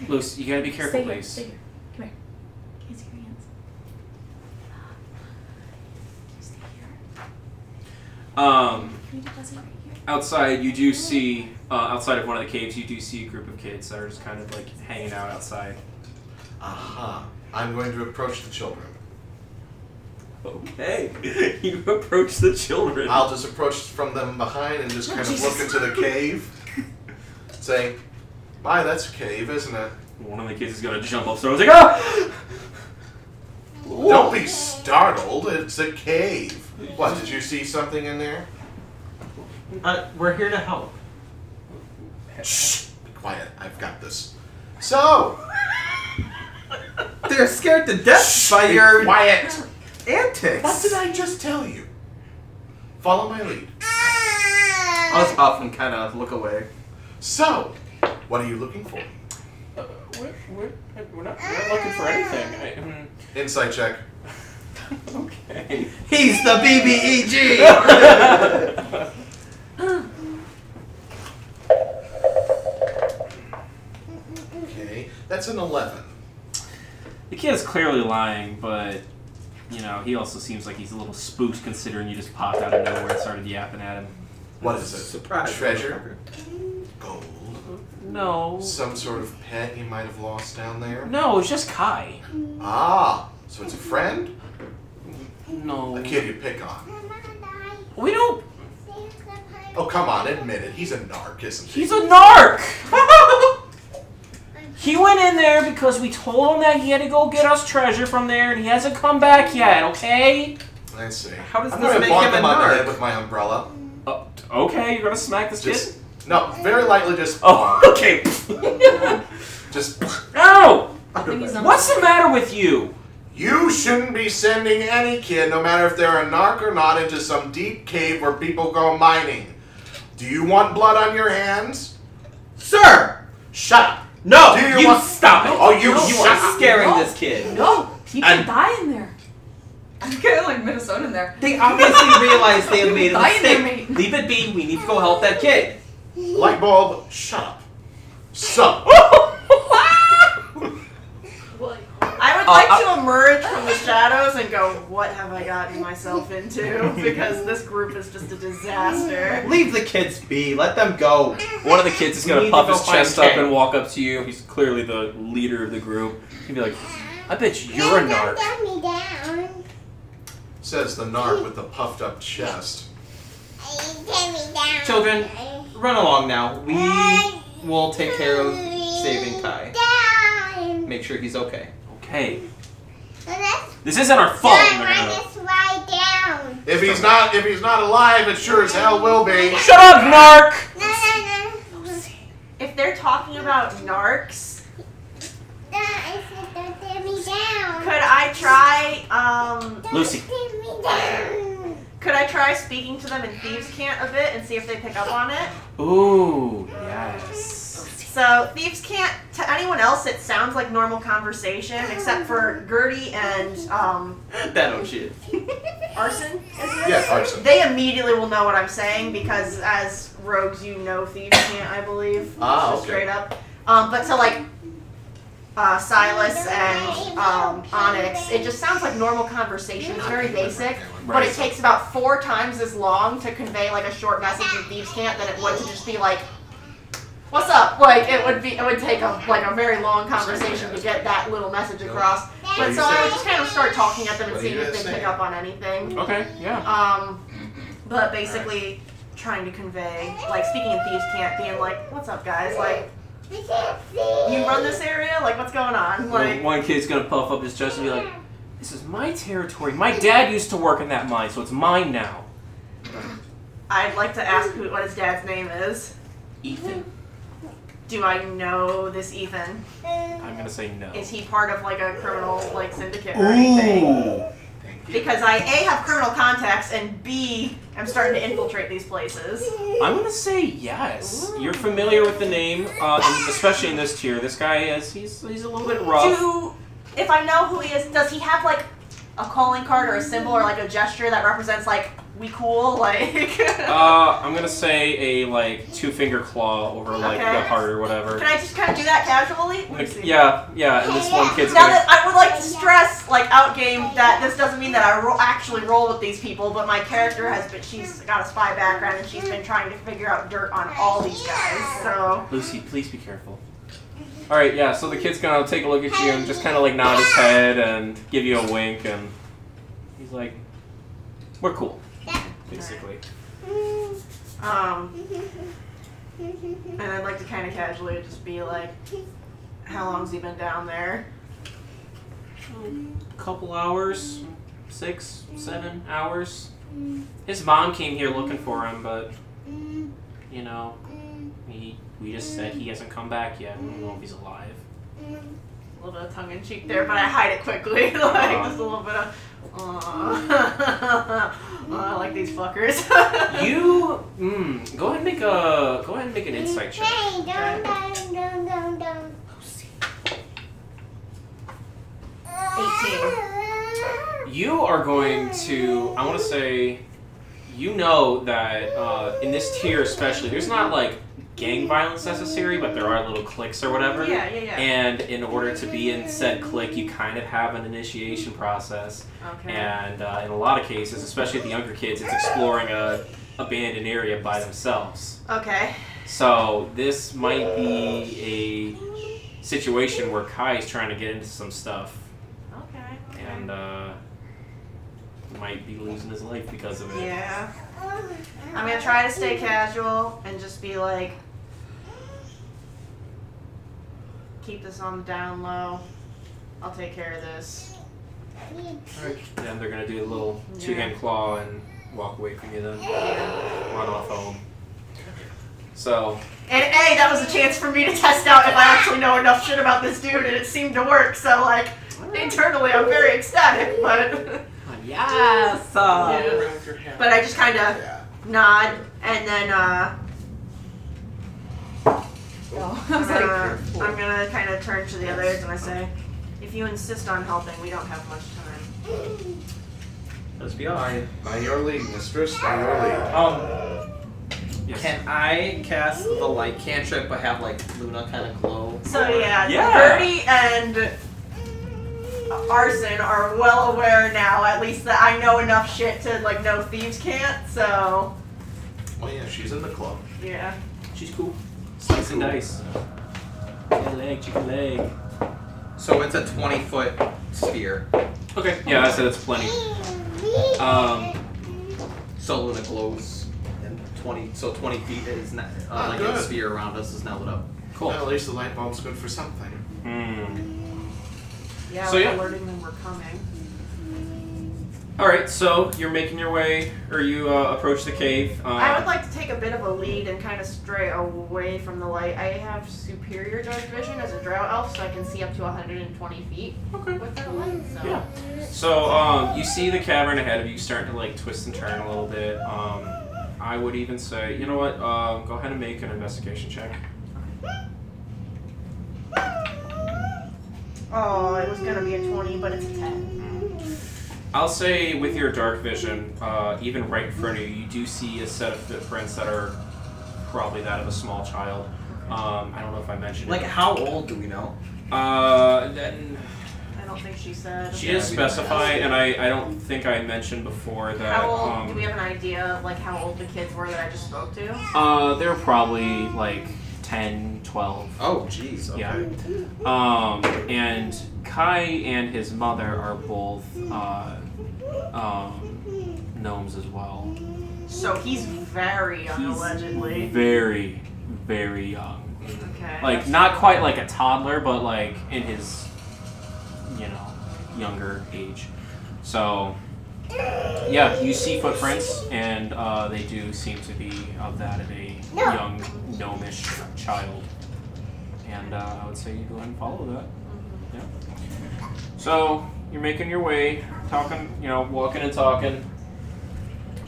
Speaker 2: Lucy, you gotta be careful,
Speaker 13: Stay here,
Speaker 2: please.
Speaker 13: stay here. Come here. Can't see your hands. Can you stay here?
Speaker 2: Um,
Speaker 13: Can we do this right here?
Speaker 2: outside, you do see uh, outside of one of the caves, you do see a group of kids that are just kind of like hanging out outside.
Speaker 1: Aha. I'm going to approach the children.
Speaker 2: Okay, [LAUGHS] you approach the children.
Speaker 1: I'll just approach from them behind and just kind of look into the cave, saying, "My, that's a cave, isn't it?"
Speaker 2: One of the kids is gonna jump up, so I was like, ah!
Speaker 1: Don't be startled. It's a cave. What? Did you see something in
Speaker 2: [LAUGHS]
Speaker 1: there?
Speaker 4: Uh, we're here to help.
Speaker 1: Shh. Be quiet. I've got this. So
Speaker 14: They're scared to death by
Speaker 1: be
Speaker 14: your
Speaker 1: quiet.
Speaker 14: antics.
Speaker 1: What did I just tell you? Follow my lead.
Speaker 14: I'll just huff and kind of look away.
Speaker 1: So, what are you looking for?
Speaker 2: Uh, we're, we're, we're, not, we're not looking for anything.
Speaker 1: Insight check.
Speaker 2: I, okay.
Speaker 14: He's the
Speaker 2: [LAUGHS]
Speaker 14: BBEG.
Speaker 2: That's
Speaker 1: Okay, that's an eleven.
Speaker 2: The kid is clearly lying, but you know he also seems like he's a little spooked considering you just popped out of nowhere and started yapping at him.
Speaker 1: What is it?
Speaker 14: Surprise.
Speaker 1: Treasure. Gold.
Speaker 2: No,
Speaker 1: Some sort of pet you might have lost down there.
Speaker 2: no, it's just Kai.
Speaker 1: Ah, so it's a friend, a
Speaker 2: No,
Speaker 1: kid you pick on.
Speaker 2: we don't.
Speaker 1: Oh come on, admit it. He's a narc, isn't he?
Speaker 2: He's a [LAUGHS] narc. he went in there because we told him that he had to go get us treasure from there, and he hasn't come back yet. Okay.
Speaker 1: I see.
Speaker 14: How does
Speaker 1: I'm
Speaker 14: this
Speaker 1: gonna
Speaker 14: make
Speaker 1: bonk
Speaker 14: him a
Speaker 1: on the head
Speaker 14: narc?
Speaker 1: with my umbrella.
Speaker 2: Uh, okay, you're gonna smack this
Speaker 1: Just
Speaker 2: kid.
Speaker 1: no, very lightly. Just
Speaker 2: Oh, [LAUGHS]
Speaker 1: bonk.
Speaker 2: okay. [LAUGHS]
Speaker 1: Just
Speaker 2: Ow!
Speaker 7: think he's on-
Speaker 2: What's the matter with you?
Speaker 1: You shouldn't be sending any kid, no matter if they're a narc or not, into some deep cave where people go mining. Do you want blood on your hands?
Speaker 14: Sir!
Speaker 1: Shut up.
Speaker 14: No!
Speaker 1: Do you
Speaker 14: you
Speaker 1: want-
Speaker 14: stop it!
Speaker 1: Oh, you
Speaker 14: you
Speaker 1: shut
Speaker 14: are
Speaker 1: up.
Speaker 4: Scaring
Speaker 7: No.
Speaker 4: this kid.
Speaker 7: No, people
Speaker 1: And-
Speaker 7: die in there. [LAUGHS] I'm kind of like Minnesota in there.
Speaker 4: They obviously realized they had made a
Speaker 7: Bye,
Speaker 4: mistake. Leave it be. We need to go help that kid.
Speaker 1: Light bulb, shut up. So,
Speaker 3: I would
Speaker 4: Uh,
Speaker 3: like
Speaker 4: I-
Speaker 3: to emerge from the shadows and go, what have I gotten myself into? Because this group is just a disaster.
Speaker 4: Leave the kids be. Let them go.
Speaker 2: One of the kids is
Speaker 4: We
Speaker 2: gonna
Speaker 4: need
Speaker 2: puff
Speaker 4: to go
Speaker 2: his chest
Speaker 4: find
Speaker 2: up
Speaker 4: Ken.
Speaker 2: and walk up to you. He's clearly the leader of the group. He'd be like, "I bet you're a narc."
Speaker 8: Got me down.
Speaker 1: says the narc with the puffed up chest.
Speaker 8: Get me down.
Speaker 4: Children, Run along now. We will take care of saving Kai.
Speaker 8: Down.
Speaker 4: Make sure he's okay. [LAUGHS]
Speaker 2: Okay,
Speaker 8: Let's
Speaker 2: this isn't our fault. And they're
Speaker 8: run
Speaker 2: gonna-
Speaker 8: this way down.
Speaker 1: If he's not, if he's not alive, it sure as hell will be.
Speaker 2: Shut up, narc!
Speaker 8: No, no, no.
Speaker 3: If they're talking about narcs,
Speaker 8: No, I said don't tear me down.
Speaker 3: could I try um
Speaker 8: Don't
Speaker 2: Lucy.
Speaker 8: tear me down.
Speaker 3: could I try speaking to them in Thieves Cant a bit and see if they pick up on it?
Speaker 2: Ooh, yes.
Speaker 3: So thieves can't. To anyone else, it sounds like normal conversation, except for Gertie and um,
Speaker 4: That old shit.
Speaker 3: Arson. Is it?
Speaker 1: Yeah, arson.
Speaker 3: They immediately will know what I'm saying because, as rogues, you know thieves can't. I believe.
Speaker 1: Ah,
Speaker 3: Just
Speaker 1: okay.
Speaker 3: Straight up. Um, but to like. uh, Silas and um, Onyx, it just sounds like normal conversation. It's very basic, but it
Speaker 2: Right.
Speaker 3: takes about four times as long to convey like a short message in Thieves Can't than it would to just be like, "What's up?" Like it would be, it would take a like a very long conversation to get that little message across. But so I would just kind of start talking at them and
Speaker 2: What are
Speaker 3: seeing
Speaker 2: you
Speaker 3: if
Speaker 2: guys Oh.
Speaker 3: they pick
Speaker 2: saying?
Speaker 3: up on anything.
Speaker 2: Okay, yeah.
Speaker 3: Um, but basically trying to convey, like speaking in Thieves Can't, being like, "What's up, guys?" Like. You run this area? Like, what's going on? Like,
Speaker 2: One- one kid's gonna puff up his chest and be like, "This is my territory. My dad used to work in that mine, so it's mine now."
Speaker 3: I'd like to ask who, what his dad's name is.
Speaker 2: Ethan.
Speaker 3: Do I know this Ethan?
Speaker 2: I'm gonna say no.
Speaker 3: Is he part of like a criminal like syndicate or anything?
Speaker 2: Ooh.
Speaker 3: Because I a have criminal contacts and b I'm starting to infiltrate these places.
Speaker 2: I'm gonna say yes. You're familiar with the name, uh, and especially in this tier. This guy is—he's—he's a little bit rough.
Speaker 3: Do if I know who he is, does he have like a calling card or a symbol or like a gesture that represents like we cool [LAUGHS] like?
Speaker 2: Uh, I'm gonna say a like two finger claw over like
Speaker 3: Okay.
Speaker 2: the heart or whatever.
Speaker 3: Can I just kind of do that casually?
Speaker 2: Like, yeah, yeah. And this one kid's
Speaker 3: Now
Speaker 2: gonna.
Speaker 3: that I would like to stress, like outgame, that this doesn't mean that I ro- actually roll with these people, but my character has been, she's got a spy background and she's been trying to figure out dirt on all these guys. So
Speaker 2: Lucy, please be careful. All right, yeah. So the kid's gonna take a look at you and just kind of like nod his head and give you a wink, and he's like, "We're cool," basically.
Speaker 3: Um, and I'd like to kind of casually just be like, how long's he been down there?
Speaker 2: couple hours, six, seven hours. His mom came here looking for him, but you know, he, we just said he hasn't come back yet. We don't know if he's alive.
Speaker 3: A little bit of tongue in cheek there, but I hide it quickly. [LAUGHS] like, just a little bit of, aw. [LAUGHS] I like these fuckers. [LAUGHS]
Speaker 2: You, mm, go ahead and make a go ahead and make an insight check.
Speaker 8: Hey, dum dum dum dum dum.
Speaker 3: 18.
Speaker 2: You are going to, I want to say, you know that uh, in this tier especially, there's not like gang violence necessary, but there are little cliques or whatever.
Speaker 3: Yeah, yeah, yeah.
Speaker 2: And in order to be in said clique, you kind of have an initiation process.
Speaker 3: Okay.
Speaker 2: And uh, in a lot of cases, especially the younger kids, it's exploring a abandoned area by themselves.
Speaker 3: Okay.
Speaker 2: So this might be a situation where Kai is trying to get into some stuff
Speaker 3: Okay.
Speaker 2: and uh, might be losing his life because of it.
Speaker 3: Yeah. I'm gonna try to stay casual and just be like, keep this on the down low. I'll take care of this.
Speaker 2: Then they're gonna do a little two hand claw and walk away from you. Then run off home. So
Speaker 3: And A, that was a chance for me to test out if I actually know enough shit about this dude, and it seemed to work, so like, internally I'm very ecstatic,
Speaker 7: [LAUGHS]
Speaker 3: but.
Speaker 6: Yes.
Speaker 3: Yeah. But I just kind of nod and then, uh.
Speaker 7: [LAUGHS] I was like,
Speaker 3: uh, I'm gonna kind of turn to the others and I say, if you insist on helping, we don't have much time.
Speaker 4: Let's be alright.
Speaker 10: By your lead, mistress. By your lead.
Speaker 4: Um, can I cast the light cantrip but have like Luna kind of glow?
Speaker 3: So yeah,
Speaker 4: Yeah.
Speaker 3: Bertie and Arson are well aware now, at least that I know enough shit to like know thieves can't. So
Speaker 10: Oh yeah, she's in the club.
Speaker 3: yeah,
Speaker 2: she's cool. Slice and dice. Chicken leg, chicken leg.
Speaker 4: So it's a 20 foot sphere.
Speaker 2: Okay. Yeah, I said it's plenty. Um,
Speaker 4: So Luna glows. And 20, so 20 feet is not, uh,
Speaker 10: Ah,
Speaker 4: like
Speaker 10: good.
Speaker 4: a sphere around us is now lit up.
Speaker 2: cool.
Speaker 10: Well, at least the light bulb's good for something.
Speaker 2: Hmm.
Speaker 3: yeah.
Speaker 2: So,
Speaker 3: we're
Speaker 2: yeah.
Speaker 3: alerting them we're coming.
Speaker 2: All right. So you're making your way, or you uh, approach the cave. Um,
Speaker 3: I would like to take a bit of a lead and kind of stray away from the light. I have superior dark vision as a drow elf, so I can see up to 120 feet with that light. So
Speaker 2: Yeah. So um, you see the cavern ahead of you starting to like twist and turn a little bit. Um, I would even say, you know what? Um, go ahead and make an investigation check.
Speaker 3: Oh, it was gonna be a 20, but it's a 10.
Speaker 2: I'll say with your dark vision, uh, even right in front of you, you do see a set of footprints that are probably that of a small child. Um, I don't know if I mentioned
Speaker 4: Like,
Speaker 2: it.
Speaker 4: how old do we know?
Speaker 2: Uh, then
Speaker 3: I don't think she said.
Speaker 2: she did specify, and I, I don't think I mentioned before that.
Speaker 3: How old? do we
Speaker 2: Um,
Speaker 3: have an idea of like how old the kids were that I just spoke to?
Speaker 2: uh, they're probably like 10, 12.
Speaker 4: Oh, jeez. Okay.
Speaker 2: Yeah. Um, and Kai and his mother are both uh, um, gnomes as well.
Speaker 3: So he's very young, allegedly.
Speaker 2: Very, very young.
Speaker 3: Okay.
Speaker 2: Like, not quite like a toddler, but like in his, you know, younger age. So, yeah, you see footprints, and uh, they do seem to be of that of a
Speaker 8: No.
Speaker 2: young gnomish child. And uh, I would say you go ahead and follow that. Yeah. So you're making your way, talking, you know, walking and talking,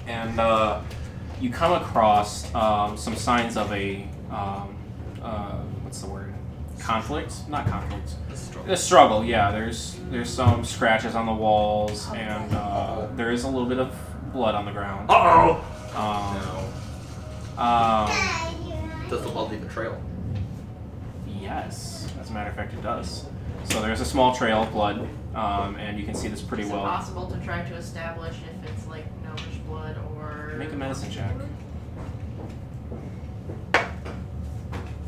Speaker 2: and uh, you come across um, some signs of a um, uh, what's the word? Conflict? Not conflict. The struggle. Yeah. There's there's some scratches on the walls, and uh, there is a little bit of blood on the ground.
Speaker 3: Oh!
Speaker 4: Uh
Speaker 2: Um, um,
Speaker 4: oh. Does the blood leave a trail?
Speaker 2: yes, as a matter of fact, it does. So there's a small trail of blood, um, and you can see this pretty
Speaker 3: Is it
Speaker 2: well.
Speaker 3: possible to try to establish if it's like gnomish blood or
Speaker 2: Make a medicine check.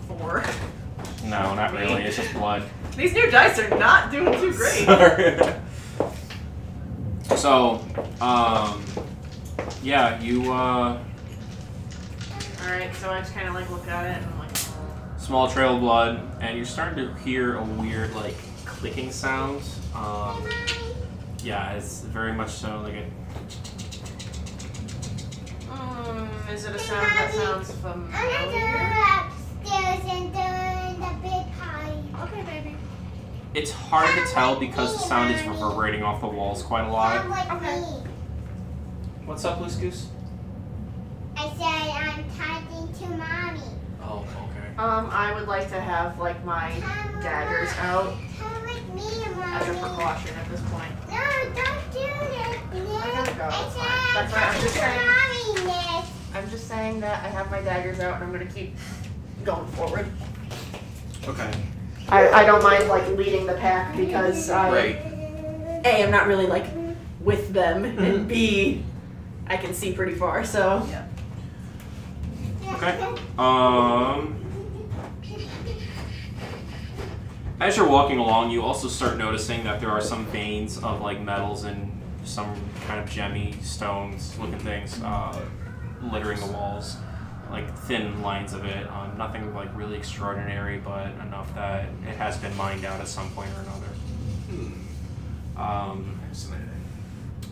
Speaker 3: four?
Speaker 2: No, not really. It's just blood.
Speaker 3: These new dice are not doing
Speaker 2: [LAUGHS]
Speaker 3: too great.
Speaker 2: Sorry. So, um, yeah, you uh,
Speaker 3: Alright, so I just kinda like look at it and I'm like, "Oh."
Speaker 2: small trail of blood, and you're starting to hear a weird like clicking sound. Um, yeah, it's very much so like a
Speaker 3: mm, is it a sound that sounds familiar? Okay, baby.
Speaker 2: It's hard to tell because the sound is reverberating off the walls quite a lot.
Speaker 8: Okay.
Speaker 2: What's up, Loose Goose?
Speaker 8: I said I'm talking to mommy.
Speaker 2: Oh, okay.
Speaker 3: Um, I would like to have like my
Speaker 8: Come
Speaker 3: daggers out
Speaker 8: Come with me,
Speaker 3: as a
Speaker 8: mommy.
Speaker 3: precaution at this point.
Speaker 8: No, don't do this, Nick.
Speaker 3: gotta go.
Speaker 8: I
Speaker 3: It's fine.
Speaker 8: said I'm
Speaker 3: That's fine. I'm
Speaker 8: talking
Speaker 3: just
Speaker 8: to
Speaker 3: saying.
Speaker 8: mommy, Nick.
Speaker 3: I'm just saying that I have my daggers out and I'm gonna keep going forward.
Speaker 4: Okay.
Speaker 3: I, I don't mind like leading the pack because I
Speaker 4: Great.
Speaker 3: A I'm not really like with them and B I can see pretty far, so
Speaker 8: [LAUGHS]
Speaker 3: [LAUGHS]
Speaker 2: Okay. Um. As you're walking along, you also start noticing that there are some veins of like metals and some kind of gemmy stones looking things uh, littering the walls, like thin lines of it. Um, nothing like really extraordinary, but enough that it has been mined out at some point or another.
Speaker 1: hmm,
Speaker 2: Um,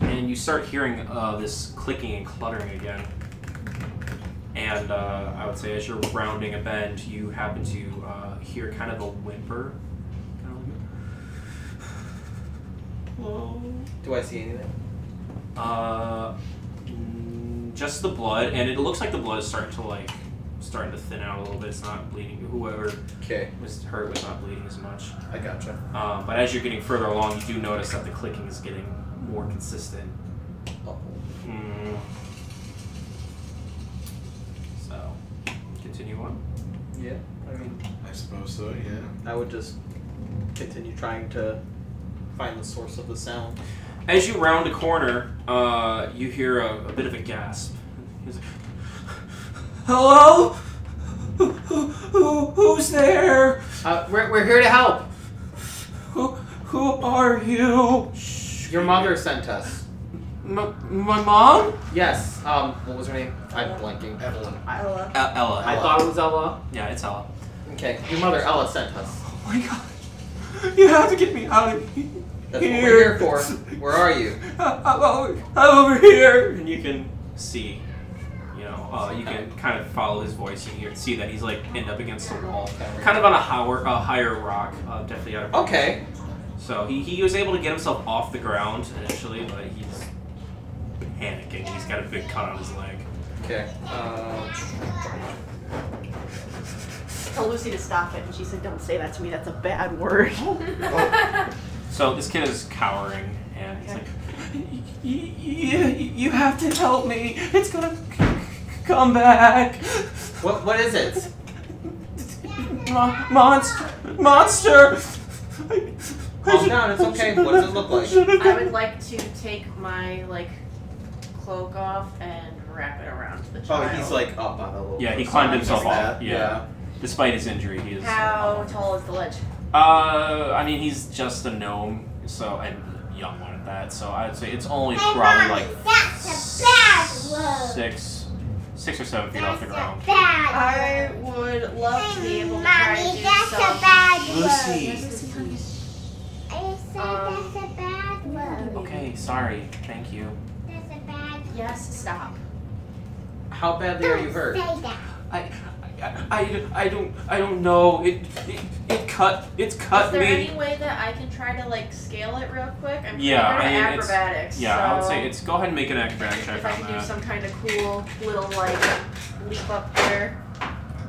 Speaker 2: and you start hearing uh, this clicking and cluttering again. And uh, I would say as you're rounding a bend, you happen to uh, hear kind of a whimper. Kind of like,
Speaker 4: Do I see anything?
Speaker 2: uh, mm, just the blood, and it looks like the blood is starting to like starting to thin out a little bit. It's not bleeding. Whoever
Speaker 4: Okay.
Speaker 2: was hurt was not bleeding as much.
Speaker 4: I gotcha.
Speaker 2: Um, but as you're getting further along, you do notice that the clicking is getting more consistent.
Speaker 4: Oh.
Speaker 2: Mm. So, continue on.
Speaker 4: Yeah. I mean,
Speaker 1: I suppose so, yeah.
Speaker 4: I would just continue trying to find the source of the sound.
Speaker 2: As you round a corner, uh, you hear a, a bit of a gasp. He's like, Hello? Who, who, who- who's there?
Speaker 6: Uh, we're, we're here to help.
Speaker 2: Who, who are you?
Speaker 6: Your mother sent us.
Speaker 2: My, my mom? E-,
Speaker 6: Yes. Um, what was her name? I'm blanking.
Speaker 4: Evelyn.
Speaker 7: Ella.
Speaker 2: Ella.
Speaker 6: I thought it was Ella.
Speaker 2: yeah, it's Ella.
Speaker 6: Okay. Your mother Ella sent us.
Speaker 2: Oh my god. [LAUGHS] You have to get me out of here.
Speaker 6: That's what we're here
Speaker 4: [LAUGHS]
Speaker 6: for. Where are you?
Speaker 2: I'm over, I'm over here. And you can see, you know, uh, you can kind of follow his voice and you can see that he's like pinned up against the wall, kind of on a higher, uh, higher rock, uh, definitely out of.
Speaker 6: Okay.
Speaker 2: So he, he was able to get himself off the ground initially, but he's panicking. He's got a big cut on his leg.
Speaker 6: Okay. Uh,
Speaker 3: tell Lucy to stop it and she said, Don't say that to me, that's a bad word.
Speaker 2: So this kid is cowering and he's like,
Speaker 9: You, you have to help me. It's gonna c- c- come back.
Speaker 6: what what is it?
Speaker 9: Mon- monster, monster.
Speaker 4: Calm down, it's okay. What does it look like?
Speaker 3: I would like to take my like cloak off and wrap it around the
Speaker 4: Oh,
Speaker 3: child.
Speaker 4: he's like up on a little.
Speaker 2: Yeah, he
Speaker 4: so
Speaker 2: climbed
Speaker 4: I'm
Speaker 2: himself
Speaker 4: guessing
Speaker 2: off.
Speaker 4: that,
Speaker 2: Yeah. [LAUGHS] Despite his injury, he is.
Speaker 3: How tall is the ledge?
Speaker 2: Uh, I mean, he's just a gnome, so and young one at that. So I'd say it's only probably like
Speaker 8: That's a bad word.
Speaker 2: six, six or seven feet off the ground.
Speaker 8: Bad.
Speaker 3: I would love to be able to try and
Speaker 8: Mommy,
Speaker 3: do
Speaker 8: that's a
Speaker 3: some.
Speaker 8: bad word.
Speaker 2: Lucy.
Speaker 8: I said
Speaker 3: Um,
Speaker 8: that's a bad word.
Speaker 2: Okay, sorry. Thank you.
Speaker 8: That's a bad word.
Speaker 3: Yes, stop.
Speaker 4: How badly are you hurt?
Speaker 8: Say that.
Speaker 9: I, I, I don't I don't know. It it, it cut it's
Speaker 2: Uh,
Speaker 3: is
Speaker 9: cut
Speaker 3: there
Speaker 9: me.
Speaker 3: any way that I can try to like scale it real quick? I'm pretty
Speaker 2: Yeah,
Speaker 3: good
Speaker 2: I
Speaker 3: at
Speaker 2: mean, it's-
Speaker 3: acrobatics.
Speaker 2: Yeah, I would
Speaker 3: so
Speaker 2: say it's go ahead and make an acrobatic check
Speaker 3: If I
Speaker 2: on
Speaker 3: can do
Speaker 2: that.
Speaker 3: some kind of cool little like leap up there,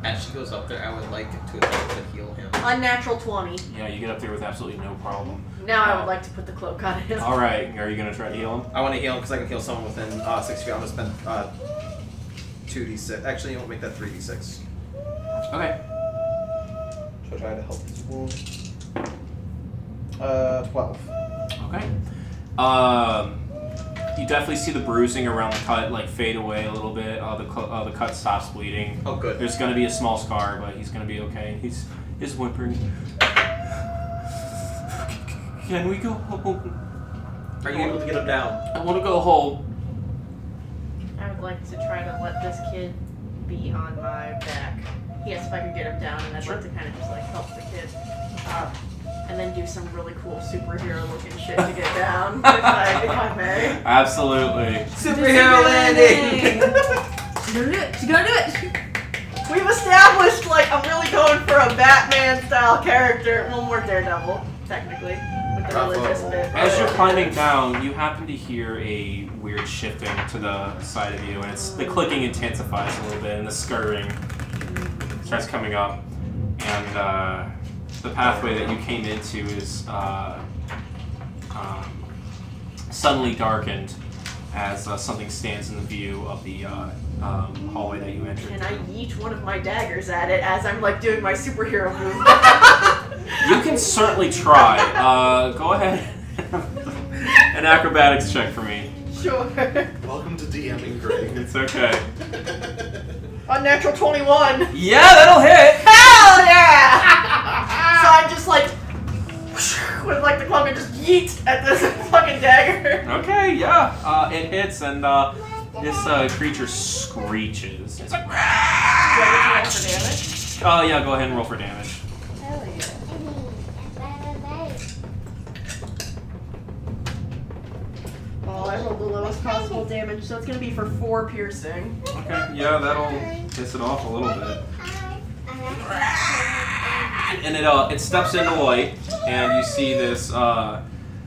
Speaker 4: As she goes up there, I would like to attempt to heal him.
Speaker 3: unnatural twenty.
Speaker 2: Yeah, you get up there with absolutely no problem.
Speaker 3: Now
Speaker 2: Oh.
Speaker 3: I would like to put the cloak on him.
Speaker 2: All right, are you gonna try to heal him?
Speaker 4: I want to heal him because I can heal someone within uh, six feet. I'm gonna spend uh, two d six. Actually, you won't make that three d six.
Speaker 2: Okay.
Speaker 4: So try to help this wound. Uh, twelve.
Speaker 2: Okay. Um, you definitely see the bruising around the cut like fade away a little bit. Uh, the cl- uh, the cut stops bleeding.
Speaker 4: Oh, good.
Speaker 2: There's gonna be a small scar, but he's gonna be okay. He's he's whimpering. Can we go home?
Speaker 4: Are you able to get him down?
Speaker 2: I want to go home.
Speaker 3: I would like to try to let this kid be on my back. Yes, if I could get him down, and I'd like to kind of just like help the kid, up, and then do some really cool superhero looking shit to get down. [LAUGHS] if, I, if I may.
Speaker 2: Absolutely.
Speaker 4: Superhero landing.
Speaker 7: She's gonna do it. She's gonna do it.
Speaker 3: We've established like I'm really going for a Batman style character. Well, more Daredevil, technically, with the religious bit.
Speaker 2: As you're climbing down, you happen to hear a weird shifting to the side of you, and it's the clicking intensifies a little bit, and the scurrying starts coming up, and uh, the pathway that you came into is uh, um, suddenly darkened as uh, something stands in the view of the uh, um, hallway that you entered.
Speaker 3: And I yeet one of my daggers at it as I'm like doing my superhero move.
Speaker 2: You can certainly try. Uh, go ahead. An acrobatics check for me.
Speaker 3: sure.
Speaker 1: Welcome to DMing, Greg.
Speaker 2: It's okay.
Speaker 3: Unnatural 21.
Speaker 2: Yeah, that'll hit.
Speaker 3: Hell yeah! so I'm just like [LAUGHS] with like the cloak and just yeet at this [LAUGHS] fucking dagger.
Speaker 2: Okay, yeah, uh, it hits, and uh, this uh, creature screeches. It's like, oh yeah, go ahead and roll for damage.
Speaker 3: Well, I rolled the lowest possible damage, so it's gonna be for four piercing.
Speaker 2: Okay, yeah, that'll piss it off a little bit. And it uh, it steps into light, and you see this uh,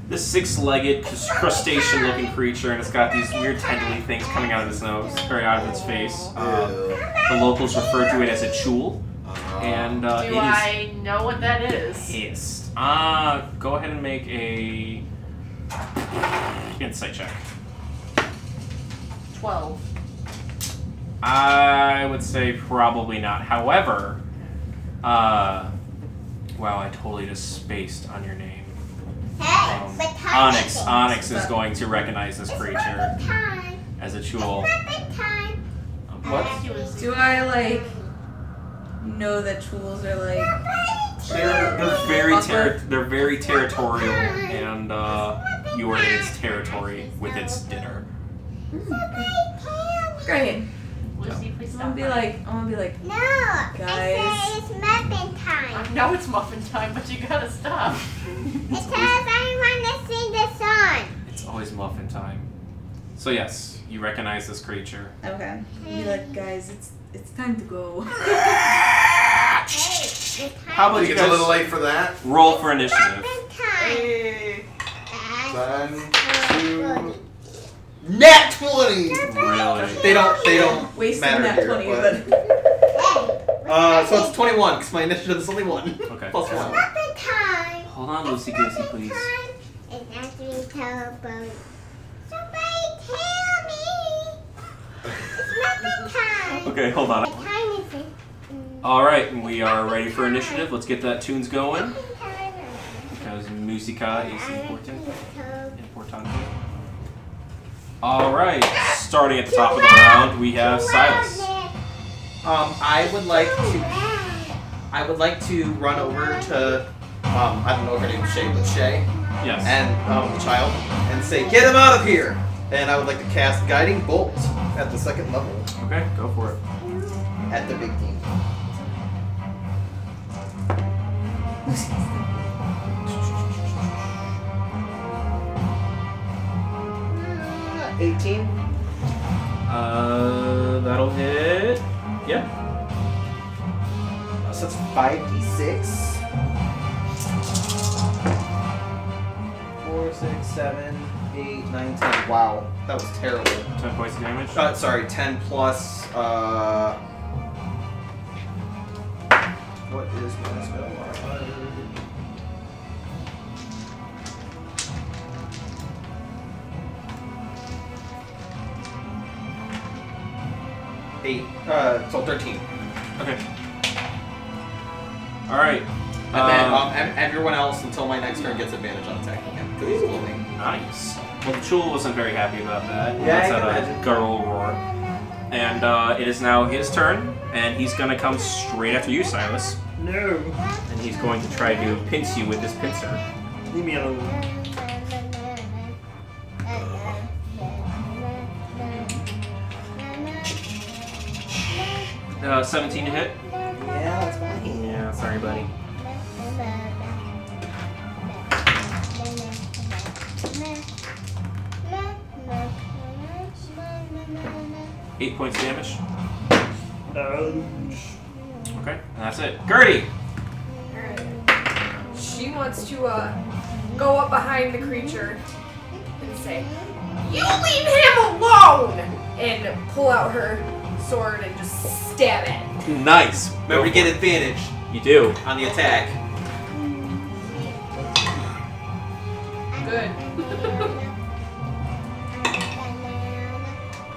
Speaker 2: this six-legged just crustacean-looking creature, and it's got these weird tendrily things coming out of its nose, or out of its face. Uh,
Speaker 1: Um,
Speaker 2: the locals refer to it as a chul, and uh, it
Speaker 3: Do
Speaker 2: is.
Speaker 3: I know what that is?
Speaker 2: pissed. Ah, go ahead and make a insight check.
Speaker 3: Twelve.
Speaker 2: I would say probably not. However, uh, wow, I totally just spaced on your name.
Speaker 8: Hey,
Speaker 2: Um,
Speaker 8: but time
Speaker 2: Onyx,
Speaker 8: is-
Speaker 2: Onyx is going to recognize this
Speaker 8: It's
Speaker 2: creature
Speaker 8: not the time.
Speaker 2: as a
Speaker 8: It's
Speaker 2: jewel.
Speaker 8: not the time.
Speaker 2: What?
Speaker 7: Do I like know that tools are like?
Speaker 2: They're, they're very ter- they're very territorial, and uh, you are in its territory with its dinner.
Speaker 7: Great.
Speaker 3: Lucy, please
Speaker 7: I'm
Speaker 3: stop.
Speaker 7: gonna be like, I'm gonna be like,
Speaker 8: No, I say it's muffin time.
Speaker 3: no, it's muffin time, but you gotta stop.
Speaker 8: Because I want to sing the song.
Speaker 2: It's always muffin time. So yes, you recognize this creature.
Speaker 7: okay. I'm gonna be like, guys, it's it's time to go. [LAUGHS]
Speaker 8: Hey, the
Speaker 2: How
Speaker 8: time
Speaker 2: about
Speaker 10: Think
Speaker 2: you
Speaker 10: it's a little
Speaker 2: guys
Speaker 10: late for that.
Speaker 2: roll for
Speaker 8: is
Speaker 2: initiative?
Speaker 8: muffin time.
Speaker 3: Hey.
Speaker 10: Ten, two,
Speaker 8: That's
Speaker 4: Nat twenty.
Speaker 2: Really?
Speaker 4: They don't. They don't
Speaker 7: Wasting
Speaker 4: matter
Speaker 7: that
Speaker 4: here,
Speaker 7: twenty,
Speaker 4: but-
Speaker 7: but
Speaker 4: Uh, so it's twenty-one because my initiative is only one.
Speaker 2: Okay.
Speaker 4: Plus one.
Speaker 8: muffin time.
Speaker 2: Hold on, Lucy Goosey, please.
Speaker 8: And that's when you tell about somebody tell me. It's muffin time.
Speaker 2: Okay, hold
Speaker 8: What
Speaker 2: on.
Speaker 8: time is it?
Speaker 2: All right, we are ready for initiative. Let's get that tunes going.
Speaker 8: Muffin time.
Speaker 2: Musica es importante. Importante. All right. Starting at the top of the round, we have Silas.
Speaker 4: Um, I would like to. I would like to run over to. Um, I don't know her name, Shay, but Shay.
Speaker 2: Yes.
Speaker 4: And um, the child, and say, "Get him out of here!" And I would like to cast Guiding Bolt at the second level.
Speaker 2: Okay, go for it.
Speaker 4: At the big team. [LAUGHS] Eighteen.
Speaker 2: Uh, that'll hit. Yeah.
Speaker 4: So that's five d six. Four, six, seven, eight, nine, ten. Wow, that was terrible.
Speaker 2: Ten points of damage.
Speaker 4: Uh, sorry, ten plus. Uh, what is my spell? Eight. Uh, so thirteen.
Speaker 2: Okay. All right.
Speaker 4: And then
Speaker 2: Um,
Speaker 4: um, ev- everyone else until my next turn gets advantage on attacking him because he's blooming.
Speaker 2: Nice. Well, Chul wasn't very happy about that.
Speaker 4: Yeah, I
Speaker 2: That's
Speaker 4: can
Speaker 2: had a
Speaker 4: imagine.
Speaker 2: guttural roar. And uh, it is now his turn, and he's gonna come straight after you, Silas.
Speaker 15: No.
Speaker 2: And he's going to try to pinch you with his pincer.
Speaker 15: Leave me alone.
Speaker 2: Uh, 17 to hit.
Speaker 4: Yeah, that's fine.
Speaker 2: Yeah, sorry, buddy. Eight points of damage. Okay, and that's it. Gertie.
Speaker 5: She wants to uh, go up behind the creature and say, You leave him alone! And pull out her sword and just stab it.
Speaker 2: Nice.
Speaker 4: Remember to get advantage
Speaker 2: You do.
Speaker 4: on the attack.
Speaker 5: Good. [LAUGHS]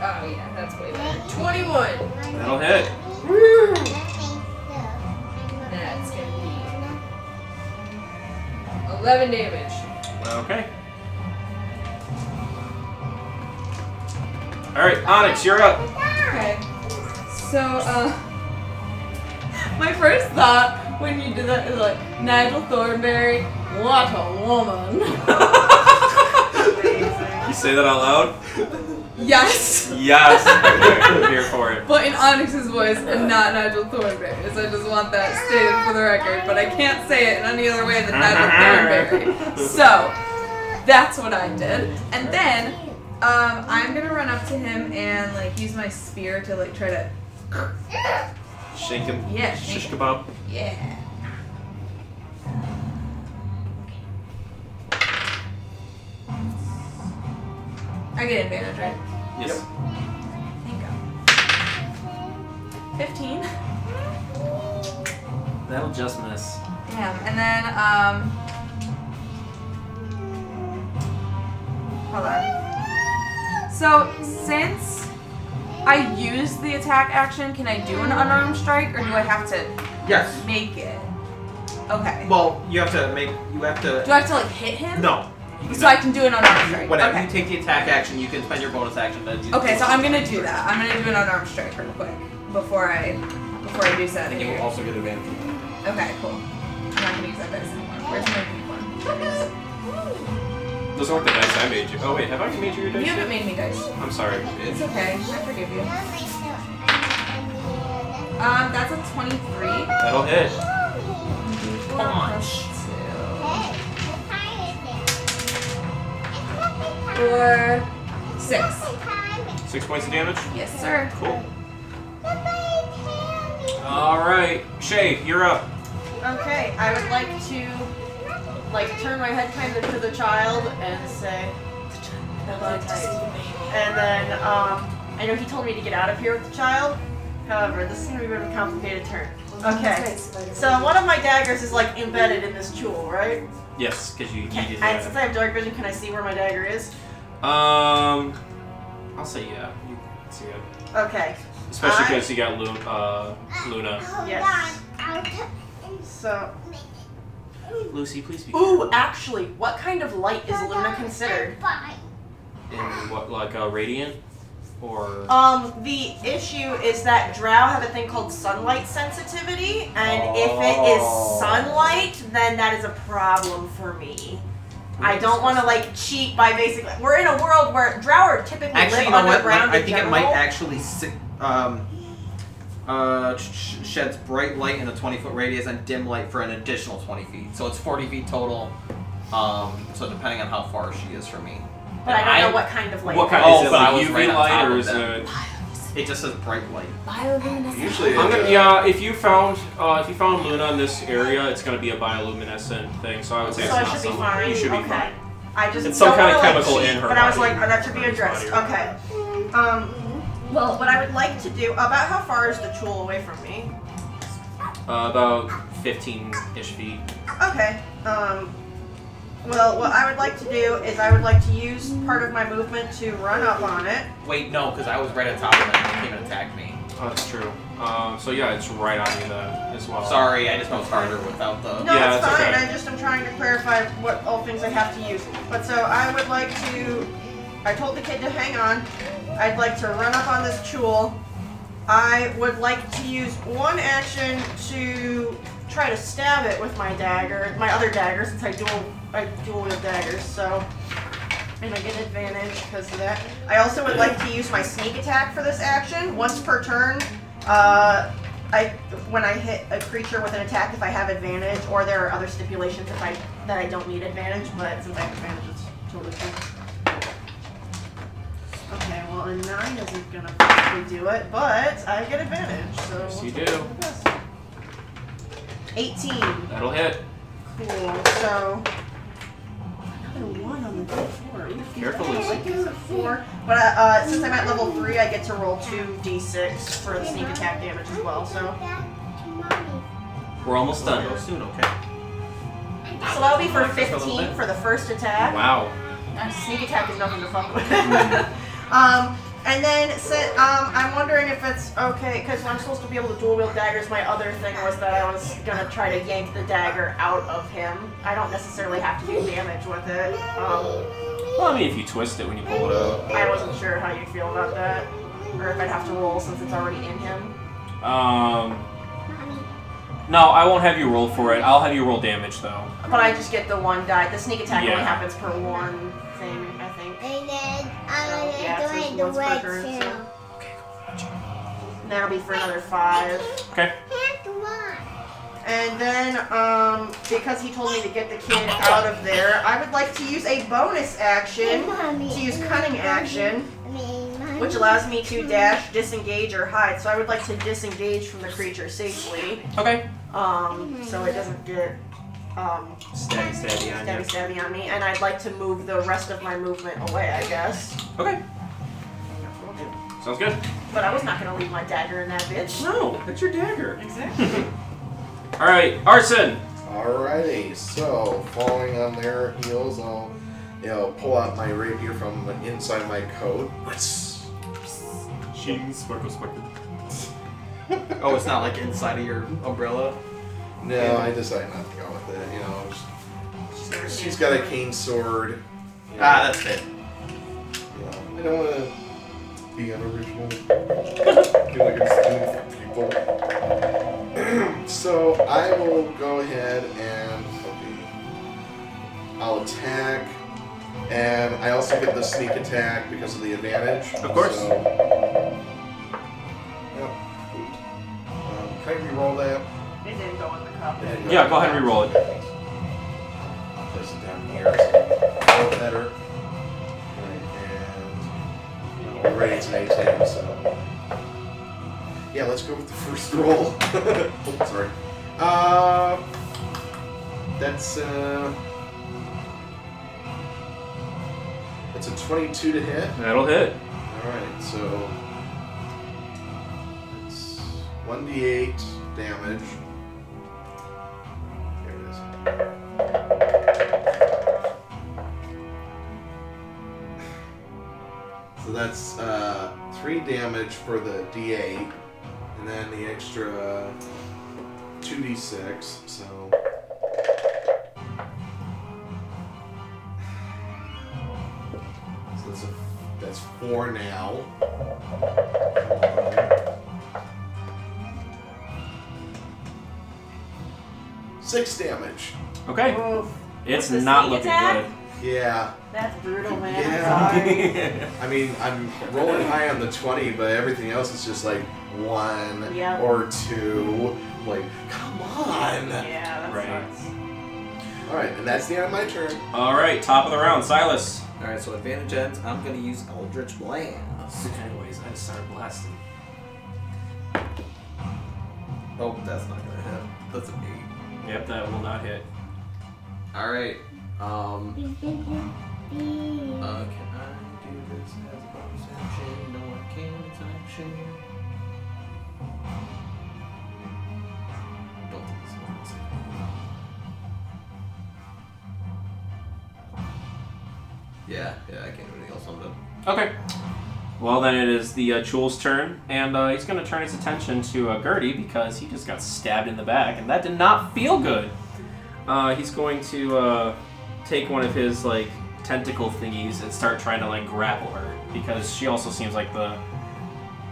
Speaker 5: oh, yeah, that's way better. 21.
Speaker 2: That'll hit.
Speaker 5: Woo! That's gonna be 11 damage.
Speaker 2: Okay. All right, Onyx, you're up.
Speaker 7: Okay. So, uh, my first thought when you did that is like, Nigel Thornberry, what a woman.
Speaker 2: You say that out loud?
Speaker 7: [LAUGHS] yes.
Speaker 2: Yes. [LAUGHS] I'm here for it.
Speaker 7: But in Onyx's voice and not Nigel Thornberry's. I just want that stated for the record, but I can't say it in any other way than Nigel Thornberry. So, that's what I did. And then, um, I'm gonna run up to him and like use my spear to like try to
Speaker 2: Shake him.
Speaker 7: Yeah, shake
Speaker 2: Shish
Speaker 7: him.
Speaker 2: kebab.
Speaker 7: Yeah. I get advantage, right?
Speaker 2: Yes.
Speaker 7: Thank God. Fifteen.
Speaker 2: That'll just miss.
Speaker 7: Damn. And then, um. Hold on. So, since I used the attack action, can I do an unarmed strike or do I have to
Speaker 4: Yes.
Speaker 7: make it? Okay.
Speaker 4: Well, you have to make. You have to.
Speaker 7: Do I have to, like, hit him?
Speaker 4: No.
Speaker 7: So I can do an unarmed strike.
Speaker 4: Whenever
Speaker 7: Okay.
Speaker 4: you take the attack action, you can spend your bonus action. Then you
Speaker 7: Okay, so I'm gonna do that. I'm gonna do an unarmed strike real quick before I before I do
Speaker 4: And
Speaker 7: something.
Speaker 4: you will
Speaker 7: Okay,
Speaker 4: also get advantage.
Speaker 7: cool. I'm not gonna use that dice anymore. Where's my unicorn? There it is.
Speaker 2: Those aren't the dice I made you. Oh wait, have I made you your dice?
Speaker 7: You haven't
Speaker 2: yet?
Speaker 7: made me dice.
Speaker 2: I'm sorry.
Speaker 7: It's okay. I forgive you. Um, that's a 23.
Speaker 2: That'll hit.
Speaker 7: Punch. Four, six.
Speaker 2: Six points of damage.
Speaker 7: Yes, sir.
Speaker 2: Cool. All right, Shay, you're up.
Speaker 3: Okay, I would like to like turn my head kind of to the child and say hello, Titan." and then um, I know he told me to get out of here with the child. However, this is gonna be a bit of a complicated turn. Okay, so one of my daggers is like embedded in this jewel, right?
Speaker 2: Yes, because you needed
Speaker 3: And since I have dark vision, can I see where my dagger is?
Speaker 2: Um, I'll say yeah. You can see it.
Speaker 3: Okay.
Speaker 2: Especially
Speaker 3: I-
Speaker 2: because you got Lu- uh, Luna.
Speaker 3: Yes. So
Speaker 9: Lucy, please be
Speaker 3: Ooh, actually, what kind of light is Luna considered?
Speaker 9: in what, like
Speaker 2: uh,
Speaker 9: a radiant, or
Speaker 3: Um, the issue is that drow have a thing called sunlight sensitivity, and if it
Speaker 9: Oh.
Speaker 3: is sunlight, then that is a problem for me. I don't want to like cheat by basically. We're in a world where drow are typically
Speaker 4: Actually,
Speaker 3: live
Speaker 4: you know what?
Speaker 3: underground.
Speaker 4: I
Speaker 3: in
Speaker 4: think it
Speaker 3: general.
Speaker 4: might actually si- um, uh, sh- sh- sheds bright light in a 20 foot radius and dim light for an additional 20 feet. So it's 40 feet total. Um, so depending on how far she is from me.
Speaker 3: But I don't know what kind of light.
Speaker 4: What kind?
Speaker 3: it
Speaker 4: Oh,
Speaker 3: is.
Speaker 4: but I was
Speaker 2: UV
Speaker 4: right on
Speaker 2: light
Speaker 4: top
Speaker 2: or
Speaker 4: of
Speaker 2: is
Speaker 4: them.
Speaker 2: it-
Speaker 4: It just says bright light.
Speaker 11: Bioluminescent.
Speaker 1: Usually,
Speaker 2: I'm
Speaker 1: it,
Speaker 2: gonna,
Speaker 1: uh,
Speaker 2: yeah. If you found uh, if you found Luna in this area, it's gonna be a bioluminescent thing. So I would say
Speaker 3: So
Speaker 2: it's
Speaker 3: I
Speaker 2: not
Speaker 3: should be
Speaker 2: sunlight.
Speaker 3: fine.
Speaker 2: You should be
Speaker 3: okay.
Speaker 2: fine.
Speaker 3: I just
Speaker 2: It's some
Speaker 3: don't
Speaker 2: kind of
Speaker 3: wanna,
Speaker 2: chemical
Speaker 3: like,
Speaker 2: in
Speaker 3: cheat,
Speaker 2: her
Speaker 3: But I was
Speaker 2: body.
Speaker 3: like, oh, that should be
Speaker 2: Her body
Speaker 3: addressed.
Speaker 2: or
Speaker 3: Okay. Um. Well, what I would like to do. About how far is the tool away from me?
Speaker 2: Uh, about 15 ish feet.
Speaker 3: Okay. Um. Well, what I would like to do is I would like to use part of my movement to run up on it.
Speaker 4: Wait, no, because I was right on top of them and they came and attacked me.
Speaker 2: Oh, that's true. Um, so yeah, it's right on you then as well.
Speaker 4: Sorry, I just moved harder without the.
Speaker 3: No,
Speaker 2: Oh, Yeah,
Speaker 3: it's
Speaker 2: it's
Speaker 3: fine.
Speaker 2: okay.
Speaker 3: I just am trying to clarify what all things I have to use. But so I would like to. I told the kid to hang on. I'd like to run up on this tool. I would like to use one action to try to stab it with my dagger, my other dagger, since I dual I dual wield daggers. So, and I get advantage because of that. I also would like to use my sneak attack for this action once per turn. Uh, I when I hit a creature with an attack, if I have advantage, or there are other stipulations if I that I don't need advantage, but since I have advantage, it's totally fine. Okay, well a nine isn't gonna probably do it, but I get advantage, so.
Speaker 2: Yes,
Speaker 3: we'll
Speaker 2: you
Speaker 3: take
Speaker 2: do.
Speaker 3: the best. Eighteen.
Speaker 2: That'll hit.
Speaker 3: Cool. So. Another one on the d four. Oof, these
Speaker 2: Careful,
Speaker 3: guys
Speaker 2: Lucy.
Speaker 3: like these at four. But uh, uh, since I'm at level three, I get to roll two d6 for the sneak attack damage as well. So.
Speaker 2: We're almost done.
Speaker 4: Go soon, okay?
Speaker 3: So that'll be for 15 for the first attack.
Speaker 2: Wow.
Speaker 3: Uh, sneak attack is nothing to fuck with. [LAUGHS] um, and then so, um, I'm wondering if it's okay because I'm supposed to be able to dual wield daggers. My other thing was that I was gonna try to yank the dagger out of him. I don't necessarily have to do damage with it. Um,
Speaker 2: Well, I mean, if you twist it when you pull it out.
Speaker 3: I wasn't sure how you feel about that, or if I'd have to roll since it's already in him.
Speaker 2: Um, no, I won't have you roll for it. I'll have you roll damage though.
Speaker 3: But I just get the one die. The sneak attack
Speaker 2: Yeah.
Speaker 3: only happens per one thing, I think.
Speaker 8: And then I'm
Speaker 3: Yeah, it's
Speaker 8: gonna
Speaker 3: just
Speaker 8: do the
Speaker 3: once per
Speaker 8: red
Speaker 3: turn,
Speaker 8: too.
Speaker 3: so- And that'll be for another five.
Speaker 2: Okay.
Speaker 8: Have to walk.
Speaker 3: And then, um, because he told me to get the kid out of there, I would like to use a bonus action to use cunning action,
Speaker 8: I mean, mommy.
Speaker 3: which allows me to dash, disengage, or hide. So I would like to disengage from the creature safely,
Speaker 2: Okay.
Speaker 3: um, so it doesn't get um,
Speaker 2: Stabby, stabby on
Speaker 3: stabby
Speaker 2: you.
Speaker 3: stabby on me. And I'd like to move the rest of my movement away, I guess.
Speaker 2: Okay. Sounds good.
Speaker 3: But I was not gonna leave my dagger in that bitch.
Speaker 2: No, it's your dagger.
Speaker 3: Exactly.
Speaker 2: [LAUGHS] All right, arson.
Speaker 1: Alrighty, so falling on their heels, I'll you know pull out my rapier from inside my coat.
Speaker 9: Shing, sparkle, sparkle.
Speaker 4: Oh, it's not like inside of your umbrella.
Speaker 1: No, I decided not to go with it. You know, just- she's got a cane sword. you know,
Speaker 4: Ah, that's it.
Speaker 1: you know, I don't want to be
Speaker 4: [LAUGHS]
Speaker 1: unoriginal. Be like a spoof people. [CLEARS THROAT] so I will go ahead and okay, I'll attack, and I also get the sneak attack because of the advantage.
Speaker 2: Of course.
Speaker 1: So, yep. Um, can I re-roll that?
Speaker 3: It didn't go in the cup.
Speaker 2: Yeah, go ahead and re-roll it.
Speaker 1: Place it down here. So roll better. Right, and already it's an 18, so. Yeah, let's go with the first [LAUGHS] roll. Oh, Sorry. Uh, that's uh, that's a 22 to hit.
Speaker 2: That'll hit.
Speaker 1: All right, so it's 1d8 damage. There it is. So that's uh, three damage for the d8, and then the extra 2d6. So
Speaker 10: for now. Six damage.
Speaker 2: Okay. It's
Speaker 3: With the
Speaker 2: not
Speaker 3: sneak
Speaker 2: looking
Speaker 3: attack?
Speaker 10: Yeah.
Speaker 3: That's brutal, man. I'm sorry.
Speaker 10: Yeah. I mean, I'm rolling high on the 20, but everything else is just like one
Speaker 3: Yep.
Speaker 10: or two. Like, come on.
Speaker 3: Yeah, that
Speaker 2: Right.
Speaker 3: sucks.
Speaker 10: All right, and that's the end of my turn.
Speaker 2: good. [LAUGHS] All right, top of the round, Silas.
Speaker 4: All right, so advantage ends. I'm gonna use Eldritch Blast.
Speaker 9: Anyways, I just started blasting.
Speaker 4: Oh, that's not gonna hit. That's an eight.
Speaker 2: Yep, that will not hit.
Speaker 4: All right. Um.
Speaker 8: Bee.
Speaker 4: Uh, can I do this as a bonus action? No, I can't. It's an action. Don't think this one is. Yeah, yeah, I can't do anything else on them.
Speaker 2: Okay. Well, then it is the uh, Chul's turn, and uh, he's going to turn his attention to uh, Gertie because he just got stabbed in the back, and that did not feel good. Uh, he's going to uh, take one of his like tentacle thingies and start trying to like grapple her because she also seems like the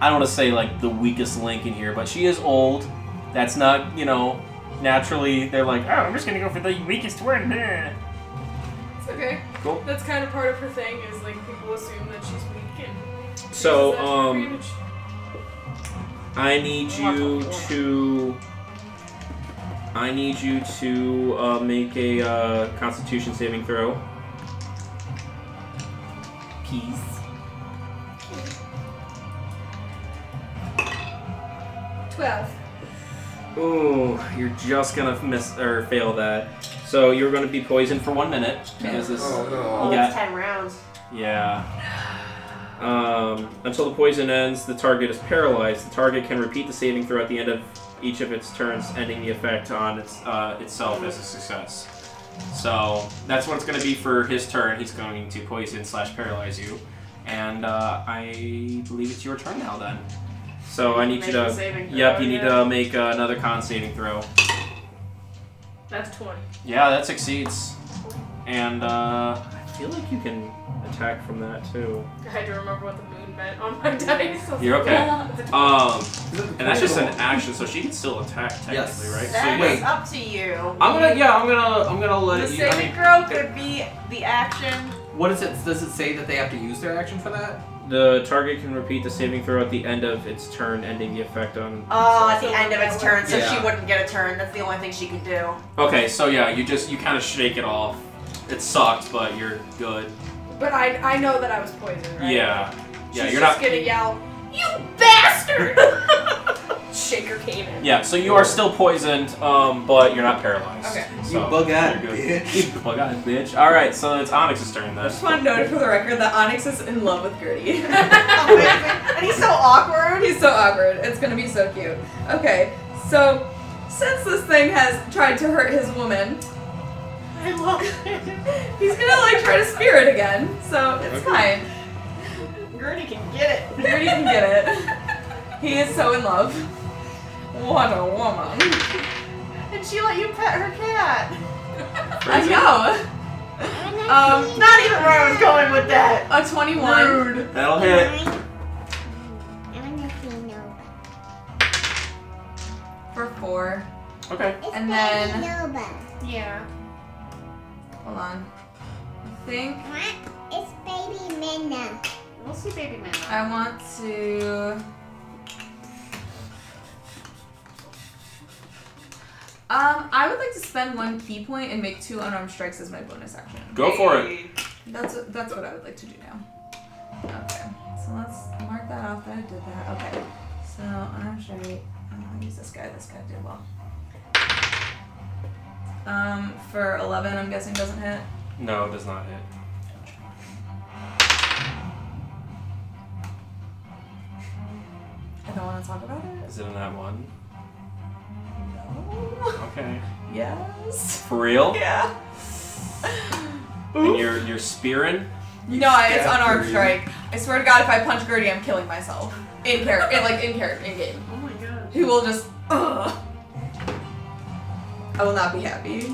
Speaker 2: I don't want to say like the weakest link in here, but she is old. That's not you know naturally they're like oh I'm just going to go for the weakest one. [LAUGHS] eh."
Speaker 5: It's okay.
Speaker 2: Cool.
Speaker 5: That's kind of part of her thing is like people assume that she's weak and
Speaker 2: So
Speaker 5: that's her
Speaker 2: um.
Speaker 5: advantage.
Speaker 2: I need you to. I need you to uh, make a uh, Constitution saving throw. Peace.
Speaker 5: twelve.
Speaker 2: Ooh, you're just gonna miss or fail that. So you're gonna be poisoned for one minute because this.
Speaker 3: Oh,
Speaker 2: you
Speaker 3: that's
Speaker 2: got,
Speaker 3: ten rounds.
Speaker 2: yeah. Um, until the poison ends, the target is paralyzed. The target can repeat the saving throw at the end of each of its turns, ending the effect on its uh, itself as a success. So that's what it's going to be for his turn. He's going to poison slash paralyze you, and uh, I believe it's your turn now. Then, so I need you
Speaker 5: Make a
Speaker 2: to.
Speaker 5: saving throw,
Speaker 2: Yep, you need
Speaker 5: yeah.
Speaker 2: to make uh, another con saving throw.
Speaker 5: That's twenty.
Speaker 2: Yeah, that succeeds, and uh, I feel like you can attack from that too.
Speaker 5: [LAUGHS] I had to remember what the moon meant on my [LAUGHS] dice. I was
Speaker 2: You're
Speaker 5: like,
Speaker 2: okay.
Speaker 5: "Ah, the
Speaker 2: Um, and that's just an action, so she can still attack technically,
Speaker 4: Yes.
Speaker 2: right?
Speaker 4: That
Speaker 2: so yeah.
Speaker 3: That's
Speaker 4: wait.
Speaker 3: up to you.
Speaker 2: I'm gonna, yeah, I'm gonna, I'm gonna let
Speaker 3: The
Speaker 2: you. I
Speaker 3: saving
Speaker 2: mean,
Speaker 3: throw could be the action.
Speaker 4: What is it? Does it say that they have to use their action for that?
Speaker 2: the target can repeat the saving throw at the end of its turn, ending the effect on.
Speaker 3: Oh, at
Speaker 5: So
Speaker 3: the end of its
Speaker 5: that
Speaker 3: turn, so
Speaker 4: Yeah.
Speaker 3: she wouldn't get a turn. That's the only thing she could do.
Speaker 2: Okay, so yeah, you just you kind of shake it off. It sucked, but you're good.
Speaker 5: But I, I know that I was poisoned, right?
Speaker 2: Yeah, yeah,
Speaker 5: She's
Speaker 2: you're
Speaker 5: just
Speaker 2: not.
Speaker 5: gonna yell, "You bastard!" Shake her cane. in.
Speaker 2: Yeah, so you are still poisoned, um, but you're not paralyzed.
Speaker 5: Okay.
Speaker 2: so
Speaker 4: out,
Speaker 2: you're good. [LAUGHS] You bug out, bitch. All right, so it's Onyx's turn
Speaker 7: I
Speaker 2: then.
Speaker 7: just want to note for the record that Onyx is in love with [LAUGHS]
Speaker 3: [LAUGHS]
Speaker 7: Gertie.
Speaker 3: and he's so awkward.
Speaker 7: He's so awkward. It's gonna be so cute. Okay, so since this thing has tried to hurt his woman,
Speaker 3: I love it.
Speaker 7: he's gonna like try to spear it again. So it's fine.
Speaker 3: Gertie can get it.
Speaker 7: Gertie can get it. He is so in love. What a woman.
Speaker 3: And she let you pet her cat.
Speaker 7: I know. Um,
Speaker 3: Not even where I was going with that.
Speaker 7: a 21.
Speaker 2: That'll hit.
Speaker 8: I wanna see Nova.
Speaker 7: for four.
Speaker 2: Okay.
Speaker 8: It's
Speaker 7: And
Speaker 8: baby
Speaker 7: then-
Speaker 8: Nova.
Speaker 11: Yeah.
Speaker 7: Hold on. I think
Speaker 8: What? It's baby Minna.
Speaker 11: We'll see baby man.
Speaker 7: I want to. Um, I would like to spend one key point and make two unarmed strikes as my bonus action.
Speaker 2: Go for it.
Speaker 7: That's that's what I would like to do now. Okay, so let's mark that off that I did that. Okay, so unarmed strike. I'm gonna uh, use this guy. This guy did well. Um, for 11, I'm guessing doesn't hit.
Speaker 2: No, it does not hit.
Speaker 7: I don't want to talk about it.
Speaker 2: Is it in that one?
Speaker 7: No.
Speaker 2: Okay.
Speaker 7: Yes. [LAUGHS]
Speaker 2: For real?
Speaker 7: Yeah.
Speaker 2: And you're you're spearing.
Speaker 7: No, it's
Speaker 10: stabbed
Speaker 7: unarmed
Speaker 10: Gertie.
Speaker 7: strike. I swear to God, if I punch Gertie, I'm killing myself. In character, in, like in character, in game.
Speaker 3: Oh my god.
Speaker 7: He will just. Ugh. I will not be happy.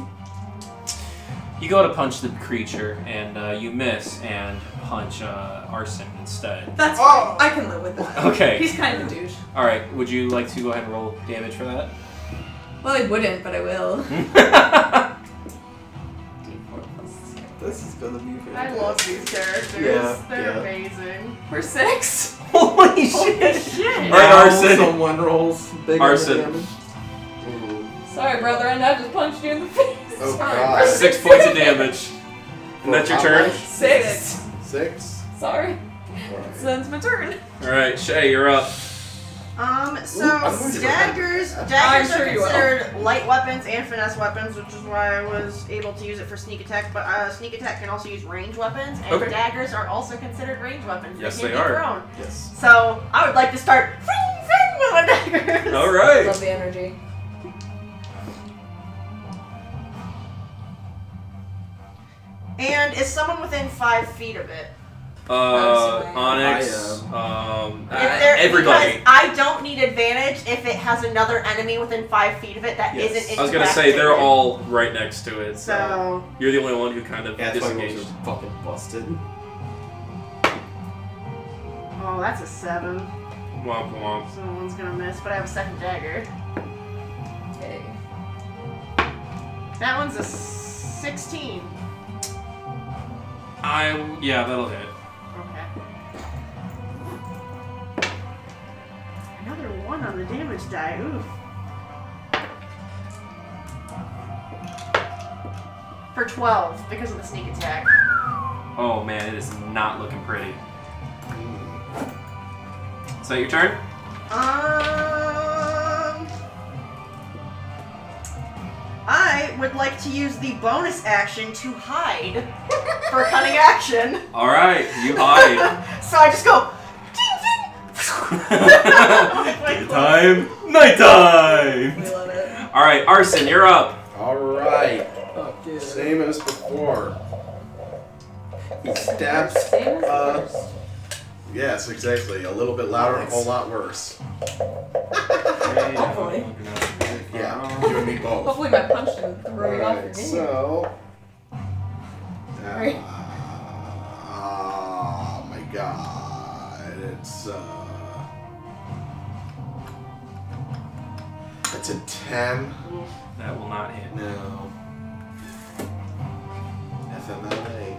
Speaker 2: You go to punch the creature, and uh, you miss and punch uh, Arson instead.
Speaker 7: That's oh. I can live with that.
Speaker 2: Okay.
Speaker 7: He's kind of a douche.
Speaker 2: All right. Would you like to go ahead and roll damage for that? [LAUGHS]
Speaker 7: Well, I wouldn't, but I will.
Speaker 15: This is gonna be
Speaker 5: I love these characters.
Speaker 15: Yeah,
Speaker 5: They're
Speaker 15: yeah.
Speaker 5: amazing. We're six.
Speaker 2: Holy
Speaker 5: shit!
Speaker 15: Now
Speaker 2: Arson.
Speaker 15: Someone rolls bigger
Speaker 2: Arson.
Speaker 15: damage.
Speaker 5: Sorry, brother, I know I just punched you in the [LAUGHS] face.
Speaker 1: Oh,
Speaker 5: Sorry,
Speaker 1: God.
Speaker 5: brother.
Speaker 2: Six points of damage. And that's your
Speaker 1: How
Speaker 2: turn.
Speaker 1: much?
Speaker 5: Six.
Speaker 1: Six.
Speaker 5: Sorry.
Speaker 1: Alright.
Speaker 7: So it's my turn.
Speaker 2: All right, Shay, you're up.
Speaker 3: Um, so
Speaker 2: Ooh, I'm going to go back.
Speaker 3: daggers, daggers
Speaker 7: I'm sure
Speaker 3: are
Speaker 7: you will.
Speaker 3: considered light weapons and finesse weapons, which is why I was able to use it for sneak attack. But uh, sneak attack can also use range weapons, and
Speaker 2: Okay.
Speaker 3: daggers are also considered range weapons.
Speaker 2: Yes,
Speaker 3: can't
Speaker 2: they
Speaker 3: be
Speaker 2: are.
Speaker 3: thrown.
Speaker 2: Yes.
Speaker 3: So I would like to start fling, fling with my daggers.
Speaker 2: All right.
Speaker 5: Love the energy.
Speaker 3: And is someone within five feet of it?
Speaker 2: Uh, Onyx.
Speaker 15: I
Speaker 2: Um,
Speaker 3: If they're-
Speaker 2: everybody.
Speaker 3: Because I don't need advantage if it has another enemy within five feet of it that
Speaker 2: Yes.
Speaker 3: not
Speaker 2: I was gonna say they're all right next to it. So,
Speaker 3: So
Speaker 2: you're the only one who kind of
Speaker 15: Yeah, that's why rolls
Speaker 2: disengaged.
Speaker 15: are fucking busted.
Speaker 3: oh, that's a seven.
Speaker 2: Womp womp.
Speaker 3: So one's gonna miss, but I have a second dagger.
Speaker 5: Hey.
Speaker 3: That one's a sixteen.
Speaker 2: I yeah, that'll hit.
Speaker 3: Okay. Another one on the damage die. Oof. For twelve because of the sneak attack.
Speaker 2: Oh man, it is not looking pretty. Is that your turn?
Speaker 3: Um, I would like to use the bonus action to hide for cunning action.
Speaker 2: All right, you hide.
Speaker 3: [LAUGHS] so I just go.
Speaker 2: [LAUGHS]
Speaker 3: [LAUGHS] Ding, ding.
Speaker 2: Time, nighttime.
Speaker 7: We love it.
Speaker 2: All right, Arson, you're up.
Speaker 10: All right.
Speaker 15: Fuck yeah.
Speaker 10: Same as before.
Speaker 15: He stabs.
Speaker 5: Same as
Speaker 15: Uh,
Speaker 5: yours.
Speaker 1: Yes, exactly. A little bit louder, a whole lot worse.
Speaker 5: Hopefully.
Speaker 1: Yeah, you and me both.
Speaker 5: Hopefully my punch didn't
Speaker 1: All
Speaker 5: throw it off your
Speaker 1: right,
Speaker 5: game.
Speaker 1: so.
Speaker 5: Right.
Speaker 1: Ah, oh my god. It's. Uh, it's a 10.
Speaker 2: That will not hit.
Speaker 1: No. FMLA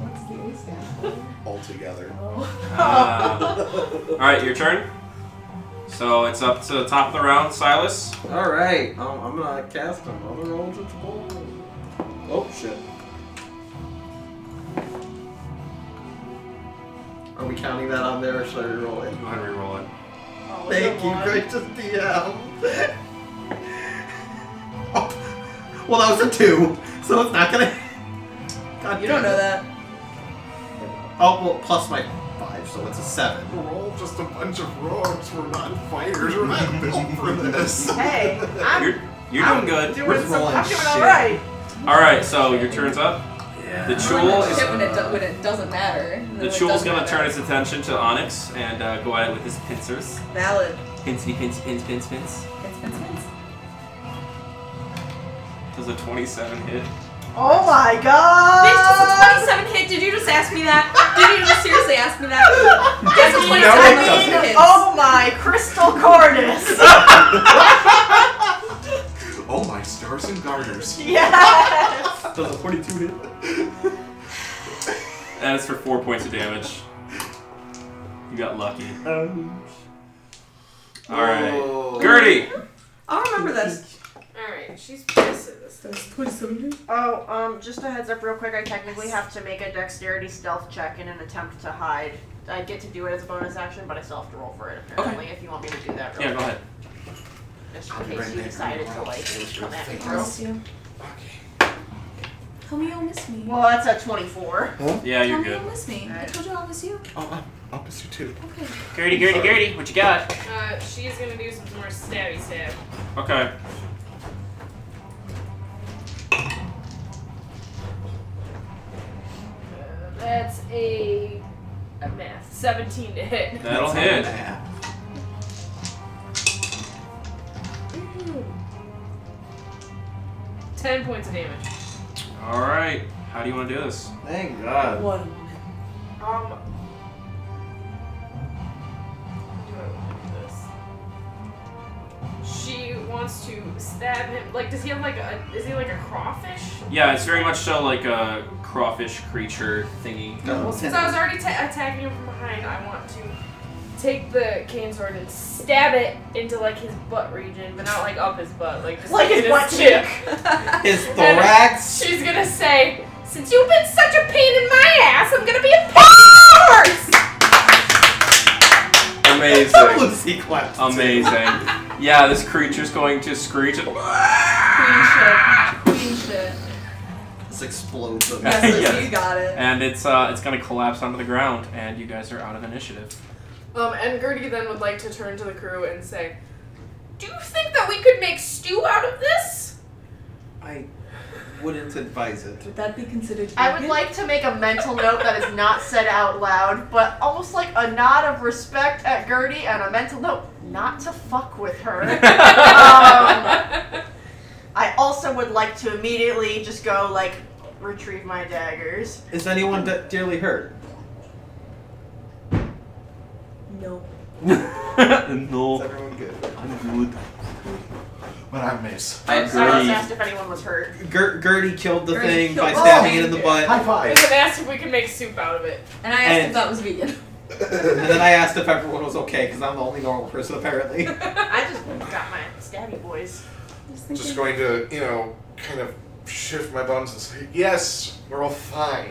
Speaker 5: What's the A stand for?
Speaker 1: altogether.
Speaker 2: Uh, all right, your turn. So it's up to the top of the round, Silas.
Speaker 15: All right. Um, I'm gonna cast another roll to the ball. Oh shit. Are we counting that on there, or should I roll it?
Speaker 2: Go ahead and reroll it.
Speaker 3: Oh, it's a
Speaker 15: Thank you,
Speaker 3: one.
Speaker 15: gracious DM. oh. [LAUGHS] Well, that was a two, so it's not gonna. [LAUGHS] God
Speaker 7: You
Speaker 15: damn
Speaker 7: don't know
Speaker 15: it.
Speaker 7: that.
Speaker 15: Oh, well, plus my five, so it's a seven.
Speaker 10: Roll just a bunch of rogues. We're not fighters. We're not built for this.
Speaker 3: Hey, I'm
Speaker 2: You're you're
Speaker 3: I'm
Speaker 2: doing good.
Speaker 3: doing,
Speaker 15: We're
Speaker 3: some,
Speaker 15: rolling
Speaker 3: I'm doing
Speaker 15: shit.
Speaker 3: all right.
Speaker 2: All right, so your turn's up.
Speaker 15: Yeah.
Speaker 2: The Chul is
Speaker 5: Shit, when, it do- when it doesn't matter. then
Speaker 2: the
Speaker 5: it
Speaker 2: Chul's
Speaker 5: doesn't
Speaker 2: gonna
Speaker 5: matter.
Speaker 2: turn its attention to Onyx and uh, go at it with his pincers.
Speaker 7: Valid.
Speaker 2: Pinsy, pins, pins, pins, pins.
Speaker 5: It's been since.
Speaker 2: Does a 27 hit?
Speaker 3: Oh my god.
Speaker 7: Bitch, does a 27 hit? Did you just ask me that? Did you just seriously ask me
Speaker 3: [LAUGHS]
Speaker 7: that? That's a
Speaker 3: I
Speaker 7: 27
Speaker 3: mean,
Speaker 7: hit.
Speaker 3: oh my crystal
Speaker 2: [LAUGHS]
Speaker 3: cornice.
Speaker 1: Oh my stars and garters.
Speaker 3: yes.
Speaker 15: Does a 42 hit?
Speaker 2: That is for four points of damage. You got lucky.
Speaker 15: Um,
Speaker 2: All right, Gertie.
Speaker 7: I'll remember this.
Speaker 5: Alright, she's pissed at this.
Speaker 7: That's 27 hit.
Speaker 3: Oh, um, just a heads up, real quick. I technically have to make a dexterity stealth check in an attempt to hide. I get to do it as a bonus action, but I still have to roll for it apparently. If you want me to do that, real
Speaker 2: Yeah, go ahead.
Speaker 3: quick, just in case you decided to like come at me. real-
Speaker 7: you. Tell me you'll miss me.
Speaker 3: Well, that's a twenty-four.
Speaker 2: Yeah,
Speaker 7: Tell
Speaker 2: you're
Speaker 7: me you'll
Speaker 2: good.
Speaker 7: miss me. I told you I'll miss you.
Speaker 1: Oh, I'll miss you too.
Speaker 7: Okay.
Speaker 2: Gertie, Gertie, Gertie. What you got?
Speaker 5: Uh, she's gonna do some more stabby stab.
Speaker 2: Okay.
Speaker 5: Uh, that's a. a math. 17 to hit.
Speaker 2: That'll hit.
Speaker 5: Ooh. 10 Ten points of damage.
Speaker 2: All right. How do you want to do this?
Speaker 15: Thank God.
Speaker 7: One.
Speaker 5: Um. do I wanna do this? She wants to stab him. Like, does he have like a? Is he like a crawfish?
Speaker 2: Yeah, it's very much so like a crawfish creature thingy.
Speaker 5: Well, since I was already ta- attacking him from behind, I want to take the cane sword and stab it into like his butt region, but not like up his butt, like just
Speaker 3: Like his
Speaker 5: in
Speaker 3: butt
Speaker 5: chin.
Speaker 4: His
Speaker 5: And
Speaker 4: thorax.
Speaker 5: She's gonna say, "Since you've been such a pain in my ass, I'm gonna be a pain in
Speaker 15: [LAUGHS]
Speaker 5: yours."
Speaker 2: Amazing.
Speaker 4: Lucy claps.
Speaker 2: Amazing. Yeah, this creature's going to screech.
Speaker 7: Queen shit.
Speaker 4: [LAUGHS]
Speaker 7: Queen shit.
Speaker 4: This explodes. them.
Speaker 7: Yes,
Speaker 2: Yes.
Speaker 7: Lucy got it.
Speaker 2: [LAUGHS] And it's uh, it's gonna collapse onto the ground, and you guys are out of initiative.
Speaker 5: Um, and Gertie then would like to turn to the crew and say, "Do you think that we could make stew out of this?"
Speaker 4: I wouldn't advise it.
Speaker 7: Would that be considered?
Speaker 3: I would like to make a mental note that is not said out loud, but almost like a nod of respect at Gertie and a mental note not to fuck with her.
Speaker 5: [LAUGHS]
Speaker 2: [LAUGHS]
Speaker 3: um, I also would like to immediately just go like retrieve my daggers.
Speaker 4: Is anyone de- dearly hurt?
Speaker 7: No.
Speaker 4: no. Is everyone good? I'm good.
Speaker 1: But I miss.
Speaker 4: I,
Speaker 3: Silas
Speaker 4: Gertie,
Speaker 3: asked if anyone was hurt.
Speaker 4: Ger- Gertie killed the
Speaker 7: Gertie
Speaker 4: thing by
Speaker 7: killed-
Speaker 4: stabbing it in the
Speaker 7: Oh!
Speaker 4: butt.
Speaker 1: High
Speaker 10: [LAUGHS]
Speaker 5: And
Speaker 1: five.
Speaker 5: then asked if we could make soup out of it.
Speaker 7: And I asked if
Speaker 4: And-
Speaker 7: that was vegan.
Speaker 4: and then I asked if everyone was okay because I'm the only normal person apparently.
Speaker 3: I just got my stabby boys.
Speaker 10: Just going to, you know, kind of shift my bones and say, yes, we're all fine.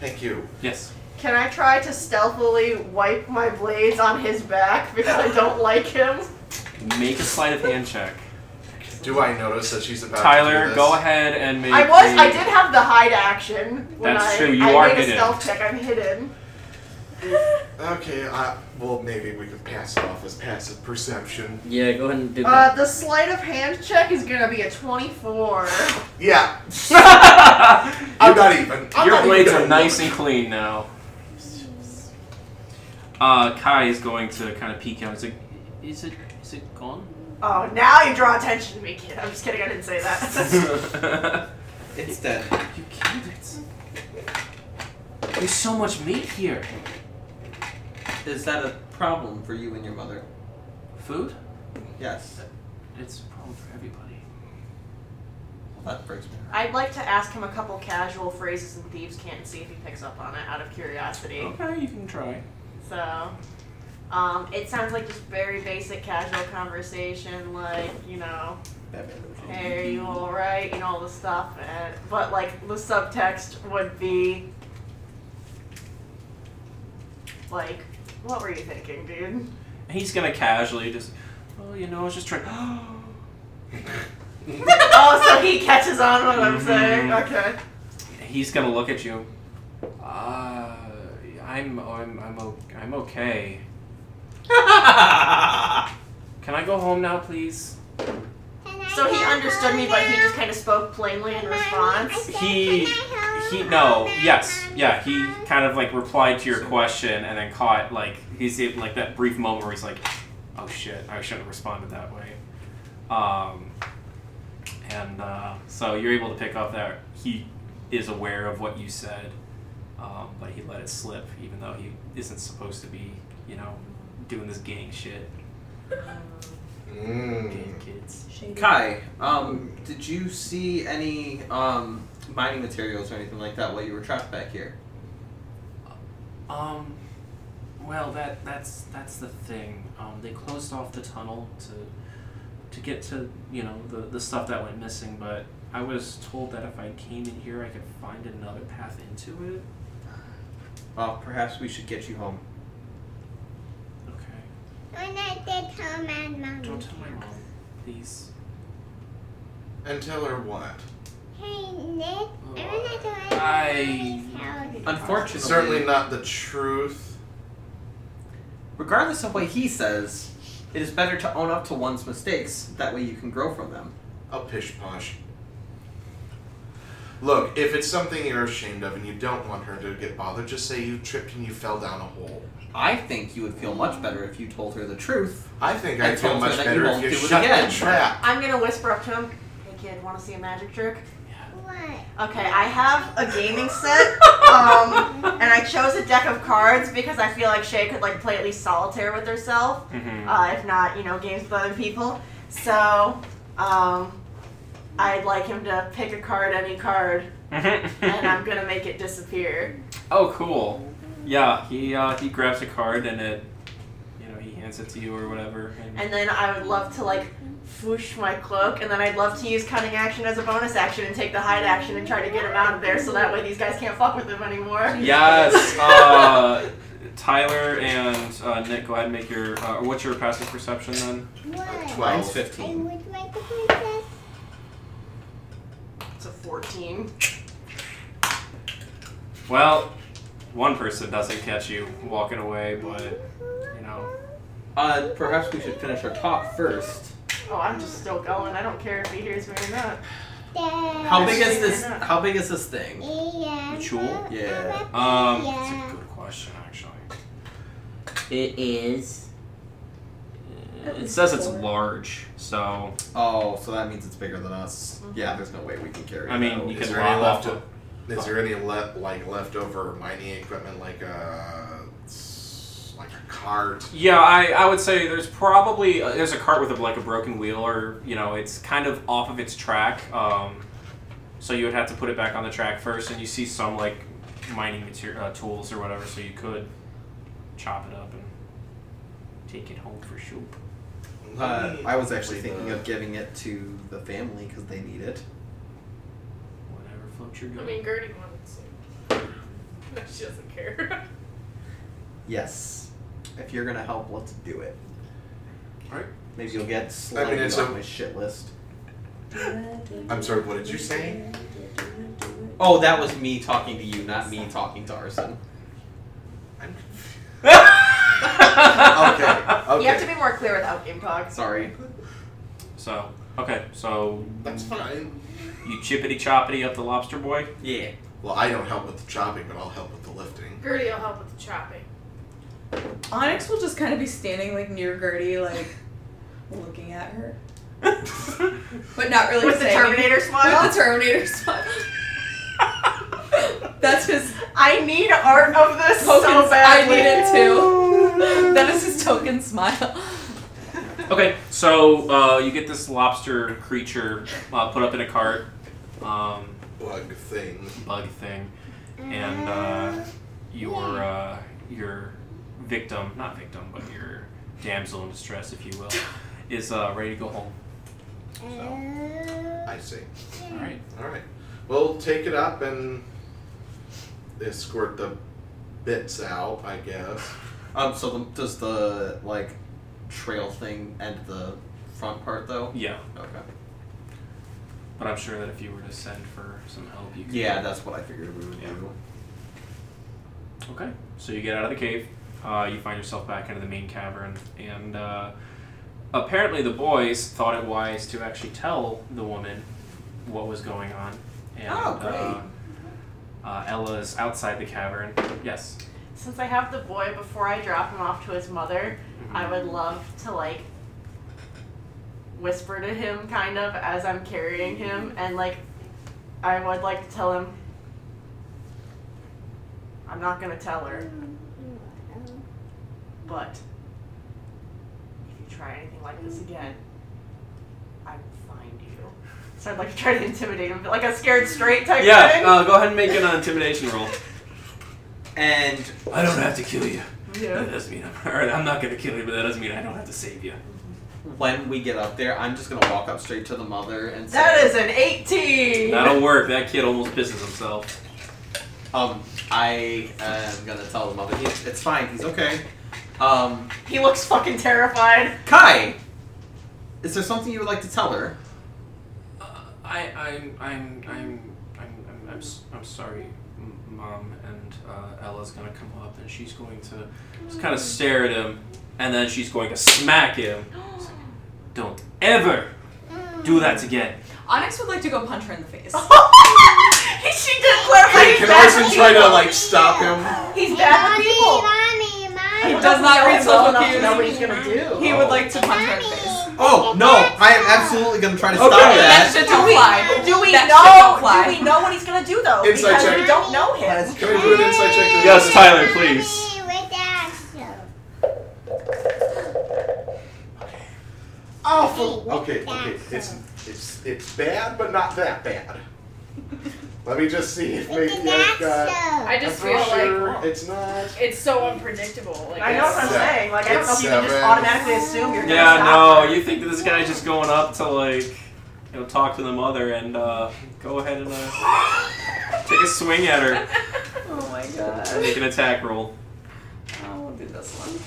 Speaker 10: Thank you.
Speaker 2: Yes.
Speaker 3: Can I try to stealthily wipe my blades on his back because I don't like him?
Speaker 2: Make a sleight of
Speaker 10: [LAUGHS]
Speaker 2: hand check.
Speaker 10: Do I notice that she's about to do
Speaker 2: Tyler,
Speaker 10: this?
Speaker 2: go ahead and make.
Speaker 3: I was.
Speaker 2: a-
Speaker 3: I did have the hide action. When
Speaker 2: That's
Speaker 3: I,
Speaker 2: true, you
Speaker 3: I
Speaker 2: are
Speaker 3: made
Speaker 2: hidden.
Speaker 3: a stealth check. I'm hidden.
Speaker 10: Okay, I, well, maybe we could pass it off as passive perception.
Speaker 16: Yeah, go ahead and do
Speaker 3: Uh,
Speaker 16: that.
Speaker 3: the sleight of hand check is gonna be a 24.
Speaker 10: Yeah.
Speaker 2: [LAUGHS]
Speaker 10: I'm not even. I'm
Speaker 2: Your
Speaker 10: not
Speaker 2: blades
Speaker 10: even
Speaker 2: are
Speaker 10: gonna
Speaker 2: nice
Speaker 10: look.
Speaker 2: and clean now. Uh, Kai is going to kind of peek out. He's like, "Is it? Is it gone?"
Speaker 3: Oh, now you draw attention to me, kid. I'm just kidding. I didn't say
Speaker 2: [LAUGHS]
Speaker 3: that.
Speaker 10: [LAUGHS]
Speaker 2: you
Speaker 4: it's dead.
Speaker 2: killed it. There's so much meat here.
Speaker 4: Is that a problem for you and your mother?
Speaker 2: Food?
Speaker 4: Yes.
Speaker 2: It's a problem for everybody.
Speaker 4: Well, that breaks me.
Speaker 3: I'd like to ask him a couple casual phrases and thieves can't and see if he picks up on it out of curiosity.
Speaker 2: Okay, you can try.
Speaker 3: So, um, it sounds like just very basic casual conversation, like you know, hey, are you all right? You know all the stuff, and, but like the subtext would be like, what were you thinking, dude?
Speaker 2: He's gonna casually just, oh, you know, I was just trying.
Speaker 3: oh, so he catches on to what I'm saying.
Speaker 2: Mhm.
Speaker 3: Okay.
Speaker 2: [GASPS] He's gonna look at you. Uh, I'm, I'm, I'm, o- I'm okay. Can I go home now, please?
Speaker 3: So he understood me, but he just kind of spoke plainly in response.
Speaker 2: He, he, no, yes, yeah. He kind of like replied to your question and then caught like he's in like that brief moment where he's like, oh shit, I shouldn't have responded that way. Um, and uh, so you're able to pick up that he is aware of what you said, um, but he let it slip, even though he isn't supposed to be, you know, doing this gang shit. Gang
Speaker 10: Mm.
Speaker 2: kids.
Speaker 4: Kai, um, did you see any um, mining materials or anything like that while you were trapped back here?
Speaker 2: Um, well, that that's that's the thing. Um, they closed off the tunnel to to get to you know the the stuff that went missing, but I was told that if I came in here, I could find another path into it.
Speaker 4: Well, perhaps we should get you home.
Speaker 2: Okay,
Speaker 8: When I did tell my mom.
Speaker 2: don't tell my mom, please.
Speaker 10: And tell her what?
Speaker 8: Hey, Nick, I'm gonna do it.
Speaker 2: I-
Speaker 4: Unfortunately,
Speaker 10: Certainly not the truth.
Speaker 4: regardless of what he says, it is better to own up to one's mistakes. That way, you can grow from them.
Speaker 10: A Oh, pish posh. Look, if it's something you're ashamed of and you don't want her to get bothered, just say you tripped and you fell down a hole.
Speaker 4: I think you would feel much better if you told her the truth.
Speaker 10: I think
Speaker 4: I
Speaker 10: I'd feel
Speaker 4: told her
Speaker 10: much
Speaker 4: that you
Speaker 10: better
Speaker 4: won't
Speaker 10: if you
Speaker 4: do it
Speaker 10: shut
Speaker 4: again.
Speaker 10: the trap.
Speaker 3: I'm gonna whisper up to him. Hey, kid, want to see a magic trick?
Speaker 8: What?
Speaker 3: Okay, I have a gaming set, um, and I chose a deck of cards because I feel like Shay could like play at least solitaire with herself,
Speaker 2: Mhm.
Speaker 3: uh, if not, you know, games with other people. So, um, I'd like him to pick a card, any card, and I'm gonna make it disappear.
Speaker 2: [LAUGHS] Oh, cool. Yeah, he uh, he grabs a card and it, you know, he hands it to you or whatever. And,
Speaker 3: And then I would love to like whoosh my cloak, and then I'd love to use cunning action as a bonus action and take the hide action and try to get him out of there, so that way these guys can't fuck with him anymore.
Speaker 2: yes, uh, Tyler and uh, Nick, go ahead and make your. Uh, what's your passive perception then?
Speaker 8: What?
Speaker 2: Mine's 15.
Speaker 8: I would like to princess.
Speaker 3: It's a 14.
Speaker 2: Well, one person doesn't catch you walking away, but you know.
Speaker 4: Uh, perhaps we should finish our talk first.
Speaker 3: Oh, I'm just still going. I don't care if he hears me or not.
Speaker 8: Dad.
Speaker 4: How big is
Speaker 3: Yes.
Speaker 4: this? How big is this thing?
Speaker 8: Yeah.
Speaker 2: Jewel?
Speaker 4: Yeah.
Speaker 2: Um,
Speaker 8: Yeah.
Speaker 2: Good question, actually.
Speaker 16: It is.
Speaker 2: It says it's large, so.
Speaker 4: Oh, so that means it's bigger than us.
Speaker 3: Mm-hmm.
Speaker 4: Yeah, there's no way we can carry.
Speaker 2: I
Speaker 4: it
Speaker 2: mean,
Speaker 4: out.
Speaker 2: you
Speaker 10: Is
Speaker 2: could
Speaker 10: there any
Speaker 2: lop off
Speaker 10: left? Is there any le- like leftover mining equipment, like a like a cart?
Speaker 2: Yeah, I, I would say there's probably uh, there's a cart with a, like a broken wheel or you know it's kind of off of its track, um, so you would have to put it back on the track first, and you see some like mining material uh, tools or whatever, so you could chop it up and take it home for soup.
Speaker 4: Uh, I was actually thinking of giving it to the family because they need it.
Speaker 2: Whatever floats your
Speaker 5: I
Speaker 2: boat.
Speaker 5: mean, Gertie wanted some. No, [LAUGHS] she doesn't care. [LAUGHS]
Speaker 4: Yes. If you're gonna help, let's do it.
Speaker 2: Alright.
Speaker 4: Maybe you'll get slightly
Speaker 10: it's
Speaker 4: off
Speaker 10: a-
Speaker 4: my shit list.
Speaker 10: I'm sorry. What did you say?
Speaker 4: Oh, that was me talking to you, not me talking to Arson.
Speaker 10: I'm
Speaker 4: okay. Okay.
Speaker 3: [LAUGHS] You have to be more clear without game talk.
Speaker 4: Sorry.
Speaker 2: So okay, so
Speaker 10: That's fine.
Speaker 2: you chippity choppity up the lobster boy.
Speaker 4: Yeah.
Speaker 10: Well, I don't help with the chopping, but I'll help with the lifting.
Speaker 5: Gertie will help with the chopping.
Speaker 7: Onyx will just kind of be standing like near Gertie, like looking at her, but not really
Speaker 3: With the
Speaker 7: saying-
Speaker 3: Terminator [LAUGHS] smile?
Speaker 7: With [LAUGHS] the Terminator smile. That's his
Speaker 3: I need art of this
Speaker 7: token.
Speaker 3: so
Speaker 7: I
Speaker 3: badly.
Speaker 7: need it too. that is his token smile.
Speaker 2: Okay, so uh, you get this lobster creature uh, put up in a cart, um,
Speaker 10: Bug thing.
Speaker 2: bug thing, and uh, your uh, your victim, not victim, but your damsel in distress, if you will, is uh, ready to go home.
Speaker 10: I see.
Speaker 2: All right.
Speaker 10: All right. We'll take it up and escort the bits out. I guess.
Speaker 3: [LAUGHS]
Speaker 4: Um. So the, does the like trail thing end the front part though?
Speaker 2: Yeah,
Speaker 4: Okay.
Speaker 2: but I'm sure that if you were to send for some help, you could.
Speaker 4: Yeah, that's what I figured we would do.
Speaker 2: Okay. So you get out of the cave. Uh, you find yourself back into the main cavern, and uh, apparently the boys thought it wise to actually tell the woman what was going on. And,
Speaker 3: Oh, great.
Speaker 2: Uh, uh, Ella's outside the cavern. Yes.
Speaker 3: Since I have the boy before I drop him off to his mother, I would love to like whisper to him kind of as I'm carrying him and like I would like to tell him I'm not gonna tell her, but if you try anything like this again, I will find you. So I'd like to try to intimidate him, but like a scared straight type
Speaker 2: Yeah.
Speaker 3: thing.
Speaker 2: Uh, go ahead and make an intimidation roll.
Speaker 4: And
Speaker 2: I don't have to kill you.
Speaker 3: Yeah.
Speaker 2: That doesn't mean I'm. [LAUGHS] Or I'm not gonna kill you, but that doesn't mean I don't have to save you.
Speaker 4: when we get up there, I'm just gonna walk up straight to the mother and say,
Speaker 3: That is an
Speaker 2: [LAUGHS]
Speaker 3: 18. [LAUGHS]
Speaker 2: That'll work. That kid almost pisses himself.
Speaker 4: Um, I am gonna tell the mother. It's, it's fine. He's okay. Um,
Speaker 3: He looks fucking terrified.
Speaker 4: Kai, is there something you would like to tell her?
Speaker 2: Uh, I, I'm, I'm, I'm, I'm, I'm, I'm, s- I'm sorry, M- Mom. And uh, Ella's gonna come up, and she's going to just kind of stare at him, and then she's going to smack him. She's like, Don't ever do that again.
Speaker 7: Onyx would like to go punch her in the face.
Speaker 3: Oh, she did clarify.
Speaker 10: Hey, can Arson try to like stop him?
Speaker 3: He's bad to people.
Speaker 8: Mommy, mommy, mommy.
Speaker 7: does not
Speaker 3: know him well enough
Speaker 7: reciprocate.
Speaker 3: to know what he's gonna do.
Speaker 7: He would like to punch her in the face.
Speaker 4: Oh no! I am absolutely gonna try to stop
Speaker 7: Okay.
Speaker 4: that.
Speaker 7: That shit
Speaker 3: Do
Speaker 7: don't
Speaker 3: we,
Speaker 7: fly.
Speaker 3: do we
Speaker 7: That shit
Speaker 3: know?
Speaker 7: don't fly.
Speaker 3: Do we know what he's gonna do though?
Speaker 1: Insight
Speaker 3: because
Speaker 1: check.
Speaker 3: we don't know him.
Speaker 1: Can we do an insight check? to-
Speaker 2: Yes, Tyler, please.
Speaker 1: Awful. Okay, okay. It's it's it's bad, but not that
Speaker 3: [LAUGHS]
Speaker 1: bad. Let me just see if maybe I've got.
Speaker 5: I just
Speaker 1: I'm
Speaker 5: feel
Speaker 1: pretty
Speaker 5: like
Speaker 1: sure it's not.
Speaker 5: it's so unpredictable. Like
Speaker 3: I know what I'm
Speaker 1: Seven.
Speaker 3: saying. Like I don't know if you can just
Speaker 1: Seven.
Speaker 3: automatically assume you're gonna
Speaker 2: Yeah,
Speaker 3: stop.
Speaker 2: no, you think that this guy's just going up to like, you know, talk to the mother and uh, go ahead and uh, take a swing at her
Speaker 3: [LAUGHS]
Speaker 7: Oh my
Speaker 2: and
Speaker 7: god.
Speaker 2: make an attack roll.
Speaker 7: Oh, we'll do this one.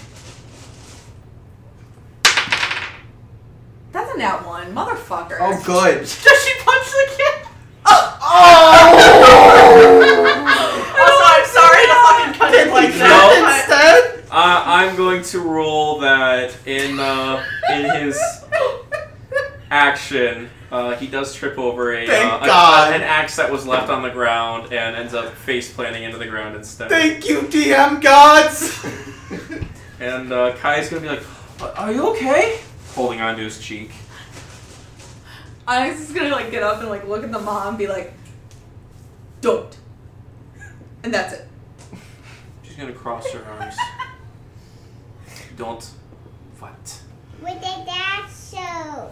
Speaker 7: That's a nat one, motherfucker.
Speaker 4: Oh good.
Speaker 7: Does she punch the kid?
Speaker 3: Oh, [LAUGHS] Also, I'm sorry to fucking cut it like that.
Speaker 4: Instead,
Speaker 2: Uh, I'm going to rule that in uh, in
Speaker 5: [LAUGHS]
Speaker 2: his action, uh, he does trip over a,
Speaker 4: Thank
Speaker 2: uh, a-
Speaker 4: God.
Speaker 2: an axe that was left on the ground and ends up face planting into the ground instead.
Speaker 4: thank you, DM gods.
Speaker 1: [LAUGHS]
Speaker 2: and uh, Kai's gonna be like, "Are- "Are you okay?" Holding onto his cheek.
Speaker 7: I was just gonna like get up and like look at the mom and be like, don't. And that's it.
Speaker 2: She's gonna cross her arms. Don't. What?
Speaker 8: With the dash show.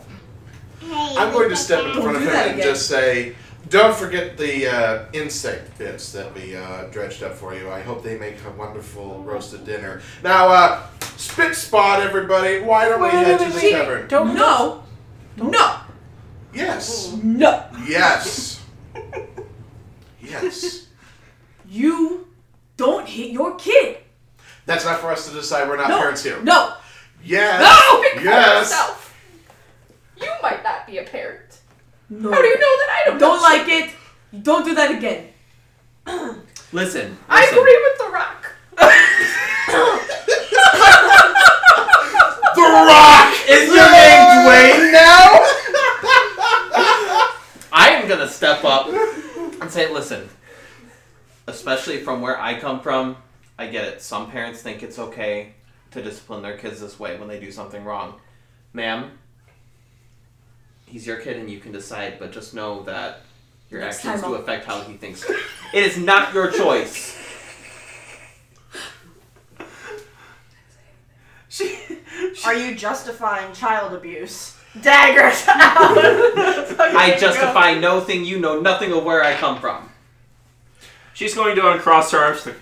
Speaker 8: Hey,
Speaker 1: I'm going to
Speaker 8: with the
Speaker 1: step in
Speaker 8: dash-
Speaker 1: front of
Speaker 7: do
Speaker 1: him
Speaker 7: that
Speaker 1: and
Speaker 7: again.
Speaker 1: just say, don't forget the uh, insect bits that we uh, dredged up for you. I hope they make a wonderful roasted dinner. Now, uh, spit spot, everybody. Why don't we head to the cavern?
Speaker 7: Don't no. No.
Speaker 1: Yes.
Speaker 7: No.
Speaker 1: Yes. yes.
Speaker 7: You don't hit your kid.
Speaker 1: That's not for us to decide. We're not
Speaker 7: No.
Speaker 1: parents here.
Speaker 7: No.
Speaker 1: Yes.
Speaker 5: No, speak for
Speaker 1: Yes.
Speaker 5: yourself. You might not be a parent.
Speaker 7: No.
Speaker 5: How do you know that I don't?
Speaker 7: Oh. Don't
Speaker 5: know
Speaker 7: like
Speaker 5: shit?
Speaker 7: it. Don't do that again.
Speaker 4: Listen,
Speaker 5: I
Speaker 4: listen.
Speaker 5: agree with the Rock.
Speaker 1: The Rock!
Speaker 4: Is your name Dwayne now? I am gonna step up and say, listen, especially from where I come from, I get it. Some parents think it's okay to discipline their kids this way when they do something wrong. Ma'am, he's your kid and you can decide, but just know that your
Speaker 7: Next
Speaker 4: actions
Speaker 7: time
Speaker 4: do
Speaker 7: I'll-
Speaker 4: affect how he
Speaker 7: [LAUGHS]
Speaker 4: thinks. it is not your choice.
Speaker 3: Are you justifying child abuse? Daggers out. [LAUGHS]
Speaker 4: I justify no thing, you know nothing of where I come from.
Speaker 2: She's going to uncross her arms. Like,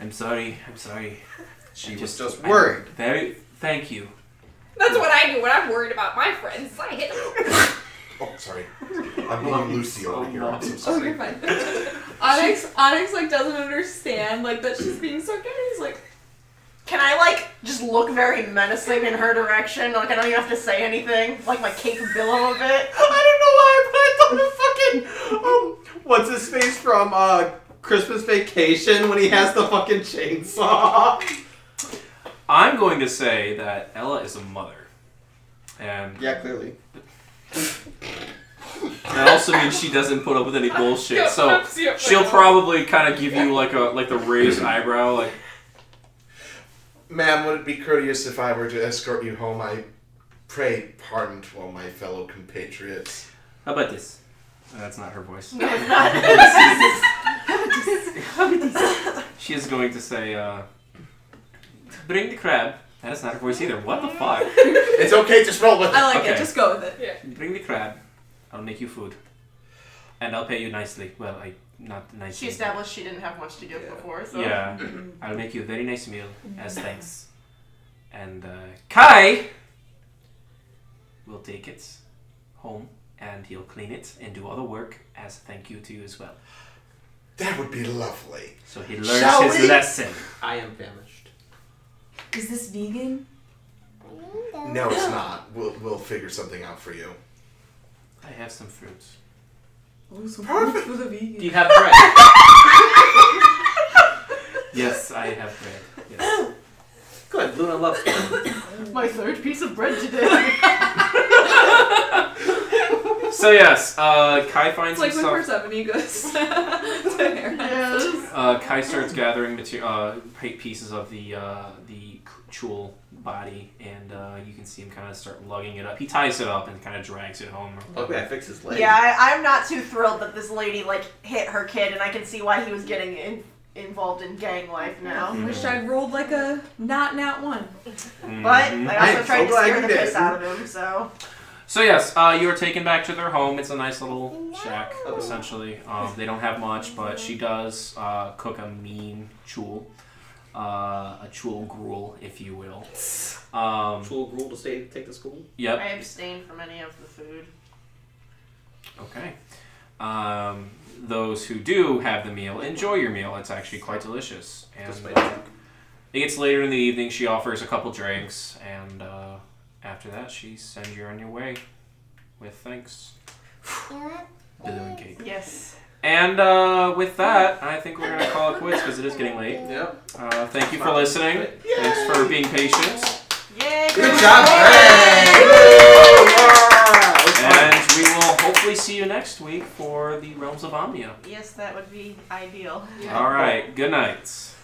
Speaker 2: I'm sorry. I'm sorry.
Speaker 4: She
Speaker 2: I
Speaker 4: was just
Speaker 2: I'm
Speaker 4: worried.
Speaker 2: Very. Thank you.
Speaker 5: That's what I do when I'm worried about my friends. I hit them.
Speaker 1: [LAUGHS] Oh, sorry. I'm being Lucy over here. I'm so
Speaker 7: Oh,
Speaker 1: sorry.
Speaker 7: you're [LAUGHS] fine. Onyx, Onyx, like doesn't understand like that she's being sarcastic. He's like,
Speaker 3: Can I like just look very menacing in her direction? Like I don't even have to say anything. Like my cape billow a bit.
Speaker 4: I don't know why, but I thought of fucking um, what's his face from uh Christmas Vacation when he has the fucking chainsaw. [LAUGHS]
Speaker 2: I'm going to say that Ella is a mother, and
Speaker 4: Yeah, clearly.
Speaker 2: that also means she doesn't put up with any bullshit. So
Speaker 5: Upsy upsy
Speaker 2: she'll
Speaker 5: down.
Speaker 2: probably kind of give you like a like the [CLEARS THROAT] raised eyebrow, like
Speaker 1: Ma'am, would it be courteous if I were to escort you home? I pray pardon to all my fellow compatriots.
Speaker 2: how about this? Uh, That's not her voice.
Speaker 3: [LAUGHS] No, it's not.
Speaker 2: She is going to say, uh, "Bring the crab." That is not her voice either. What the fuck?
Speaker 1: It's okay to roll with it.
Speaker 7: I like it.
Speaker 2: Okay.
Speaker 7: Just go with it.
Speaker 2: Bring the crab. I'll make you food, and I'll pay you nicely. Well, I not nicely.
Speaker 3: [LAUGHS] she established she didn't have much to give before, so
Speaker 2: Yeah,
Speaker 7: mm-hmm.
Speaker 2: I'll make you a very nice meal as thanks. And uh, Kai will take it home and he'll clean it and do all the work as a thank you to you as well.
Speaker 1: That would be lovely.
Speaker 2: So he learns
Speaker 1: Shall
Speaker 2: his
Speaker 1: we?
Speaker 2: lesson.
Speaker 4: I am famished.
Speaker 7: Is this vegan?
Speaker 1: No, it's not. We'll, we'll figure something out for you.
Speaker 2: I have some fruits.
Speaker 7: Oh, so perfect for the vegan.
Speaker 4: Do you have
Speaker 7: [LAUGHS]
Speaker 4: bread?
Speaker 2: Yes, I have bread. Yes.
Speaker 4: Good, Luna loves [COUGHS]
Speaker 3: [LAUGHS]
Speaker 4: bread.
Speaker 3: my third piece of bread today.
Speaker 2: So yes, uh, Kai finds
Speaker 7: It's like when
Speaker 2: himself.
Speaker 7: Persephone goes [LAUGHS] to Hera.
Speaker 2: Uh, Kai starts gathering material, uh, pi- pieces of the uh, the chul body, and uh, you can see him kind of start lugging it up. He ties it up and kind of drags it home.
Speaker 4: Luckily, I fixed his leg.
Speaker 3: Yeah, I, I'm not too thrilled that this lady like hit her kid, and I can see why he was getting in, involved in gang life now.
Speaker 7: I wish I'd rolled like a not not one.
Speaker 3: But
Speaker 2: Mm-hmm.
Speaker 3: I also
Speaker 7: I'm
Speaker 3: tried
Speaker 7: so
Speaker 3: to
Speaker 7: glad
Speaker 3: scare
Speaker 7: you
Speaker 3: the
Speaker 7: didn't.
Speaker 3: piss out of him, so.
Speaker 2: So yes, uh, you are taken back to their home. It's a nice little shack, essentially. Um, they don't have much, but she does uh, cook a mean chul, uh, a chul gruel, if you will. Um,
Speaker 4: Chul gruel to stay take the school.
Speaker 2: Yep.
Speaker 3: I abstain from any of the food.
Speaker 2: Okay. Um, those who do have the meal, enjoy your meal. It's actually quite delicious. And uh, it gets later in the evening. She offers a couple drinks, and uh, after that, she sends you on your way with thanks. Balloon cake.
Speaker 3: Yes.
Speaker 2: And uh, with that, I think we're gonna call it quits because it is getting late.
Speaker 15: Yep.
Speaker 2: Uh, thank you for listening. Thanks for being patient.
Speaker 3: Yay!
Speaker 2: Good
Speaker 15: job, Greg.
Speaker 2: And we will hopefully see you next week for the Realms of Omnia.
Speaker 3: Yes, that would be ideal.
Speaker 2: All right. Good night.